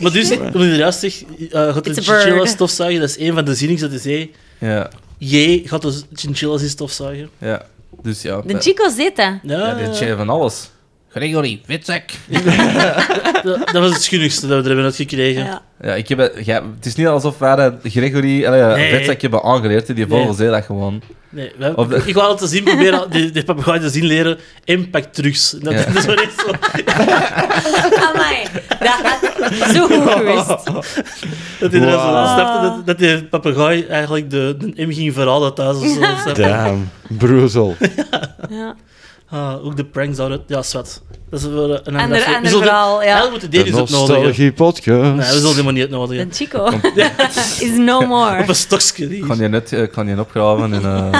[SPEAKER 4] Maar dus, om je juist zegt, eh, gaat de
[SPEAKER 3] It's a bird.
[SPEAKER 4] chinchilla stofzuigen, dat is een van de zinnings dat hij zei.
[SPEAKER 2] Ja,
[SPEAKER 4] Jij gaat de chinchillas in stofzuigen.
[SPEAKER 2] ja. Dus ja.
[SPEAKER 3] De Chico zit, hè?
[SPEAKER 2] Ja,
[SPEAKER 4] Ja,
[SPEAKER 2] dit zei van alles.
[SPEAKER 1] Gregory, witzak.
[SPEAKER 4] dat, dat was het schunnigste dat we er hebben uitgekregen.
[SPEAKER 3] Ja.
[SPEAKER 2] Ja, ik heb, het- ja, het is niet alsof wij dat Gregory allee, ja,
[SPEAKER 4] Nee.
[SPEAKER 2] Vetzak hebben aangeleerd. hè. Die vogel
[SPEAKER 4] Nee.
[SPEAKER 2] zei dat gewoon.
[SPEAKER 4] Nee, we-
[SPEAKER 2] Of dat-
[SPEAKER 4] Ik wou altijd zien, proberen die, die papegaai te zien leren. Impact trucs. Dat,
[SPEAKER 2] Ja.
[SPEAKER 4] dat is wel echt zo.
[SPEAKER 3] Oh, Amai, dat had zo goed geweest.
[SPEAKER 4] Dat hij er zo
[SPEAKER 5] Wow.
[SPEAKER 4] snapte dat, dat die papegaai eigenlijk de, de M ging verhalen thuis. Of zo, snap je?
[SPEAKER 5] Damn, broezel.
[SPEAKER 3] Ja.
[SPEAKER 4] Ah, ook de pranks zouden... Ja, zwart. Dat is wel een
[SPEAKER 3] Ander,
[SPEAKER 4] aflevering.
[SPEAKER 3] ander
[SPEAKER 4] We zullen-
[SPEAKER 3] verhaal,
[SPEAKER 4] Ja,
[SPEAKER 3] ja.
[SPEAKER 4] we moeten
[SPEAKER 5] De
[SPEAKER 4] deze eens uitnodigen. Nee,
[SPEAKER 5] nostalgie podcast.
[SPEAKER 4] we zullen helemaal niet uitnodigen.
[SPEAKER 3] De Chico is no
[SPEAKER 4] Op een
[SPEAKER 3] more.
[SPEAKER 4] stokje. die
[SPEAKER 2] Ik
[SPEAKER 4] is-
[SPEAKER 2] kan je net eh, ik kan je opgraven en eh,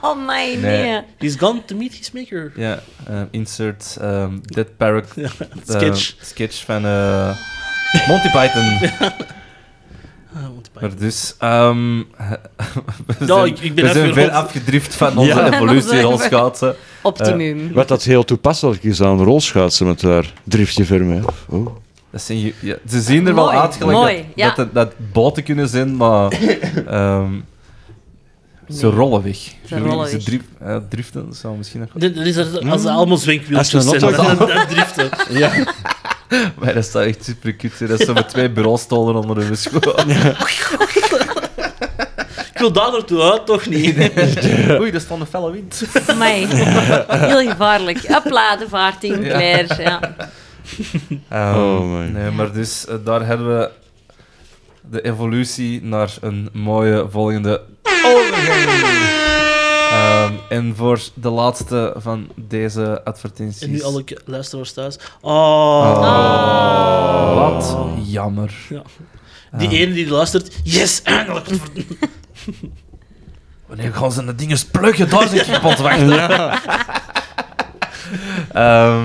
[SPEAKER 3] Oh my,
[SPEAKER 2] Nee.
[SPEAKER 3] nee.
[SPEAKER 4] He's gone to meet his maker.
[SPEAKER 2] ja, eh, insert ehm Dead Parrot
[SPEAKER 4] Ja,
[SPEAKER 2] eh,
[SPEAKER 4] sketch.
[SPEAKER 2] sketch van eh, Monty Python.
[SPEAKER 4] Ah, Monty Python.
[SPEAKER 2] Maar dus, ehm, we
[SPEAKER 4] Ja,
[SPEAKER 2] zijn,
[SPEAKER 4] ik- ik ben
[SPEAKER 2] we zijn
[SPEAKER 4] even
[SPEAKER 2] ver
[SPEAKER 4] rond.
[SPEAKER 2] afgedrift van onze
[SPEAKER 5] Ja.
[SPEAKER 2] evolutie
[SPEAKER 3] Onze-
[SPEAKER 2] als schaatsen.
[SPEAKER 3] Optimum.
[SPEAKER 5] Wat dat heel toepasselijk is aan rolschaatsen met haar driftje ver mee. Oh.
[SPEAKER 2] Dat zijn, ge- ja, ze zien er wel
[SPEAKER 3] Mooi,
[SPEAKER 2] uit gelijk
[SPEAKER 3] mooi,
[SPEAKER 2] dat,
[SPEAKER 3] ja.
[SPEAKER 2] dat, het- dat het boten kunnen zijn, maar ehm, ze rollen weg. Ze,
[SPEAKER 3] rollen weg.
[SPEAKER 2] drif- ja, driften zou misschien nog...
[SPEAKER 4] Dit- dit is als- als ze allemaal zwenkwieltjes
[SPEAKER 5] Mm. Als we
[SPEAKER 4] zijn,
[SPEAKER 5] een
[SPEAKER 4] dat,
[SPEAKER 5] auto-
[SPEAKER 4] dat, dat driften.
[SPEAKER 2] Ja. maar dat staat echt super cute. hè. Dat is zo met twee bureaustolen onder hun schoen.
[SPEAKER 4] Ik wil daar naartoe, hè? toch niet.
[SPEAKER 2] Oei, daar stond een felle wind.
[SPEAKER 3] Amai. Heel gevaarlijk. Hopla, de vaart in, Claire. Ja.
[SPEAKER 2] Ehm,
[SPEAKER 5] Oh, man.
[SPEAKER 2] Nee, maar dus eh, daar hebben we de evolutie naar een mooie volgende
[SPEAKER 3] Oh.
[SPEAKER 2] overgang. Ehm, en voor de laatste van deze advertenties.
[SPEAKER 4] En nu alle k- luisteraars thuis. Oh.
[SPEAKER 5] Ah.
[SPEAKER 2] Oh, Wat jammer.
[SPEAKER 4] Ja. Die ene die luistert, yes, eindelijk.
[SPEAKER 2] Wanneer gaan ze de dingen pluggen? Daar zit ik op te wachten. Ehm,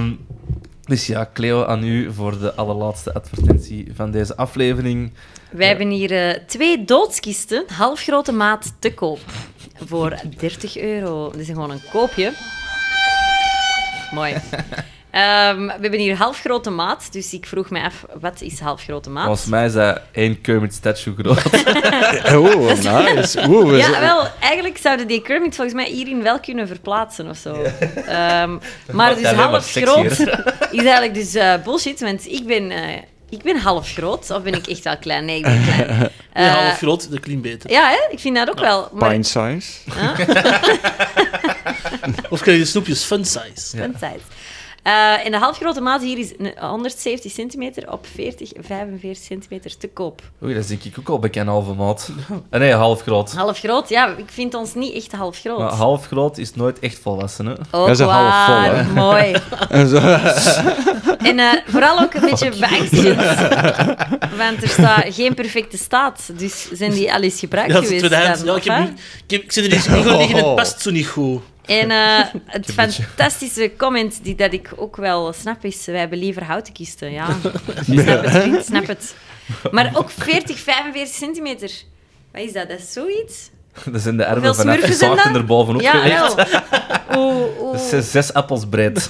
[SPEAKER 2] dus ja, Cleo, aan u voor de allerlaatste advertentie van deze aflevering.
[SPEAKER 3] Wij hebben hier eh, twee doodskisten, halfgrote maat te koop. Voor 30 euro. Dit is gewoon een koopje. Mooi. Ehm, we hebben hier halfgrote maat, dus ik vroeg mij af, wat is halfgrote maat?
[SPEAKER 2] Volgens mij is dat één Kermit statue groot.
[SPEAKER 5] Oh, nice. Oeh, we
[SPEAKER 3] Ja,
[SPEAKER 5] zijn-
[SPEAKER 3] wel, eigenlijk zouden die Kermit volgens mij hierin wel kunnen verplaatsen of zo. Ehm, maar dus
[SPEAKER 2] alleen maar
[SPEAKER 3] half
[SPEAKER 2] sexier.
[SPEAKER 3] groot is eigenlijk dus eh, bullshit, want ik ben, eh, ik ben half groot. Of ben ik echt wel klein? Nee, ik ben klein.
[SPEAKER 4] Ja,
[SPEAKER 3] Eh,
[SPEAKER 4] half groot, dat klinkt beter.
[SPEAKER 3] ja, hè? ik vind dat ook wel. Maar
[SPEAKER 5] Pint size.
[SPEAKER 4] Of krijg je de snoepjes fun size.
[SPEAKER 3] fun size. Eh, en de halfgrote maat hier is een 170 centimeter op 40, 45 centimeter te koop.
[SPEAKER 2] Oei, dat denk ik ook al bekend halve maat. Ah, nee, half groot.
[SPEAKER 3] Half groot, ja, ik vind ons niet echt half groot.
[SPEAKER 2] Maar half groot is nooit echt volwassen, hè?
[SPEAKER 3] Ook
[SPEAKER 5] is een half vol,
[SPEAKER 3] waar,
[SPEAKER 5] hè.
[SPEAKER 3] mooi.
[SPEAKER 5] En zo-
[SPEAKER 3] En eh, vooral ook een beetje beangstigend. Want er staat geen perfecte staat. Dus zijn die al eens gebruikt
[SPEAKER 4] Ja, dat is
[SPEAKER 3] geweest?
[SPEAKER 4] tweedehands.
[SPEAKER 3] dan,
[SPEAKER 4] Ja,
[SPEAKER 3] of
[SPEAKER 4] ik, heb,
[SPEAKER 3] hè?
[SPEAKER 4] nu- ik, heb, ik zit er eens in liggen,
[SPEAKER 5] Oh.
[SPEAKER 4] het past zo niet goed.
[SPEAKER 3] En eh, het fantastische comment die dat ik ook wel snap is: wij hebben liever houten kisten. Ja, snap het, vriend, snap het. Maar ook 40, 45 centimeter. Wat is dat? Dat is zoiets?
[SPEAKER 2] Dat zijn de armen
[SPEAKER 3] Hoeveel
[SPEAKER 2] vanaf
[SPEAKER 3] smurfen zijn
[SPEAKER 2] gezaagd en
[SPEAKER 3] dat?
[SPEAKER 2] er bovenop
[SPEAKER 3] Ja,
[SPEAKER 2] gelegd.
[SPEAKER 3] wel. Oeh, oeh.
[SPEAKER 2] Dat is zes, zes appels breed.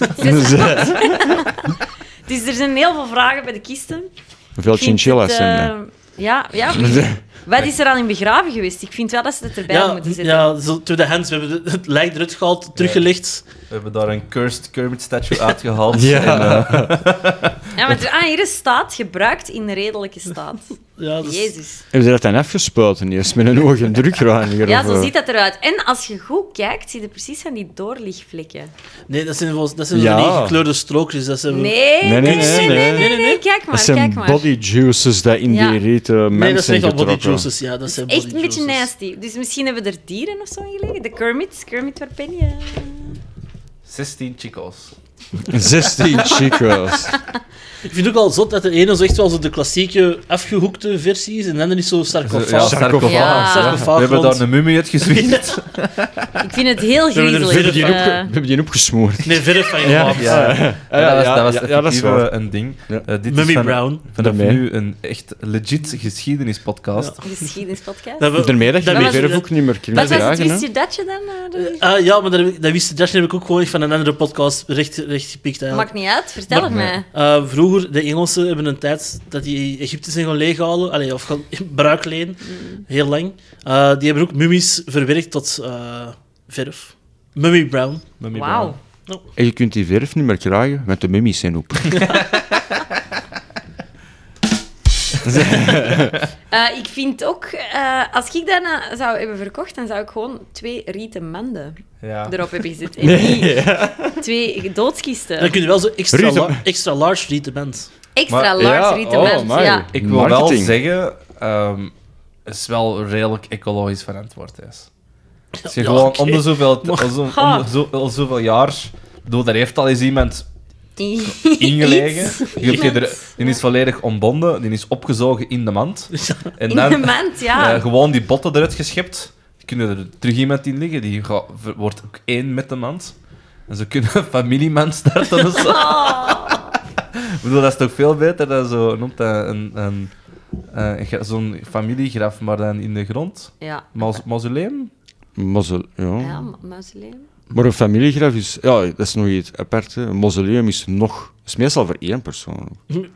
[SPEAKER 3] Dus er zijn heel veel vragen bij de kisten.
[SPEAKER 5] Hoeveel
[SPEAKER 3] Ik vind
[SPEAKER 5] chinchillas eh.
[SPEAKER 3] het,
[SPEAKER 5] zijn
[SPEAKER 3] eh, Ja, ja. Wat is er al in begraven geweest? Ik vind wel dat ze het erbij
[SPEAKER 4] Ja,
[SPEAKER 3] moeten zetten.
[SPEAKER 4] ja zo, tweedehands. We hebben de- het lijk eruit gehaald, teruggelegd.
[SPEAKER 2] We hebben daar een cursed Kermit statue uitgehaald.
[SPEAKER 5] Ja.
[SPEAKER 2] En, eh,
[SPEAKER 3] Ja, want er- ah, hier is staat gebruikt in de redelijke staat.
[SPEAKER 4] Ja, dat is-
[SPEAKER 3] Jezus.
[SPEAKER 5] Hebben ze dat dan afgespuiten eerst met een oog en drukreiniger?
[SPEAKER 3] Ja,
[SPEAKER 5] of,
[SPEAKER 3] zo
[SPEAKER 5] eh?
[SPEAKER 3] ziet dat eruit. En als je goed kijkt, zie je precies van die doorlichtvlekken.
[SPEAKER 4] Nee, dat zijn, volgens- dat zijn
[SPEAKER 5] Ja.
[SPEAKER 4] van die gekleurde strookjes. Dat zijn,
[SPEAKER 3] Nee, nee, nee, nee, nee, nee, nee, nee. Kijk
[SPEAKER 5] Dat
[SPEAKER 3] maar,
[SPEAKER 5] zijn
[SPEAKER 3] kijk maar.
[SPEAKER 5] body juices die in
[SPEAKER 3] Ja.
[SPEAKER 5] die rete mensen
[SPEAKER 4] nee dat zijn echt wel
[SPEAKER 5] getrokken.
[SPEAKER 4] body juices. Ja, dat zijn
[SPEAKER 3] Echt
[SPEAKER 4] body
[SPEAKER 3] een beetje
[SPEAKER 4] juices.
[SPEAKER 3] nasty. Dus misschien hebben we er dieren of zo in liggen. De Kermit, Kermit, waar ben je?
[SPEAKER 2] 16 chicos.
[SPEAKER 5] 16 chicos.
[SPEAKER 4] Ik vind het ook al zot dat de ene zo echt wel zo de klassieke afgehoekte versies en de andere is zo sarcofaag.
[SPEAKER 5] ja.
[SPEAKER 2] sarcofaag.
[SPEAKER 3] Ja.
[SPEAKER 4] Sarcofaag
[SPEAKER 2] We hebben
[SPEAKER 4] rond.
[SPEAKER 2] daar een mummie uit gezwierd.
[SPEAKER 3] Ik vind het heel
[SPEAKER 4] Zullen we er
[SPEAKER 3] griezelig.
[SPEAKER 4] verder
[SPEAKER 5] Die
[SPEAKER 4] die
[SPEAKER 3] eh,
[SPEAKER 5] opge- we hebben die opgesmoord.
[SPEAKER 4] Nee, verf van je
[SPEAKER 5] Ja.
[SPEAKER 4] maat.
[SPEAKER 2] Ja, ja,
[SPEAKER 5] ja,
[SPEAKER 2] dat was, dat was
[SPEAKER 5] ja, ja, dat
[SPEAKER 2] effectief
[SPEAKER 5] is waar.
[SPEAKER 2] eh, een ding.
[SPEAKER 5] Ja.
[SPEAKER 2] Eh, dit
[SPEAKER 4] Mummy
[SPEAKER 2] is van,
[SPEAKER 4] Brown.
[SPEAKER 2] vanaf
[SPEAKER 5] Daarmee.
[SPEAKER 2] nu een echt legit geschiedenispodcast.
[SPEAKER 3] Geschiedenispodcast.
[SPEAKER 4] Dat we-
[SPEAKER 5] Daarmee dat je
[SPEAKER 4] dat
[SPEAKER 5] die
[SPEAKER 4] was-
[SPEAKER 5] verf ook niet meer kunt
[SPEAKER 3] Wat was het
[SPEAKER 5] dragen. hè?
[SPEAKER 3] wist je dat je dan? eh, doe je?
[SPEAKER 4] Ah, ja, maar dat, heb ik- dat wist de Dash heb ik ook gewoon echt van een andere podcast recht, recht gepikt eigenlijk.
[SPEAKER 3] Maakt niet uit, vertel het mij.
[SPEAKER 4] Eh, vroeger, de Engelsen hebben een tijd dat die Egypte zijn gaan leeghalen, allee, of gaan bruik lenen, heel lang. Eh, die hebben ook mummies verwerkt tot eh, verf. Mummy Brown.
[SPEAKER 2] Mummy
[SPEAKER 3] Wauw.
[SPEAKER 2] Brown.
[SPEAKER 5] En je kunt die verf niet meer krijgen, want de mummies zijn op.
[SPEAKER 3] Eh, ik vind ook, eh, als ik dat eh, zou hebben verkocht, dan zou ik gewoon twee rieten manden
[SPEAKER 2] Ja.
[SPEAKER 3] erop hebben gezet. En niet twee doodskisten.
[SPEAKER 4] Dan kun je wel zo extra,
[SPEAKER 5] Rieten-
[SPEAKER 4] la- extra large rieten band.
[SPEAKER 3] Extra
[SPEAKER 2] Maar-
[SPEAKER 3] large
[SPEAKER 5] Ja,
[SPEAKER 3] rieten
[SPEAKER 5] oh,
[SPEAKER 3] mand.
[SPEAKER 5] amai.
[SPEAKER 3] ja.
[SPEAKER 2] Ik wil
[SPEAKER 5] Marketing.
[SPEAKER 2] wel zeggen, ehm is wel redelijk ecologisch verantwoord is. Als je
[SPEAKER 4] Ja,
[SPEAKER 2] gewoon
[SPEAKER 4] oké.
[SPEAKER 2] om de zoveel, om, zo,
[SPEAKER 3] Ha.
[SPEAKER 2] om de zo, al zoveel jaar... ik bedoel, daar heeft al eens iemand
[SPEAKER 3] Iets.
[SPEAKER 2] ingelegen. Je hebt die, er-
[SPEAKER 3] Iemand.
[SPEAKER 2] die is volledig ontbonden, die is opgezogen in de mand. En
[SPEAKER 3] In
[SPEAKER 2] dan
[SPEAKER 3] de mand, ja.
[SPEAKER 2] eh, gewoon die botten eruit geschept. Kunnen er terug iemand in liggen, die gaat- ver- wordt ook één met de mand. En ze kunnen een familiemand starten of zo. Ik bedoel, dat is toch veel beter dan zo, noemt dat een, een, eh, een gra- zo'n familiegraf, maar dan in de grond.
[SPEAKER 3] ja.
[SPEAKER 2] Maus- mausoleum?
[SPEAKER 5] Mausoleum.
[SPEAKER 3] Ja,
[SPEAKER 5] Ja.
[SPEAKER 3] ma- mausoleum.
[SPEAKER 5] Maar een familiegraf is, ja, dat is nog iets apart. hè. Een mausoleum is nog, is meestal voor één persoon.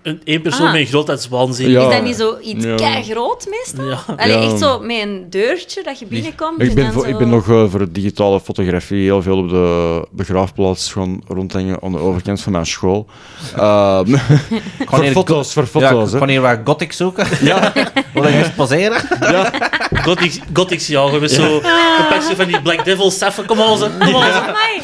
[SPEAKER 4] Een één persoon
[SPEAKER 3] Ah.
[SPEAKER 4] met een grootheidswaanzin.
[SPEAKER 5] Ja.
[SPEAKER 4] Ja.
[SPEAKER 3] Is dat niet zo iets
[SPEAKER 5] Ja.
[SPEAKER 3] groot meestal?
[SPEAKER 4] Ja.
[SPEAKER 3] Allee,
[SPEAKER 5] Ja.
[SPEAKER 3] echt zo met een deurtje dat je binnenkomt.
[SPEAKER 5] Ik
[SPEAKER 3] en
[SPEAKER 5] ben,
[SPEAKER 3] dan
[SPEAKER 5] voor,
[SPEAKER 3] zo...
[SPEAKER 5] ik ben nog eh, voor digitale fotografie heel veel op de begraafplaats gaan rondhangen aan de overkant van mijn school. Ehm, voor
[SPEAKER 2] Wanneer-
[SPEAKER 5] foto's, voor
[SPEAKER 2] Ja,
[SPEAKER 5] foto's. hè.
[SPEAKER 2] wanneer we gothic zoeken,
[SPEAKER 5] Ja,
[SPEAKER 2] wil je eens poseren?
[SPEAKER 4] Gothic, Gothics jagen met zo een pakje van die Black Devil saffen. Kom al, ze- kom al. ze.
[SPEAKER 3] Ah, Amai.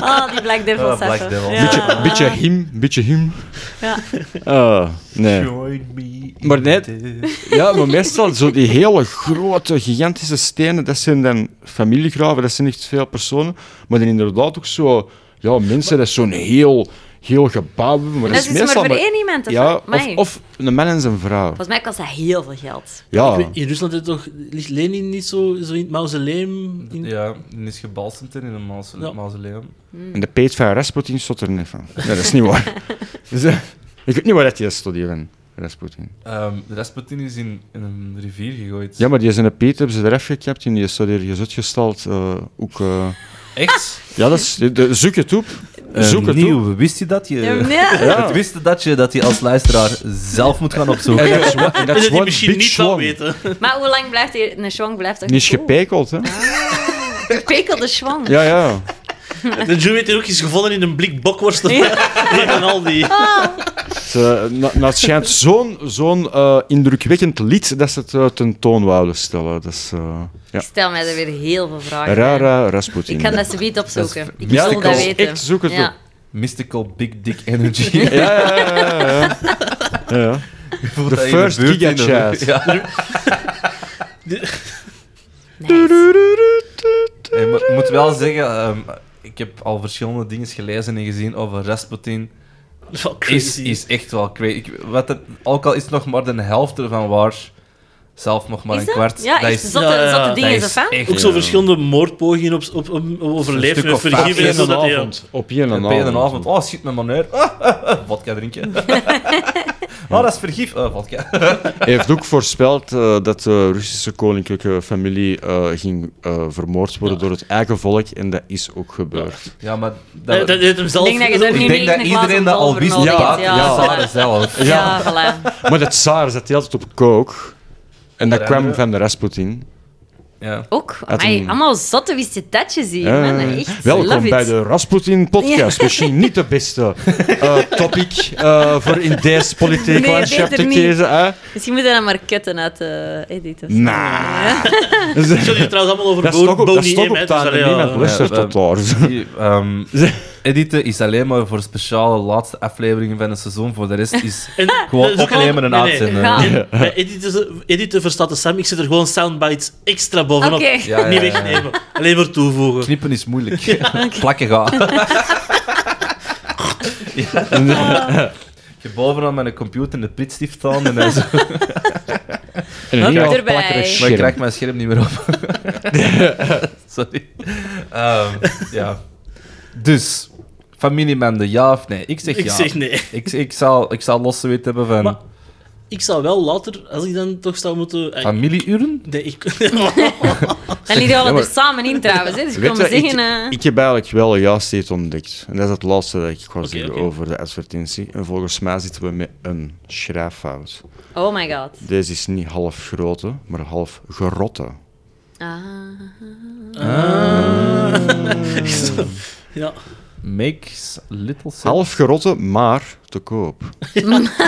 [SPEAKER 3] Oh, die Black Devil
[SPEAKER 2] Oh, Black
[SPEAKER 3] saffen.
[SPEAKER 2] Devil.
[SPEAKER 3] Ja.
[SPEAKER 5] beetje, beetje him, beetje him.
[SPEAKER 3] Ja.
[SPEAKER 5] Eh, nee.
[SPEAKER 2] Join me in
[SPEAKER 5] Maar net-
[SPEAKER 2] the-
[SPEAKER 5] Ja, maar meestal zo die hele grote, gigantische stenen, dat zijn dan familiegraven, dat zijn niet veel personen. Maar dan inderdaad ook zo, ja, mensen, dat is zo'n heel, heel gebouw. Maar dat,
[SPEAKER 3] Dat is maar
[SPEAKER 5] meestal
[SPEAKER 3] voor één iemand. Of,
[SPEAKER 5] ja, of,
[SPEAKER 3] Amai.
[SPEAKER 5] of een man en zijn vrouw.
[SPEAKER 3] Volgens mij kost dat heel veel geld.
[SPEAKER 5] Ja.
[SPEAKER 4] Ik weet, In Rusland is toch, ligt Lenin niet zo, zo in het mausoleum? In-
[SPEAKER 2] Ja, die is gebalsemd in een mausole-
[SPEAKER 4] Ja.
[SPEAKER 2] mausoleum.
[SPEAKER 5] En de peet van Rasputin stond er niet van. Nee, dat is niet waar. Dus, eh, ik weet niet waar dat die stond, die van Rasputin.
[SPEAKER 2] Ehm, Rasputin is in, in een rivier gegooid.
[SPEAKER 5] Ja, maar die zijn peet hebben ze eraf gekapt en die stond hier gezet gestald. eh, ook, eh,
[SPEAKER 2] Echt?
[SPEAKER 5] ja, dat is, de, de- zoek het op. Zoek
[SPEAKER 2] Zoek
[SPEAKER 5] het op.
[SPEAKER 2] nieuw, wist je dat je...
[SPEAKER 3] Ja.
[SPEAKER 5] Ja.
[SPEAKER 2] Het wist je dat je dat je als luisteraar zelf moet gaan opzoeken.
[SPEAKER 5] En dat is wa- en dat is
[SPEAKER 4] En dat die
[SPEAKER 5] one
[SPEAKER 4] misschien
[SPEAKER 5] big
[SPEAKER 4] niet wel
[SPEAKER 5] swan.
[SPEAKER 4] weten.
[SPEAKER 3] Maar hoe lang blijft die, een schwang? Blijft dat
[SPEAKER 5] Die is gepekeld, hè?
[SPEAKER 3] Gepekelde schwang.
[SPEAKER 5] Ja, ja.
[SPEAKER 4] De Jew heeft hier ook eens gevonden in een blik bokworst. En al die.
[SPEAKER 5] Ze, na, nou, het schijnt zo'n zo'n eh, indrukwekkend lied dat ze het eh, ten toon wouden stellen. Dat is eh, ja.
[SPEAKER 3] Ik stel mij er weer heel veel vragen bij.
[SPEAKER 5] Rara Rasputin.
[SPEAKER 3] Ik kan dat zo niet opzoeken.
[SPEAKER 2] Dat
[SPEAKER 3] ik
[SPEAKER 2] is
[SPEAKER 3] wil dat
[SPEAKER 2] mystical.
[SPEAKER 3] weten.
[SPEAKER 5] Echt, zoek het
[SPEAKER 3] ja.
[SPEAKER 5] op.
[SPEAKER 2] Mystical Big Dick Energy.
[SPEAKER 5] Ja, ja, ja. ja, ja. ja, ja.
[SPEAKER 2] Voelt
[SPEAKER 5] The
[SPEAKER 2] dat in de
[SPEAKER 5] first
[SPEAKER 2] buurt
[SPEAKER 5] giga
[SPEAKER 2] in de-
[SPEAKER 5] chat.
[SPEAKER 2] Ja.
[SPEAKER 3] Nice.
[SPEAKER 2] Nee, maar ik moet wel zeggen, ehm, ik heb al verschillende dingen gelezen en gezien over Rasputin.
[SPEAKER 4] Dat is wel
[SPEAKER 2] Is,
[SPEAKER 4] crazy.
[SPEAKER 2] is echt wel crazy. Ik- Wat het, ook al is nog maar de helft ervan waar, zelf nog maar
[SPEAKER 3] Is
[SPEAKER 2] een
[SPEAKER 3] dat?
[SPEAKER 2] kwart.
[SPEAKER 3] Ja,
[SPEAKER 2] dat
[SPEAKER 3] echt
[SPEAKER 2] is,
[SPEAKER 3] zotte,
[SPEAKER 4] Ja, ja,
[SPEAKER 3] zotte
[SPEAKER 4] ja.
[SPEAKER 2] dat
[SPEAKER 3] dingen zo
[SPEAKER 2] is
[SPEAKER 3] van.
[SPEAKER 2] echt
[SPEAKER 4] Ook zo
[SPEAKER 5] Ja.
[SPEAKER 4] verschillende moordpogingen op, op, op overleven
[SPEAKER 2] Een
[SPEAKER 4] en
[SPEAKER 2] stuk of vijf
[SPEAKER 4] vergieven.
[SPEAKER 5] Eén
[SPEAKER 4] en zo
[SPEAKER 5] een
[SPEAKER 4] dat die-
[SPEAKER 5] avond. Op één
[SPEAKER 2] Op
[SPEAKER 5] een
[SPEAKER 2] een
[SPEAKER 5] avond.
[SPEAKER 2] avond. Oh, schiet me maar neer. vodka drinken. oh, dat is vergif. Eh, vodka.
[SPEAKER 5] Hij heeft ook voorspeld eh, dat de Russische koninklijke familie eh, ging eh, vermoord worden door het eigen volk. En dat is ook gebeurd.
[SPEAKER 2] Ja, maar...
[SPEAKER 4] Nee, Eh, dat heeft hem
[SPEAKER 3] Ik
[SPEAKER 4] zelf.
[SPEAKER 3] denk dat je daar nu
[SPEAKER 2] ik denk
[SPEAKER 3] niet
[SPEAKER 2] dat iedereen dat al wist.
[SPEAKER 5] nodig
[SPEAKER 2] Ja,
[SPEAKER 5] is,
[SPEAKER 2] ja,
[SPEAKER 5] ja.
[SPEAKER 2] Sarah zelf.
[SPEAKER 3] Ja, ja, voilà.
[SPEAKER 5] Maar dat tsaar zat hij altijd op kook. En dat
[SPEAKER 2] Ja,
[SPEAKER 5] kwam
[SPEAKER 2] ja.
[SPEAKER 5] van de Rasputin.
[SPEAKER 2] Ja.
[SPEAKER 3] Ook, amai,
[SPEAKER 5] een-
[SPEAKER 3] allemaal zotte wist je dat je ziet,
[SPEAKER 5] Ja.
[SPEAKER 3] man. Echt, love
[SPEAKER 5] Welkom
[SPEAKER 3] it.
[SPEAKER 5] bij de Rasputin podcast. Misschien niet de beste eh, topic eh, voor in deze politiek
[SPEAKER 3] Nee,
[SPEAKER 5] landschap
[SPEAKER 3] beter
[SPEAKER 5] te
[SPEAKER 3] niet.
[SPEAKER 5] kiezen. hè?
[SPEAKER 3] Misschien moeten we dat maar kutten uit de edit. of zo.
[SPEAKER 5] Nou, Nah.
[SPEAKER 4] Ik zal hier trouwens allemaal over
[SPEAKER 5] Dat stond
[SPEAKER 4] Bo-
[SPEAKER 5] op, dat
[SPEAKER 4] Boney
[SPEAKER 5] stond
[SPEAKER 4] M.
[SPEAKER 5] op
[SPEAKER 4] hè, dus
[SPEAKER 5] daar.
[SPEAKER 4] allee, ja.
[SPEAKER 5] Niemand luistert
[SPEAKER 2] Ja,
[SPEAKER 5] tot daar.
[SPEAKER 2] Die, ehm, editen is alleen maar voor speciale laatste afleveringen van het seizoen. Voor de rest is
[SPEAKER 4] En
[SPEAKER 3] Ah,
[SPEAKER 2] gewoon
[SPEAKER 4] dat is ook
[SPEAKER 2] opnemen en
[SPEAKER 4] Nee, nee.
[SPEAKER 2] uitzenden.
[SPEAKER 3] Ja.
[SPEAKER 4] En bij editen, editen verstaat de Sam. Ik zet er gewoon soundbites extra bovenop.
[SPEAKER 3] Oké.
[SPEAKER 2] Ja, ja,
[SPEAKER 4] Niet
[SPEAKER 2] ja, ja.
[SPEAKER 4] wegnemen, alleen maar toevoegen.
[SPEAKER 2] Knippen is moeilijk. Plakken gaan. Ja. Je bovenaan met een computer de pritstift aan en dan zo.
[SPEAKER 5] En een
[SPEAKER 3] Hup,
[SPEAKER 5] heel
[SPEAKER 3] erbij.
[SPEAKER 5] plakkerig
[SPEAKER 3] Maar ik
[SPEAKER 2] Maar ik
[SPEAKER 5] scherm.
[SPEAKER 2] krijg mijn scherm niet meer op. Sorry. Ehm, ja. Dus, familiemende, ja of nee? Ik zeg ja.
[SPEAKER 4] Ik zeg nee.
[SPEAKER 2] Ik, ik, zal, ik zal losse wit hebben van
[SPEAKER 4] Maar- Ik zou wel later, als ik dan toch zou moeten... eh,
[SPEAKER 2] familieuren.
[SPEAKER 4] Nee, ik...
[SPEAKER 3] Dan lieten we
[SPEAKER 5] Ja,
[SPEAKER 3] het
[SPEAKER 5] maar-
[SPEAKER 3] er samen in trouwens. Hè. Dus ik
[SPEAKER 5] Weet
[SPEAKER 3] kon
[SPEAKER 5] je,
[SPEAKER 3] zeggen...
[SPEAKER 5] ik, ik heb eigenlijk wel juist iets ontdekt. En dat is het laatste dat ik wou zeggen
[SPEAKER 4] oké.
[SPEAKER 5] over de advertentie. En volgens mij zitten we met een schrijffout.
[SPEAKER 3] eh, oh my god.
[SPEAKER 5] Deze is niet half grote, maar half gerotte.
[SPEAKER 3] Ah.
[SPEAKER 4] ja.
[SPEAKER 2] Makes little sense.
[SPEAKER 5] Half gerotte, maar te koop.
[SPEAKER 2] Ah,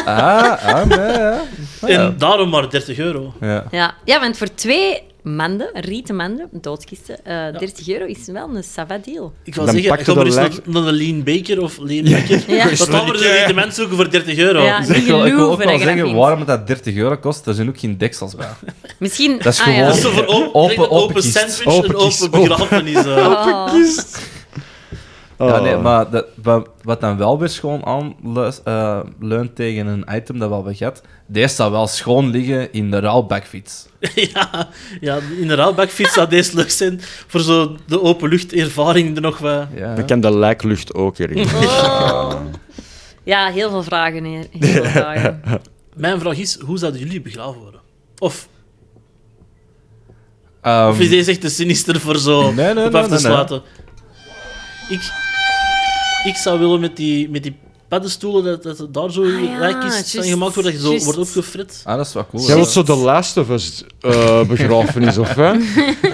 [SPEAKER 2] ah, nee, ja. Ah, ja.
[SPEAKER 4] En daarom maar 30 euro.
[SPEAKER 2] Ja.
[SPEAKER 3] Ja. ja, want voor twee manden, rieten manden, doodskisten, eh 30 euro is wel een sava deal.
[SPEAKER 4] Ik wou
[SPEAKER 5] Dan
[SPEAKER 4] zeggen,
[SPEAKER 5] pak
[SPEAKER 4] ik
[SPEAKER 5] je
[SPEAKER 4] ga
[SPEAKER 5] dat
[SPEAKER 4] maar eens naar,
[SPEAKER 5] lijk-
[SPEAKER 4] naar de Lean Baker of Lean Baker.
[SPEAKER 3] Ja.
[SPEAKER 4] Dat dan maar een rendement zoeken voor 30 euro.
[SPEAKER 3] Ja.
[SPEAKER 2] Dus ik,
[SPEAKER 3] Die
[SPEAKER 2] wil, ik wil
[SPEAKER 3] loeven
[SPEAKER 2] ook
[SPEAKER 3] dat
[SPEAKER 2] wel
[SPEAKER 3] je dat
[SPEAKER 2] zeggen
[SPEAKER 3] vindt.
[SPEAKER 2] waarom het dat 30 euro kost. Er zijn ook geen deksels bij.
[SPEAKER 3] Misschien...
[SPEAKER 2] Dat is
[SPEAKER 3] ah, ja.
[SPEAKER 4] Dat is zo voor open,
[SPEAKER 2] Open-
[SPEAKER 4] open,
[SPEAKER 2] open
[SPEAKER 4] open
[SPEAKER 2] kist.
[SPEAKER 4] sandwich,
[SPEAKER 5] Open
[SPEAKER 4] een
[SPEAKER 5] kist,
[SPEAKER 4] open begrafenis. eh.
[SPEAKER 3] Oh.
[SPEAKER 2] Ja, nee,
[SPEAKER 5] Oh.
[SPEAKER 2] maar dat, wa- wat dan wel weer schoon aan luis- eh, leunt tegen een item dat wel begat. Deze zou wel schoon liggen in de ruilbakfiets.
[SPEAKER 4] ja, ja, inderdaad, backfiets zou deze leuk zijn voor zo de openluchtervaring er nog eh. wat...
[SPEAKER 2] Ja.
[SPEAKER 5] Dan kan de lijklucht ook erin.
[SPEAKER 3] Ja, heel veel vragen hier. Heel veel vragen.
[SPEAKER 4] Mijn vraag is, hoe zouden jullie begraven worden? Of,
[SPEAKER 2] Ehm,
[SPEAKER 4] of is deze echt te sinister voor zo
[SPEAKER 2] Nee, nee,
[SPEAKER 4] op
[SPEAKER 2] nee, nee,
[SPEAKER 4] af te
[SPEAKER 2] nee.
[SPEAKER 4] sluiten? Ik, ik zou willen met die, met die paddenstoelen, dat, dat het daar zo
[SPEAKER 3] Ah ja,
[SPEAKER 4] rijk is van
[SPEAKER 3] juist,
[SPEAKER 4] gemaakt wordt, dat je zo
[SPEAKER 3] juist.
[SPEAKER 4] wordt opgefrit.
[SPEAKER 2] ah, dat is wel cool.
[SPEAKER 5] Jij wilt zo de Last of Us eh, begrafenis, of hè?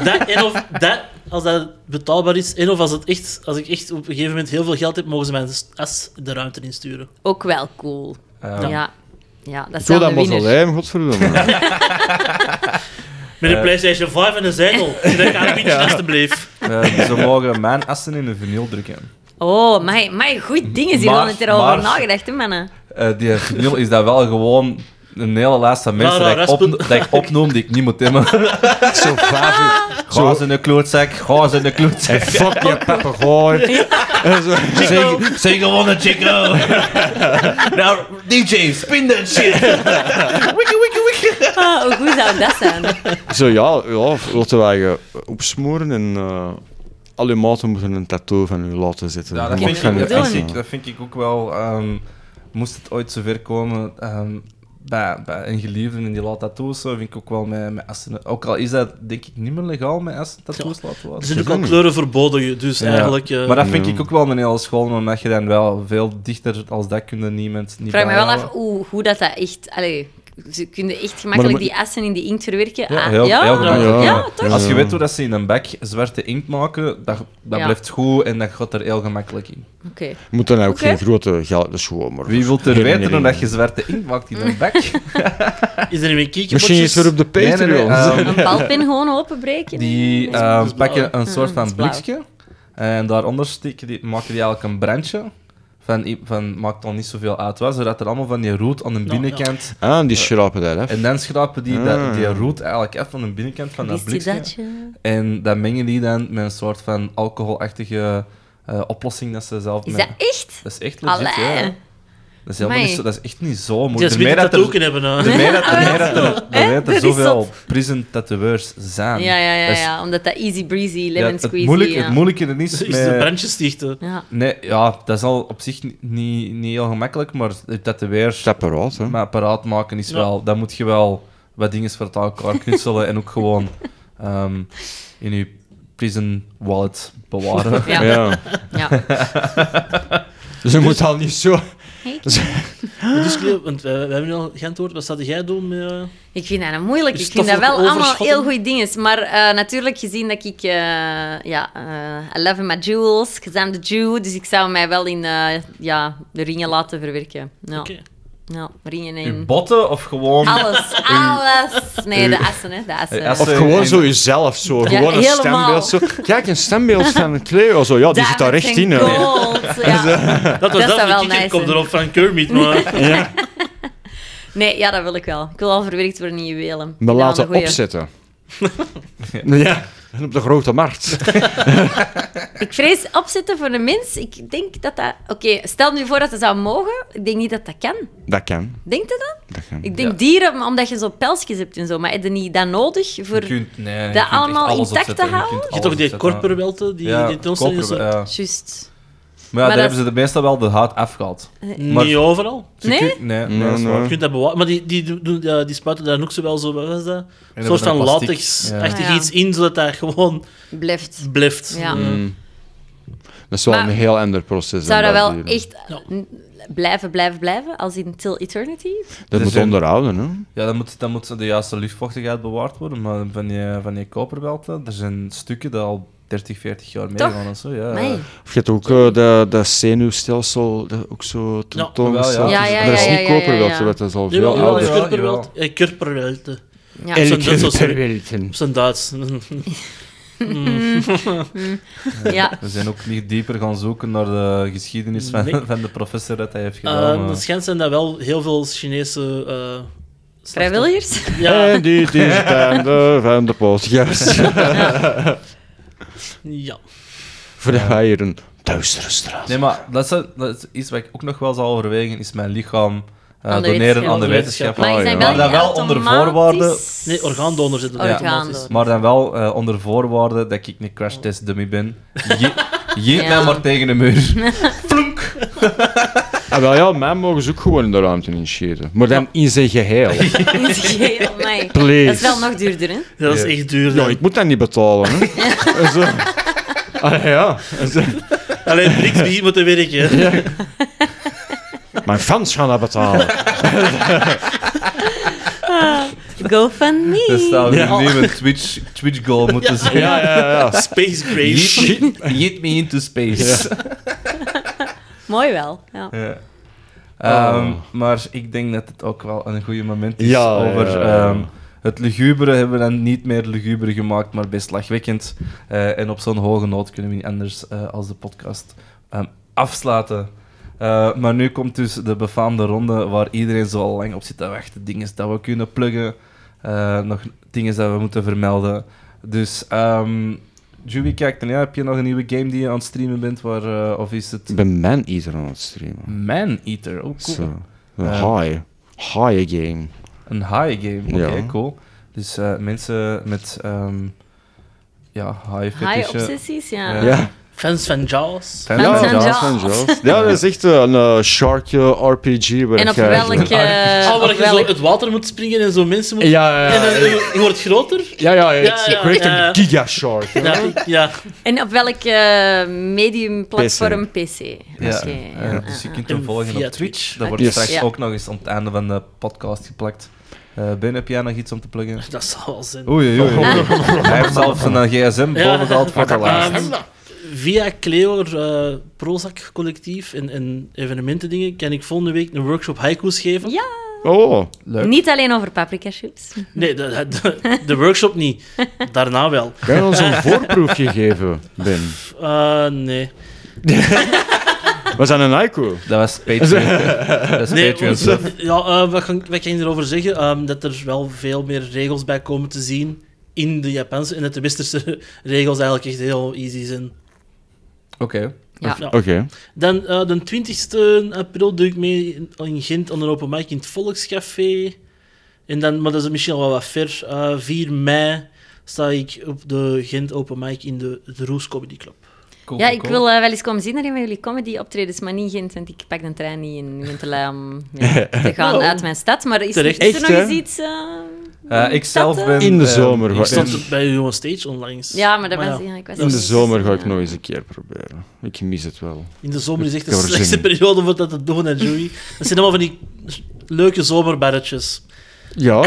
[SPEAKER 4] Dat, en of dat, als dat betaalbaar is, en of als, het echt, als ik echt op een gegeven moment heel veel geld heb, mogen ze mijn as de ruimte insturen.
[SPEAKER 3] Ook wel cool.
[SPEAKER 2] Ja.
[SPEAKER 3] Ja. Ja, dat
[SPEAKER 5] Ik
[SPEAKER 3] is
[SPEAKER 5] wil
[SPEAKER 3] wel
[SPEAKER 5] dat
[SPEAKER 3] een winner.
[SPEAKER 5] mausoleum, godverdomme.
[SPEAKER 4] Met een PlayStation 5 en een zegel. En dat ik aan een beetje alstublieft.
[SPEAKER 2] Eh, ze mogen mijn assen in de vinyl drukken.
[SPEAKER 3] Oh, maar, maar goed
[SPEAKER 2] Maar-
[SPEAKER 3] dingen zien. We hadden het er al over
[SPEAKER 2] maar-
[SPEAKER 3] nagedacht, hè, mannen.
[SPEAKER 2] Eh, die vinyl is dat wel gewoon een hele lijst van mensen
[SPEAKER 4] Lara
[SPEAKER 2] dat, ik op-
[SPEAKER 4] Rasputin.
[SPEAKER 2] dat ik opnoem die ik niet moet hebben.
[SPEAKER 5] Zo vijf uur.
[SPEAKER 2] Goos in de klootzak, goos in de klootzak.
[SPEAKER 5] En fuck die papegooi. En zo. Zeg,
[SPEAKER 1] Zeg gewoon een Chico. nou, DJ, spin that shit. wiki, wiki, wiki.
[SPEAKER 3] Ah, hoe goed zou dat zijn?
[SPEAKER 5] Zo ja, ja laten wij je opsmoren en eh al uw maten moeten een tattoo van u laten zitten.
[SPEAKER 2] Ja, dat,
[SPEAKER 5] Mag
[SPEAKER 2] vind
[SPEAKER 5] van
[SPEAKER 2] ik,
[SPEAKER 5] je
[SPEAKER 2] dat,
[SPEAKER 3] doen.
[SPEAKER 5] assen.
[SPEAKER 2] vind ik, dat vind ik ook wel. ehm, moest het ooit zover komen ehm, bij, bij een geliefde in die laat tattoos, zo, vind ik ook wel met, met assen. Ook al is dat denk ik niet meer legaal met assen tattoos laten
[SPEAKER 4] Er
[SPEAKER 2] worden.
[SPEAKER 4] zijn ook al kleuren verboden, dus
[SPEAKER 2] Ja.
[SPEAKER 4] eigenlijk... eh,
[SPEAKER 2] Maar dat vind ik ook wel een hele school, omdat je dan wel veel dichter als dat kunnen niemand niet
[SPEAKER 3] Ik vraag me wel af
[SPEAKER 2] bijhouden.
[SPEAKER 3] hoe, hoe dat, dat echt... Allee, ze kunnen echt
[SPEAKER 5] Maar dan
[SPEAKER 3] gemakkelijk
[SPEAKER 5] moet-
[SPEAKER 3] die assen in de inkt verwerken.
[SPEAKER 2] Ja,
[SPEAKER 3] Ah,
[SPEAKER 2] heel,
[SPEAKER 3] ja,
[SPEAKER 2] heel gemakkelijk.
[SPEAKER 3] ja,
[SPEAKER 5] Ja.
[SPEAKER 3] toch?
[SPEAKER 2] Als je
[SPEAKER 5] Ja.
[SPEAKER 2] weet hoe dat ze in een bek zwarte inkt maken, dat, dat
[SPEAKER 3] Ja.
[SPEAKER 2] blijft goed en dat gaat er heel gemakkelijk in.
[SPEAKER 3] Oké.
[SPEAKER 5] Je moet dan ook
[SPEAKER 3] Oké.
[SPEAKER 5] geen grote geld, dat is gewoon maar...
[SPEAKER 2] Wie wil er
[SPEAKER 5] Nee, nee,
[SPEAKER 2] weten
[SPEAKER 5] nee,
[SPEAKER 2] hoe
[SPEAKER 5] nee.
[SPEAKER 2] dat je zwarte inkt maakt in een bek?
[SPEAKER 4] Is er een kiekje?
[SPEAKER 5] Misschien is er op de
[SPEAKER 2] Nee, nee,
[SPEAKER 5] Patreon.
[SPEAKER 2] nee, ehm,
[SPEAKER 3] Een balpen gewoon openbreken.
[SPEAKER 2] Die
[SPEAKER 3] Nee.
[SPEAKER 2] ehm,
[SPEAKER 4] dat is blauw,
[SPEAKER 2] pakken een soort van
[SPEAKER 3] Mm, dat is blauw.
[SPEAKER 2] blikje. En daaronder steken die, maken die eigenlijk een brandje. Van, i- van maakt al niet zoveel uit wat, zodat er allemaal van die roet aan de
[SPEAKER 4] Nou,
[SPEAKER 2] binnenkant.
[SPEAKER 5] Ah, en die schrapen daar, hè.
[SPEAKER 2] En dan schrapen die dat,
[SPEAKER 5] Ah.
[SPEAKER 2] die roet eigenlijk af van de binnenkant van dat
[SPEAKER 3] Wist je
[SPEAKER 2] blikje.
[SPEAKER 3] dat je...
[SPEAKER 2] En dat mengen die dan met een soort van alcoholachtige eh, oplossing dat ze zelf
[SPEAKER 3] Is
[SPEAKER 2] met-
[SPEAKER 3] dat echt?
[SPEAKER 2] Dat is echt
[SPEAKER 3] Allee.
[SPEAKER 2] legit, ja. Dat is, helemaal
[SPEAKER 3] Amai.
[SPEAKER 2] niet zo, dat is echt niet zo
[SPEAKER 4] Die
[SPEAKER 2] moeilijk.
[SPEAKER 4] is
[SPEAKER 2] De meer
[SPEAKER 4] witte
[SPEAKER 2] dat er-
[SPEAKER 4] tattoo kunnen hebben. eh.
[SPEAKER 2] de meer dat- de meer dat er- de
[SPEAKER 3] Hè?
[SPEAKER 2] meer dat er
[SPEAKER 3] Dat is
[SPEAKER 2] zoveel
[SPEAKER 3] zot.
[SPEAKER 2] prison tatoeurs zijn.
[SPEAKER 3] Ja, ja, ja,
[SPEAKER 2] Dat is
[SPEAKER 3] ja. Omdat dat easy breezy,
[SPEAKER 2] Ja,
[SPEAKER 3] lemon
[SPEAKER 2] het,
[SPEAKER 3] squeezy...
[SPEAKER 2] moeilijk,
[SPEAKER 3] ja.
[SPEAKER 2] het moeilijke er is.
[SPEAKER 4] Is de
[SPEAKER 2] Met,
[SPEAKER 4] brandjes dichten.
[SPEAKER 3] Ja.
[SPEAKER 2] nee, ja, dat is al op zich ni- niet, niet heel gemakkelijk, maar dat de weer
[SPEAKER 5] Stapperaat, hè.
[SPEAKER 2] met apparaat maken is
[SPEAKER 4] Ja.
[SPEAKER 2] wel. Dan moet je wel wat dingen voor elkaar knutselen en ook gewoon ehm, in je prison wallet bewaren.
[SPEAKER 3] Ja. Ja.
[SPEAKER 5] Ja. Dus je moet al niet zo...
[SPEAKER 2] Ah.
[SPEAKER 4] Dus, Cleo, want we, we hebben nu al geantwoord. Wat zou jij doen met... eh,
[SPEAKER 3] Ik vind dat een moeilijk.
[SPEAKER 4] Is
[SPEAKER 3] Ik vind dat
[SPEAKER 4] stoffelijk
[SPEAKER 3] wel allemaal
[SPEAKER 4] overschotten?
[SPEAKER 3] heel goede dingen. Maar eh, natuurlijk, gezien dat ik... eh, ja, eh I love my jewels, 'cause I'm the Jew. Dus ik zou mij wel in eh, ja, de ringen laten verwerken. Ja.
[SPEAKER 4] Oké.
[SPEAKER 3] Ja, ringen
[SPEAKER 2] Uw
[SPEAKER 3] in.
[SPEAKER 2] botten of gewoon...
[SPEAKER 3] Alles, alles. Nee, de assen, hè. De assen.
[SPEAKER 2] Eh, assen.
[SPEAKER 5] Of
[SPEAKER 2] Zo
[SPEAKER 5] gewoon
[SPEAKER 2] in-
[SPEAKER 5] zo jezelf, zo.
[SPEAKER 3] Ja,
[SPEAKER 5] gewoon een
[SPEAKER 3] helemaal.
[SPEAKER 5] stembeeld. Zo. Kijk, een stembeeld van Cleo. Zo. Ja, die zit daar
[SPEAKER 3] Diamonds
[SPEAKER 5] recht
[SPEAKER 3] and
[SPEAKER 5] in. hè. Dus, eh.
[SPEAKER 3] gold, ja.
[SPEAKER 4] Dat
[SPEAKER 3] Dat
[SPEAKER 4] was
[SPEAKER 3] zou
[SPEAKER 4] zelfs
[SPEAKER 3] wel
[SPEAKER 4] de kikkerkop
[SPEAKER 3] nice zijn.
[SPEAKER 4] erop van Kermit, maar...
[SPEAKER 5] Ja.
[SPEAKER 3] Nee, ja, dat wil ik wel. Ik wil al verwerkt worden in juwelen.
[SPEAKER 5] Me
[SPEAKER 3] Ja,
[SPEAKER 5] laten
[SPEAKER 3] een goeie.
[SPEAKER 5] opzetten. ja. En op de grote markt.
[SPEAKER 3] Ik vrees opzetten voor een mens. Ik denk dat dat... Oké, stel nu voor dat het zou mogen. Ik denk niet dat dat kan.
[SPEAKER 5] Dat kan.
[SPEAKER 3] Denkt je dat?
[SPEAKER 5] Dat kan.
[SPEAKER 3] Ik denk dieren, omdat je zo pelsjes hebt en zo. Maar heb je niet dat nodig voor...
[SPEAKER 2] Je kunt, nee, je
[SPEAKER 3] dat
[SPEAKER 2] kunt echt
[SPEAKER 3] allemaal
[SPEAKER 2] alles
[SPEAKER 3] intact te
[SPEAKER 2] opzetten.
[SPEAKER 3] houden?
[SPEAKER 2] kunt
[SPEAKER 4] Je
[SPEAKER 2] alles
[SPEAKER 4] toch die
[SPEAKER 2] opzetten.
[SPEAKER 4] korperwelte, die,
[SPEAKER 2] Ja,
[SPEAKER 4] die tentoonstelling is
[SPEAKER 2] koper,
[SPEAKER 4] er-
[SPEAKER 2] ja.
[SPEAKER 3] Juist.
[SPEAKER 2] Maar ja,
[SPEAKER 3] Maar
[SPEAKER 2] daar
[SPEAKER 3] dat-
[SPEAKER 2] hebben ze de meestal wel de huid afgehaald. Maar-
[SPEAKER 4] niet overal.
[SPEAKER 2] Ze
[SPEAKER 3] Nee?
[SPEAKER 2] kun- Nee, nee,
[SPEAKER 5] Nee,
[SPEAKER 2] dat is waar.
[SPEAKER 5] nee.
[SPEAKER 4] Je kunt dat bewaren, maar die, die, doen- ja, die spuiten daar ook zo wel zo, wat was dat?
[SPEAKER 2] En
[SPEAKER 4] Een soort
[SPEAKER 2] hebben
[SPEAKER 4] van
[SPEAKER 2] dan plastic. Ja.
[SPEAKER 4] latex-achtig
[SPEAKER 3] Ah, ja.
[SPEAKER 4] iets in, zodat dat gewoon
[SPEAKER 3] Blijft.
[SPEAKER 4] blijft.
[SPEAKER 3] Ja.
[SPEAKER 4] Eh,
[SPEAKER 5] Dat is wel
[SPEAKER 3] Maar-
[SPEAKER 5] een heel ander proces.
[SPEAKER 3] Zou dat
[SPEAKER 5] dan
[SPEAKER 3] wel
[SPEAKER 5] hier.
[SPEAKER 3] echt
[SPEAKER 4] Ja.
[SPEAKER 3] n- blijven, blijven, blijven? Als in till eternity?
[SPEAKER 5] Dat
[SPEAKER 2] Dus
[SPEAKER 5] moet
[SPEAKER 2] een-
[SPEAKER 5] onderhouden, hè?
[SPEAKER 2] Ja, dan moet, dan moet de juiste luchtvochtigheid bewaard worden. Maar van je, van je koperwelten, er zijn stukken die al 30, 40 jaar meegaan en zo. Ja.
[SPEAKER 3] Nee.
[SPEAKER 5] Of je hebt ook eh, dat, dat zenuwstelsel, dat ook zo tentoongesteld.
[SPEAKER 2] Ja,
[SPEAKER 5] is.
[SPEAKER 3] ja,
[SPEAKER 5] Maar dat is
[SPEAKER 3] ja,
[SPEAKER 5] niet
[SPEAKER 3] ja, ja,
[SPEAKER 5] koper,
[SPEAKER 3] ja.
[SPEAKER 5] dat, dat is al veel
[SPEAKER 4] jawel, jawel,
[SPEAKER 5] ouder.
[SPEAKER 2] ja.
[SPEAKER 4] Körperwelte. Eh, Körperwelte.
[SPEAKER 3] Ja.
[SPEAKER 4] Zo'n- zo'n- zo'n-
[SPEAKER 5] Körperwelten.
[SPEAKER 4] Op zijn Duits. Eh,
[SPEAKER 3] ja.
[SPEAKER 2] We zijn ook niet dieper gaan zoeken naar de geschiedenis van,
[SPEAKER 4] Nee.
[SPEAKER 2] van de professor dat hij heeft gedaan.
[SPEAKER 4] Eh
[SPEAKER 2] maar-
[SPEAKER 4] het schijnt zijn dat wel heel veel Chinese... eh
[SPEAKER 3] Vrijwilligers?
[SPEAKER 4] Ja,
[SPEAKER 5] En dit is dan de van de podcast.
[SPEAKER 4] ja.
[SPEAKER 5] Voordat wij hier een duistere straat.
[SPEAKER 2] Nee, maar dat is, dat is iets wat ik ook nog wel zal overwegen, is mijn lichaam eh,
[SPEAKER 3] Aan de
[SPEAKER 2] doneren
[SPEAKER 3] wetenschap.
[SPEAKER 2] aan de wetenschap.
[SPEAKER 5] Maar
[SPEAKER 3] Maar die zijn
[SPEAKER 5] ja.
[SPEAKER 3] wel
[SPEAKER 2] dan
[SPEAKER 5] Maar
[SPEAKER 3] niet
[SPEAKER 2] wel onder
[SPEAKER 3] automatisch-
[SPEAKER 2] voorwaarden-
[SPEAKER 4] Nee, orgaandonor zit er
[SPEAKER 3] Orgaan-
[SPEAKER 4] automatisch.
[SPEAKER 2] Maar dan wel eh, onder voorwaarde dat ik een crash test dummy ben. Je, jeet
[SPEAKER 3] Ja.
[SPEAKER 2] mij maar tegen de muur.
[SPEAKER 5] Ah, wel ja, mij mogen ze ook gewoon in de ruimte inscheten. Maar dan in zijn geheel.
[SPEAKER 3] Nee, amai.
[SPEAKER 5] Please.
[SPEAKER 3] Dat is wel nog duurder, hè?
[SPEAKER 4] Dat is echt duur.
[SPEAKER 5] Ja,
[SPEAKER 4] dan.
[SPEAKER 5] ik moet dat niet betalen, hè. En zo. Ah, ja. En zo.
[SPEAKER 4] Alleen niks begint moeten werken.
[SPEAKER 5] Ja. Mijn fans gaan dat betalen.
[SPEAKER 3] Go van me.
[SPEAKER 2] Dus dat we
[SPEAKER 5] Ja.
[SPEAKER 2] nu een Twitch, Twitch goal moeten zijn.
[SPEAKER 5] Ja, ja, ja.
[SPEAKER 4] Space Grace.
[SPEAKER 2] Yeet me, yeet me into space.
[SPEAKER 3] Mooi wel. Ja.
[SPEAKER 2] Ja. Ehm,
[SPEAKER 5] Oh.
[SPEAKER 2] Maar ik denk dat het ook wel een goed moment is
[SPEAKER 5] Ja,
[SPEAKER 2] over...
[SPEAKER 5] ja, ja.
[SPEAKER 2] ehm, het lugubere hebben we dan niet meer lugubere gemaakt, maar best lachwekkend. Eh, en op zo'n hoge noot kunnen we niet anders eh, als de podcast ehm, afsluiten. Eh, maar nu komt dus de befaamde ronde waar iedereen zo al lang op zit te wachten. Dingen dat we kunnen pluggen, eh, nog dingen dat we moeten vermelden. Dus, ehm Juby, kijk, dan, ja, heb je nog een nieuwe game die je aan het streamen bent? Waar, eh, of is het
[SPEAKER 5] Ik ben Man Eater aan het streamen.
[SPEAKER 2] Man Eater, oh cool.
[SPEAKER 5] Zo. Een
[SPEAKER 2] Eh.
[SPEAKER 5] high. High game.
[SPEAKER 2] Een high game, oké,
[SPEAKER 5] Ja.
[SPEAKER 2] cool. Dus eh, mensen met ehm dus, ja, high
[SPEAKER 3] High
[SPEAKER 2] fetishen.
[SPEAKER 3] obsessies, ja.
[SPEAKER 2] Ja.
[SPEAKER 5] Ja.
[SPEAKER 4] Fans van Jaws.
[SPEAKER 2] Fan-
[SPEAKER 3] Van
[SPEAKER 5] Ja,
[SPEAKER 3] zijn
[SPEAKER 5] ja,
[SPEAKER 3] Jaws.
[SPEAKER 5] van Jaws. Ja, dat is echt eh, een eh, sharkje RPG. waar
[SPEAKER 3] En op
[SPEAKER 5] ik eigenlijk-
[SPEAKER 3] welke...
[SPEAKER 4] Ah, waar
[SPEAKER 3] op
[SPEAKER 4] je zo
[SPEAKER 3] welk-
[SPEAKER 4] het water moet springen en zo mensen moet...
[SPEAKER 5] Ja,
[SPEAKER 4] En
[SPEAKER 5] ja,
[SPEAKER 4] dan,
[SPEAKER 5] ja.
[SPEAKER 4] je je wordt groter.
[SPEAKER 5] Ja, ja, het
[SPEAKER 4] Ja, ja.
[SPEAKER 5] creëert
[SPEAKER 4] Ja.
[SPEAKER 5] een gigashark. hè.
[SPEAKER 4] Ja, ja.
[SPEAKER 3] En op welk eh, medium platform? PC.
[SPEAKER 2] Ja,
[SPEAKER 3] Oké,
[SPEAKER 2] eh,
[SPEAKER 3] ja.
[SPEAKER 2] dus je kunt hem
[SPEAKER 4] En
[SPEAKER 2] volgen
[SPEAKER 4] via
[SPEAKER 2] op Twitch.
[SPEAKER 4] Twitch.
[SPEAKER 2] Dat wordt
[SPEAKER 5] Yes.
[SPEAKER 2] straks
[SPEAKER 3] Ja.
[SPEAKER 2] ook nog eens aan het einde van de podcast geplakt. Eh ben, heb jij nog iets om te pluggen?
[SPEAKER 4] Dat zal wel zijn.
[SPEAKER 2] Oei, oei, oei. Hij heeft zelfs een eh, gsm
[SPEAKER 4] Ja.
[SPEAKER 2] bovengehaald van de lijst.
[SPEAKER 4] Ehm, via Cleo, eh Prozac collectief en, en evenementendingen kan ik volgende week een workshop haiku's geven.
[SPEAKER 3] Ja,
[SPEAKER 5] Oh,
[SPEAKER 2] Leuk.
[SPEAKER 3] niet alleen over paprika chips.
[SPEAKER 4] Nee, de, de, de workshop niet. Daarna wel.
[SPEAKER 5] kan je ons een voorproefje geven, Ben?
[SPEAKER 4] Eh, nee.
[SPEAKER 5] We zijn een haiku.
[SPEAKER 2] Dat was Patreon. Dat is
[SPEAKER 4] nee
[SPEAKER 2] Patreon.
[SPEAKER 4] want- ja, eh, wat, kan, wat kan je erover zeggen? Ehm, dat er wel veel meer regels bij komen te zien in de Japanse en dat de Westerse regels eigenlijk echt heel easy zijn.
[SPEAKER 2] Oké.
[SPEAKER 3] Ja.
[SPEAKER 4] Ja.
[SPEAKER 5] Oké.
[SPEAKER 4] Dan eh, de 20e april doe ik mee in, in Gent aan een open mic in het Volkscafé. En dan, maar dat is misschien al wel wat ver. Eh, 4 mei sta ik op de Gent open mic in de, de Roes Comedy Club.
[SPEAKER 2] Cool,
[SPEAKER 3] Ja,
[SPEAKER 2] cool,
[SPEAKER 3] ik
[SPEAKER 2] cool.
[SPEAKER 3] wil eh, wel eens komen zien naar een van jullie comedy optredens, maar niet in Gent, want ik pak de trein niet in Gent te lui om ja, te gaan
[SPEAKER 4] Oh.
[SPEAKER 3] uit mijn stad. Maar is,
[SPEAKER 4] Terecht.
[SPEAKER 3] is er
[SPEAKER 5] Echt,
[SPEAKER 3] nog
[SPEAKER 5] hè?
[SPEAKER 3] eens iets... eh,
[SPEAKER 2] Eh, ik zelf
[SPEAKER 3] dat, eh?
[SPEAKER 2] ben...
[SPEAKER 5] In de
[SPEAKER 2] ehm,
[SPEAKER 5] zomer,
[SPEAKER 2] ik
[SPEAKER 5] wat-
[SPEAKER 4] Ik
[SPEAKER 2] ben-
[SPEAKER 4] stond bij u on stage onlangs.
[SPEAKER 3] Ja, maar dat
[SPEAKER 4] Maar
[SPEAKER 3] was...
[SPEAKER 4] ja,
[SPEAKER 3] Ja, ik was
[SPEAKER 5] In de zomer ga ik
[SPEAKER 3] Ja.
[SPEAKER 5] nog eens een keer proberen. Ik mis het wel.
[SPEAKER 4] In de zomer is echt de
[SPEAKER 5] Ik heb er zin
[SPEAKER 4] slechtste
[SPEAKER 5] in.
[SPEAKER 4] periode voor dat te doen, en Joey. Dat zijn allemaal van die leuke zomerbarretjes.
[SPEAKER 5] Ja,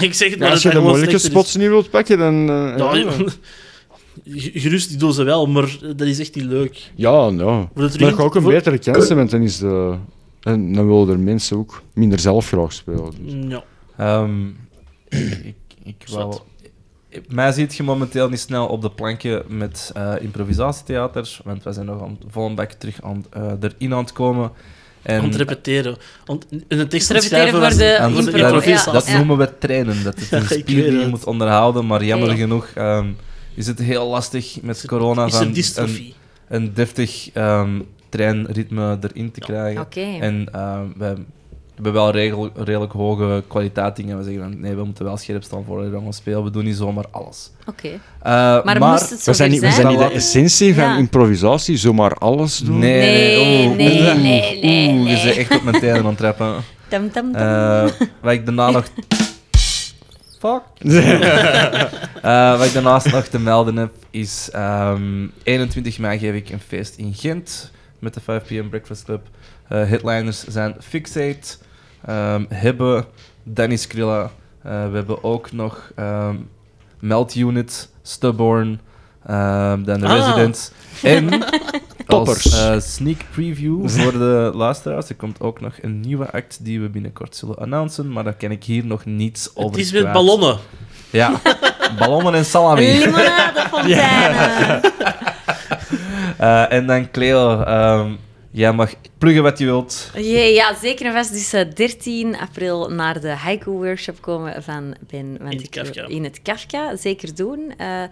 [SPEAKER 4] ik zeg het maar,
[SPEAKER 5] als je
[SPEAKER 4] dat dat
[SPEAKER 5] de
[SPEAKER 4] gewoon
[SPEAKER 5] moeilijke
[SPEAKER 4] slechter is.
[SPEAKER 5] spots niet wilt pakken, dan... eh,
[SPEAKER 4] Ja,
[SPEAKER 5] ja,
[SPEAKER 4] g- gerust, die doen ze wel, maar dat is echt niet leuk.
[SPEAKER 5] ja, nou.
[SPEAKER 4] Voor de
[SPEAKER 5] Maar
[SPEAKER 4] drie-
[SPEAKER 5] ik ook een
[SPEAKER 4] voor-
[SPEAKER 5] betere kans hebben, want dan is de En dan willen er mensen ook minder zelf graag spelen. Dus.
[SPEAKER 4] Mm, Ja.
[SPEAKER 2] Ehm, ik, ik wou,
[SPEAKER 4] Zwart.
[SPEAKER 2] mij ziet je momenteel niet snel op de plankje met eh, improvisatietheaters, want wij zijn nog aan, vol een bak terug aan, eh, erin aan het komen. En
[SPEAKER 4] Om te repeteren. Om in een tekst
[SPEAKER 3] Te
[SPEAKER 4] te
[SPEAKER 3] repeteren
[SPEAKER 4] schrijven
[SPEAKER 3] voor
[SPEAKER 4] was-
[SPEAKER 3] de
[SPEAKER 2] aan
[SPEAKER 4] voor
[SPEAKER 2] het
[SPEAKER 4] de
[SPEAKER 3] impro,
[SPEAKER 4] improvisatie.
[SPEAKER 3] ja.
[SPEAKER 2] Dat noemen we trainen. Dat is
[SPEAKER 4] Ja,
[SPEAKER 2] een
[SPEAKER 4] ik
[SPEAKER 2] spier
[SPEAKER 4] weet
[SPEAKER 2] die je
[SPEAKER 4] het.
[SPEAKER 2] moet onderhouden, maar jammer
[SPEAKER 3] Ja.
[SPEAKER 2] genoeg ehm, is het heel lastig met corona
[SPEAKER 4] Is een
[SPEAKER 2] van een,
[SPEAKER 4] dystrofie.
[SPEAKER 2] een deftig ehm, treinritme erin te krijgen.
[SPEAKER 3] Oké.
[SPEAKER 2] En ehm, we hebben wel regel, redelijk hoge kwaliteit dingen. We zeggen van nee, we moeten wel scherp staan voor een jongen spelen. We doen niet zomaar alles.
[SPEAKER 3] Oké.
[SPEAKER 2] Eh,
[SPEAKER 3] Maar, moest het zo
[SPEAKER 5] We zijn, niet, we zijn niet de essentie van
[SPEAKER 3] Ja.
[SPEAKER 5] improvisatie, zomaar alles doen.
[SPEAKER 2] Nee,
[SPEAKER 3] Nee,
[SPEAKER 2] oeh,
[SPEAKER 3] nee,
[SPEAKER 2] oeh,
[SPEAKER 3] nee, nee,
[SPEAKER 2] oeh, je
[SPEAKER 3] nee.
[SPEAKER 2] bent echt op mijn tenen aan het trappen.
[SPEAKER 3] Tam, tam, tam.
[SPEAKER 2] Eh, wat ik daarna nog. Fuck. Eh, wat ik daarnaast nog te melden heb is: ehm, 21 mei geef ik een feest in Gent met de 5 p.m. Breakfast Club. Eh, headliners zijn Fixate, ehm Hebbe, Danny Skrilla. Eh, we hebben ook nog ehm, Melt Unit, Stubborn, ehm, dan de
[SPEAKER 4] Ah.
[SPEAKER 2] Residents. En
[SPEAKER 5] Toppers.
[SPEAKER 2] als eh, sneak preview voor de luisteraars, er komt ook nog een nieuwe act die we binnenkort zullen announcen, maar daar ken ik hier nog niets over
[SPEAKER 4] Het is met
[SPEAKER 2] kwijt.
[SPEAKER 4] ballonnen.
[SPEAKER 2] Ja, ballonnen en salami.
[SPEAKER 3] Limonadefonteinen.
[SPEAKER 2] Eh, en dan Cleo, ehm, jij mag pluggen wat je wilt.
[SPEAKER 3] Jee, ja, zeker en vast. Dus eh, 13 april naar de haiku-workshop komen van Ben. Want
[SPEAKER 4] In het
[SPEAKER 3] ik wil-
[SPEAKER 4] Kafka.
[SPEAKER 3] In het Kafka, zeker doen. Eh,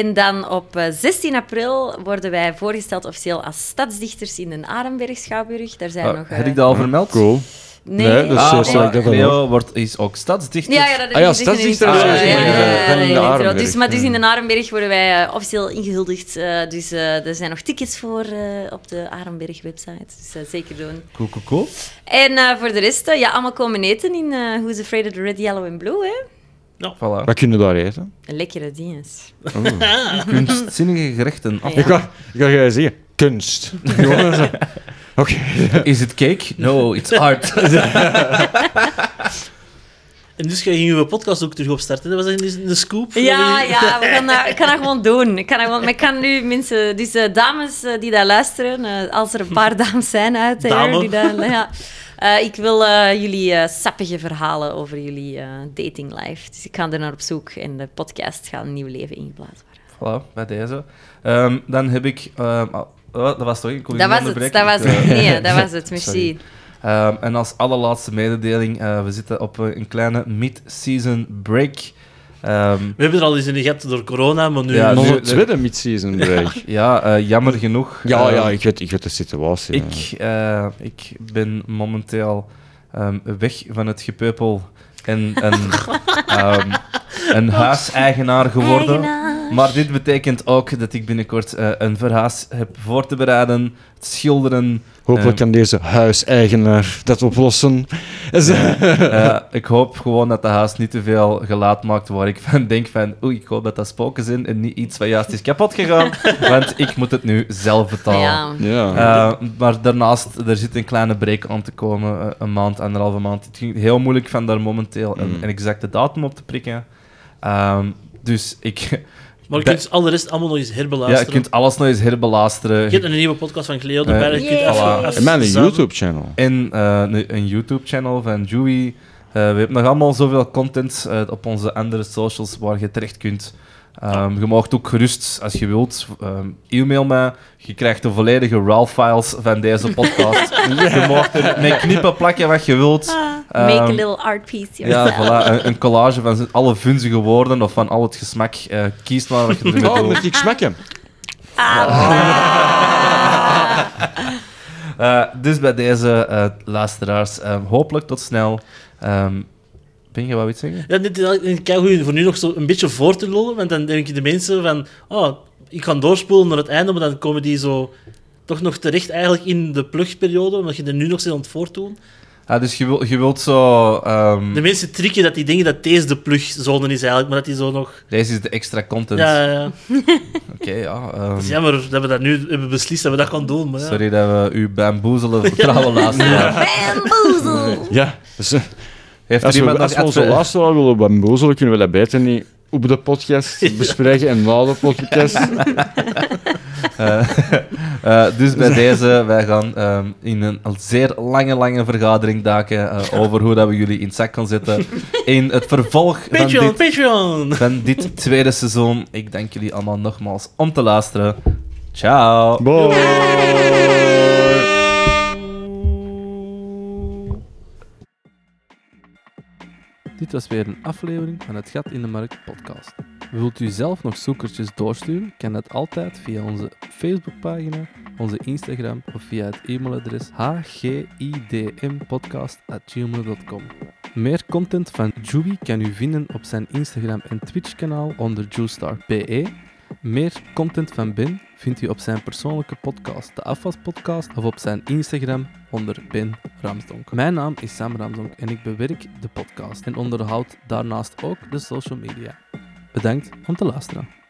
[SPEAKER 3] en dan op eh, 16 april worden wij voorgesteld officieel als stadsdichters in den Arenberg-Schouwburg. Daar zijn
[SPEAKER 5] Ah,
[SPEAKER 2] Eh,
[SPEAKER 3] nog... eh,
[SPEAKER 2] heb ik dat al vermeld?
[SPEAKER 5] Cool.
[SPEAKER 3] Nee,
[SPEAKER 5] Nee, dat is
[SPEAKER 2] Ah,
[SPEAKER 5] zo
[SPEAKER 3] nee.
[SPEAKER 5] stel ik dat dan
[SPEAKER 2] Cleo wordt, is ook stadsdichter.
[SPEAKER 3] Ja, ja, dat
[SPEAKER 5] Ah ja,
[SPEAKER 3] heb ik gezegd in de intro.
[SPEAKER 5] stadsdichter,
[SPEAKER 2] ah,
[SPEAKER 3] Ja,
[SPEAKER 2] ja,
[SPEAKER 3] ja,
[SPEAKER 2] ja,
[SPEAKER 3] ja,
[SPEAKER 2] ja,
[SPEAKER 5] van de
[SPEAKER 3] ja, ja, intro.
[SPEAKER 5] Arenberg.
[SPEAKER 3] Dus, maar dus in de Arenberg worden wij eh, officieel ingehuldigd. eh, dus eh, er zijn nog tickets voor eh, op de Arenberg-website. Dus eh, zeker doen.
[SPEAKER 2] Cool, cool, cool.
[SPEAKER 3] En eh, voor de rest, eh, ja, allemaal komen eten in eh, Who's Afraid of the Red, Yellow and Blue, hè?
[SPEAKER 2] Voilà.
[SPEAKER 5] Wat kunnen we daar eten?
[SPEAKER 3] Lekkere dienst.
[SPEAKER 2] Kunstzinnige gerechten. Af-
[SPEAKER 5] Ik ga, ik ga je zeggen, kunst. Jongens, eh, Oké.
[SPEAKER 2] Is het cake? No, it's art.
[SPEAKER 4] En dus ga je een nieuwe podcast ook terug opstarten. Dat was een, een scoop.
[SPEAKER 3] Ja, ja, we gaan dat, ik kan dat gewoon doen. Ik kan dat gewoon, maar ik kan nu mensen, dus eh, dames eh, die daar luisteren, eh, als er een paar dames zijn uit de
[SPEAKER 4] Dame.
[SPEAKER 3] die daar, ja. Eh, ik wil eh, jullie eh, sappige verhalen over jullie eh dating life. Dus ik ga er naar op zoek en de podcast gaat een nieuw leven ingeblazen worden.
[SPEAKER 2] Voilà, bij deze. Ehm, dan heb ik. ehm, ah, oh, dat was toch? Ik kon je
[SPEAKER 3] Dat
[SPEAKER 2] niet
[SPEAKER 3] was het,
[SPEAKER 2] onderbreken.
[SPEAKER 3] dat was
[SPEAKER 2] Ik,
[SPEAKER 3] het.
[SPEAKER 2] eh,
[SPEAKER 3] Nee, dat was het. Merci.
[SPEAKER 2] ehm, en als allerlaatste mededeling: eh, we zitten op eh, een kleine mid-season break. Ehm,
[SPEAKER 4] We hebben er al eens in gehad door corona, maar nu...
[SPEAKER 2] Ja,
[SPEAKER 5] Nog
[SPEAKER 2] nu-
[SPEAKER 5] een tweede mid-season break.
[SPEAKER 2] ja, eh, jammer genoeg.
[SPEAKER 5] Ja,
[SPEAKER 2] eh,
[SPEAKER 5] ja, ik weet, ik weet de situatie. ja.
[SPEAKER 2] Ik, eh, ik ben momenteel ehm, weg van het gepeupel en een, ehm, een huiseigenaar geworden.
[SPEAKER 3] Eigenaar.
[SPEAKER 2] Maar dit betekent ook dat ik binnenkort eh, een verhaas heb voor te bereiden, het schilderen.
[SPEAKER 5] Hopelijk
[SPEAKER 2] eh,
[SPEAKER 5] kan deze huiseigenaar dat oplossen.
[SPEAKER 2] Eh, ik hoop gewoon dat de haas niet te veel geluid maakt waar ik van denk van oei, ik hoop dat dat spoken zijn en niet iets wat juist is kapot gegaan, want ik moet het nu zelf betalen.
[SPEAKER 3] Ja.
[SPEAKER 5] Ja.
[SPEAKER 2] Eh, maar daarnaast, er zit een kleine break aan te komen, eh, een maand, anderhalve maand. Het ging heel moeilijk van daar momenteel een,
[SPEAKER 5] Mm.
[SPEAKER 2] een exacte datum op te prikken. Ehm, dus ik...
[SPEAKER 4] Maar je kunt al de rest allemaal nog eens
[SPEAKER 2] Ja, je
[SPEAKER 4] herbeluisteren.
[SPEAKER 2] kunt alles nog eens herbeluisteren.
[SPEAKER 4] Je hebt een nieuwe podcast van Cleo erbij.
[SPEAKER 2] Eh,
[SPEAKER 4] dat je kunt
[SPEAKER 3] Yay.
[SPEAKER 4] af- af-
[SPEAKER 5] En mijn
[SPEAKER 4] zagen.
[SPEAKER 5] YouTube-channel.
[SPEAKER 2] En eh, een- een YouTube-channel van Dewey. Eh, we hebben nog allemaal zoveel content eh, op onze andere socials waar je terecht kunt. Ehm, je mag ook gerust, als je wilt, ehm, e-mail mij. Je krijgt de volledige RAW-files van deze podcast. Je mag er mee knippen, plakken wat je wilt.
[SPEAKER 3] Ah, make a
[SPEAKER 2] Ehm,
[SPEAKER 3] little art piece yourself.
[SPEAKER 2] Ja, voilà, een, een collage van z- alle vunzige woorden of van al het gesmak. Eh, kies maar wat je ermee
[SPEAKER 5] Oh,
[SPEAKER 2] wilt.
[SPEAKER 5] moet ik smakken?
[SPEAKER 2] Eh, dus bij deze eh, luisteraars, eh, hopelijk tot snel. Ehm ben je wat iets zeggen?
[SPEAKER 4] Ja, dit is eigenlijk een goeie voor nu nog zo een beetje voor te lullen, want dan denken de mensen van, oh, ik kan doorspoelen naar het einde, maar dan komen die zo toch nog terecht eigenlijk in de plugperiode, omdat je er nu nog zit aan het voortdoen.
[SPEAKER 2] Ah, dus je, wil, je wilt zo... ehm,
[SPEAKER 4] De mensen trikken dat die denken dat deze de plugzone is eigenlijk, maar dat die zo nog...
[SPEAKER 2] Deze is de extra content.
[SPEAKER 4] Ja, ja, ja. Het
[SPEAKER 2] Oké, ja. ehm,
[SPEAKER 4] is jammer dat we dat nu hebben beslist, dat we dat gaan doen, maar ja.
[SPEAKER 2] Sorry dat we u bamboezelen, trouwe luisteraar.
[SPEAKER 3] Bamboozle.
[SPEAKER 5] Ja. Dus, eh,
[SPEAKER 2] Heeft er
[SPEAKER 5] als we,
[SPEAKER 2] iemand
[SPEAKER 5] als
[SPEAKER 2] nog
[SPEAKER 5] we onze
[SPEAKER 2] adver-
[SPEAKER 5] luisteraar willen bamboezelen, kunnen we dat beter niet op de podcast bespreken en na de podcast.
[SPEAKER 2] Eh, eh, dus bij deze, wij gaan ehm, in een zeer lange, lange vergadering daken eh, over hoe dat we jullie in het zak kan zetten. In het vervolg van
[SPEAKER 4] Patreon,
[SPEAKER 2] dit,
[SPEAKER 4] Patreon!
[SPEAKER 2] van dit tweede seizoen. Ik dank jullie allemaal nogmaals om te luisteren. Ciao.
[SPEAKER 5] Bye.
[SPEAKER 2] Dit was weer een aflevering van het Gat in de Markt podcast. Wilt u zelf nog zoekertjes doorsturen? Kan dat altijd via onze Facebookpagina, onze Instagram of via het e-mailadres hgidmpodcast.gmail.com Meer content van Juby kan u vinden op zijn Instagram en Twitch kanaal onder juestar.be. E. Meer content van Ben vindt u op zijn persoonlijke podcast, de Afwaspodcast, of op zijn Instagram onder Ben Ramsdonk. Mijn naam is Sam Ramsdonk en ik bewerk de podcast en onderhoud daarnaast ook de social media. Bedankt om te luisteren.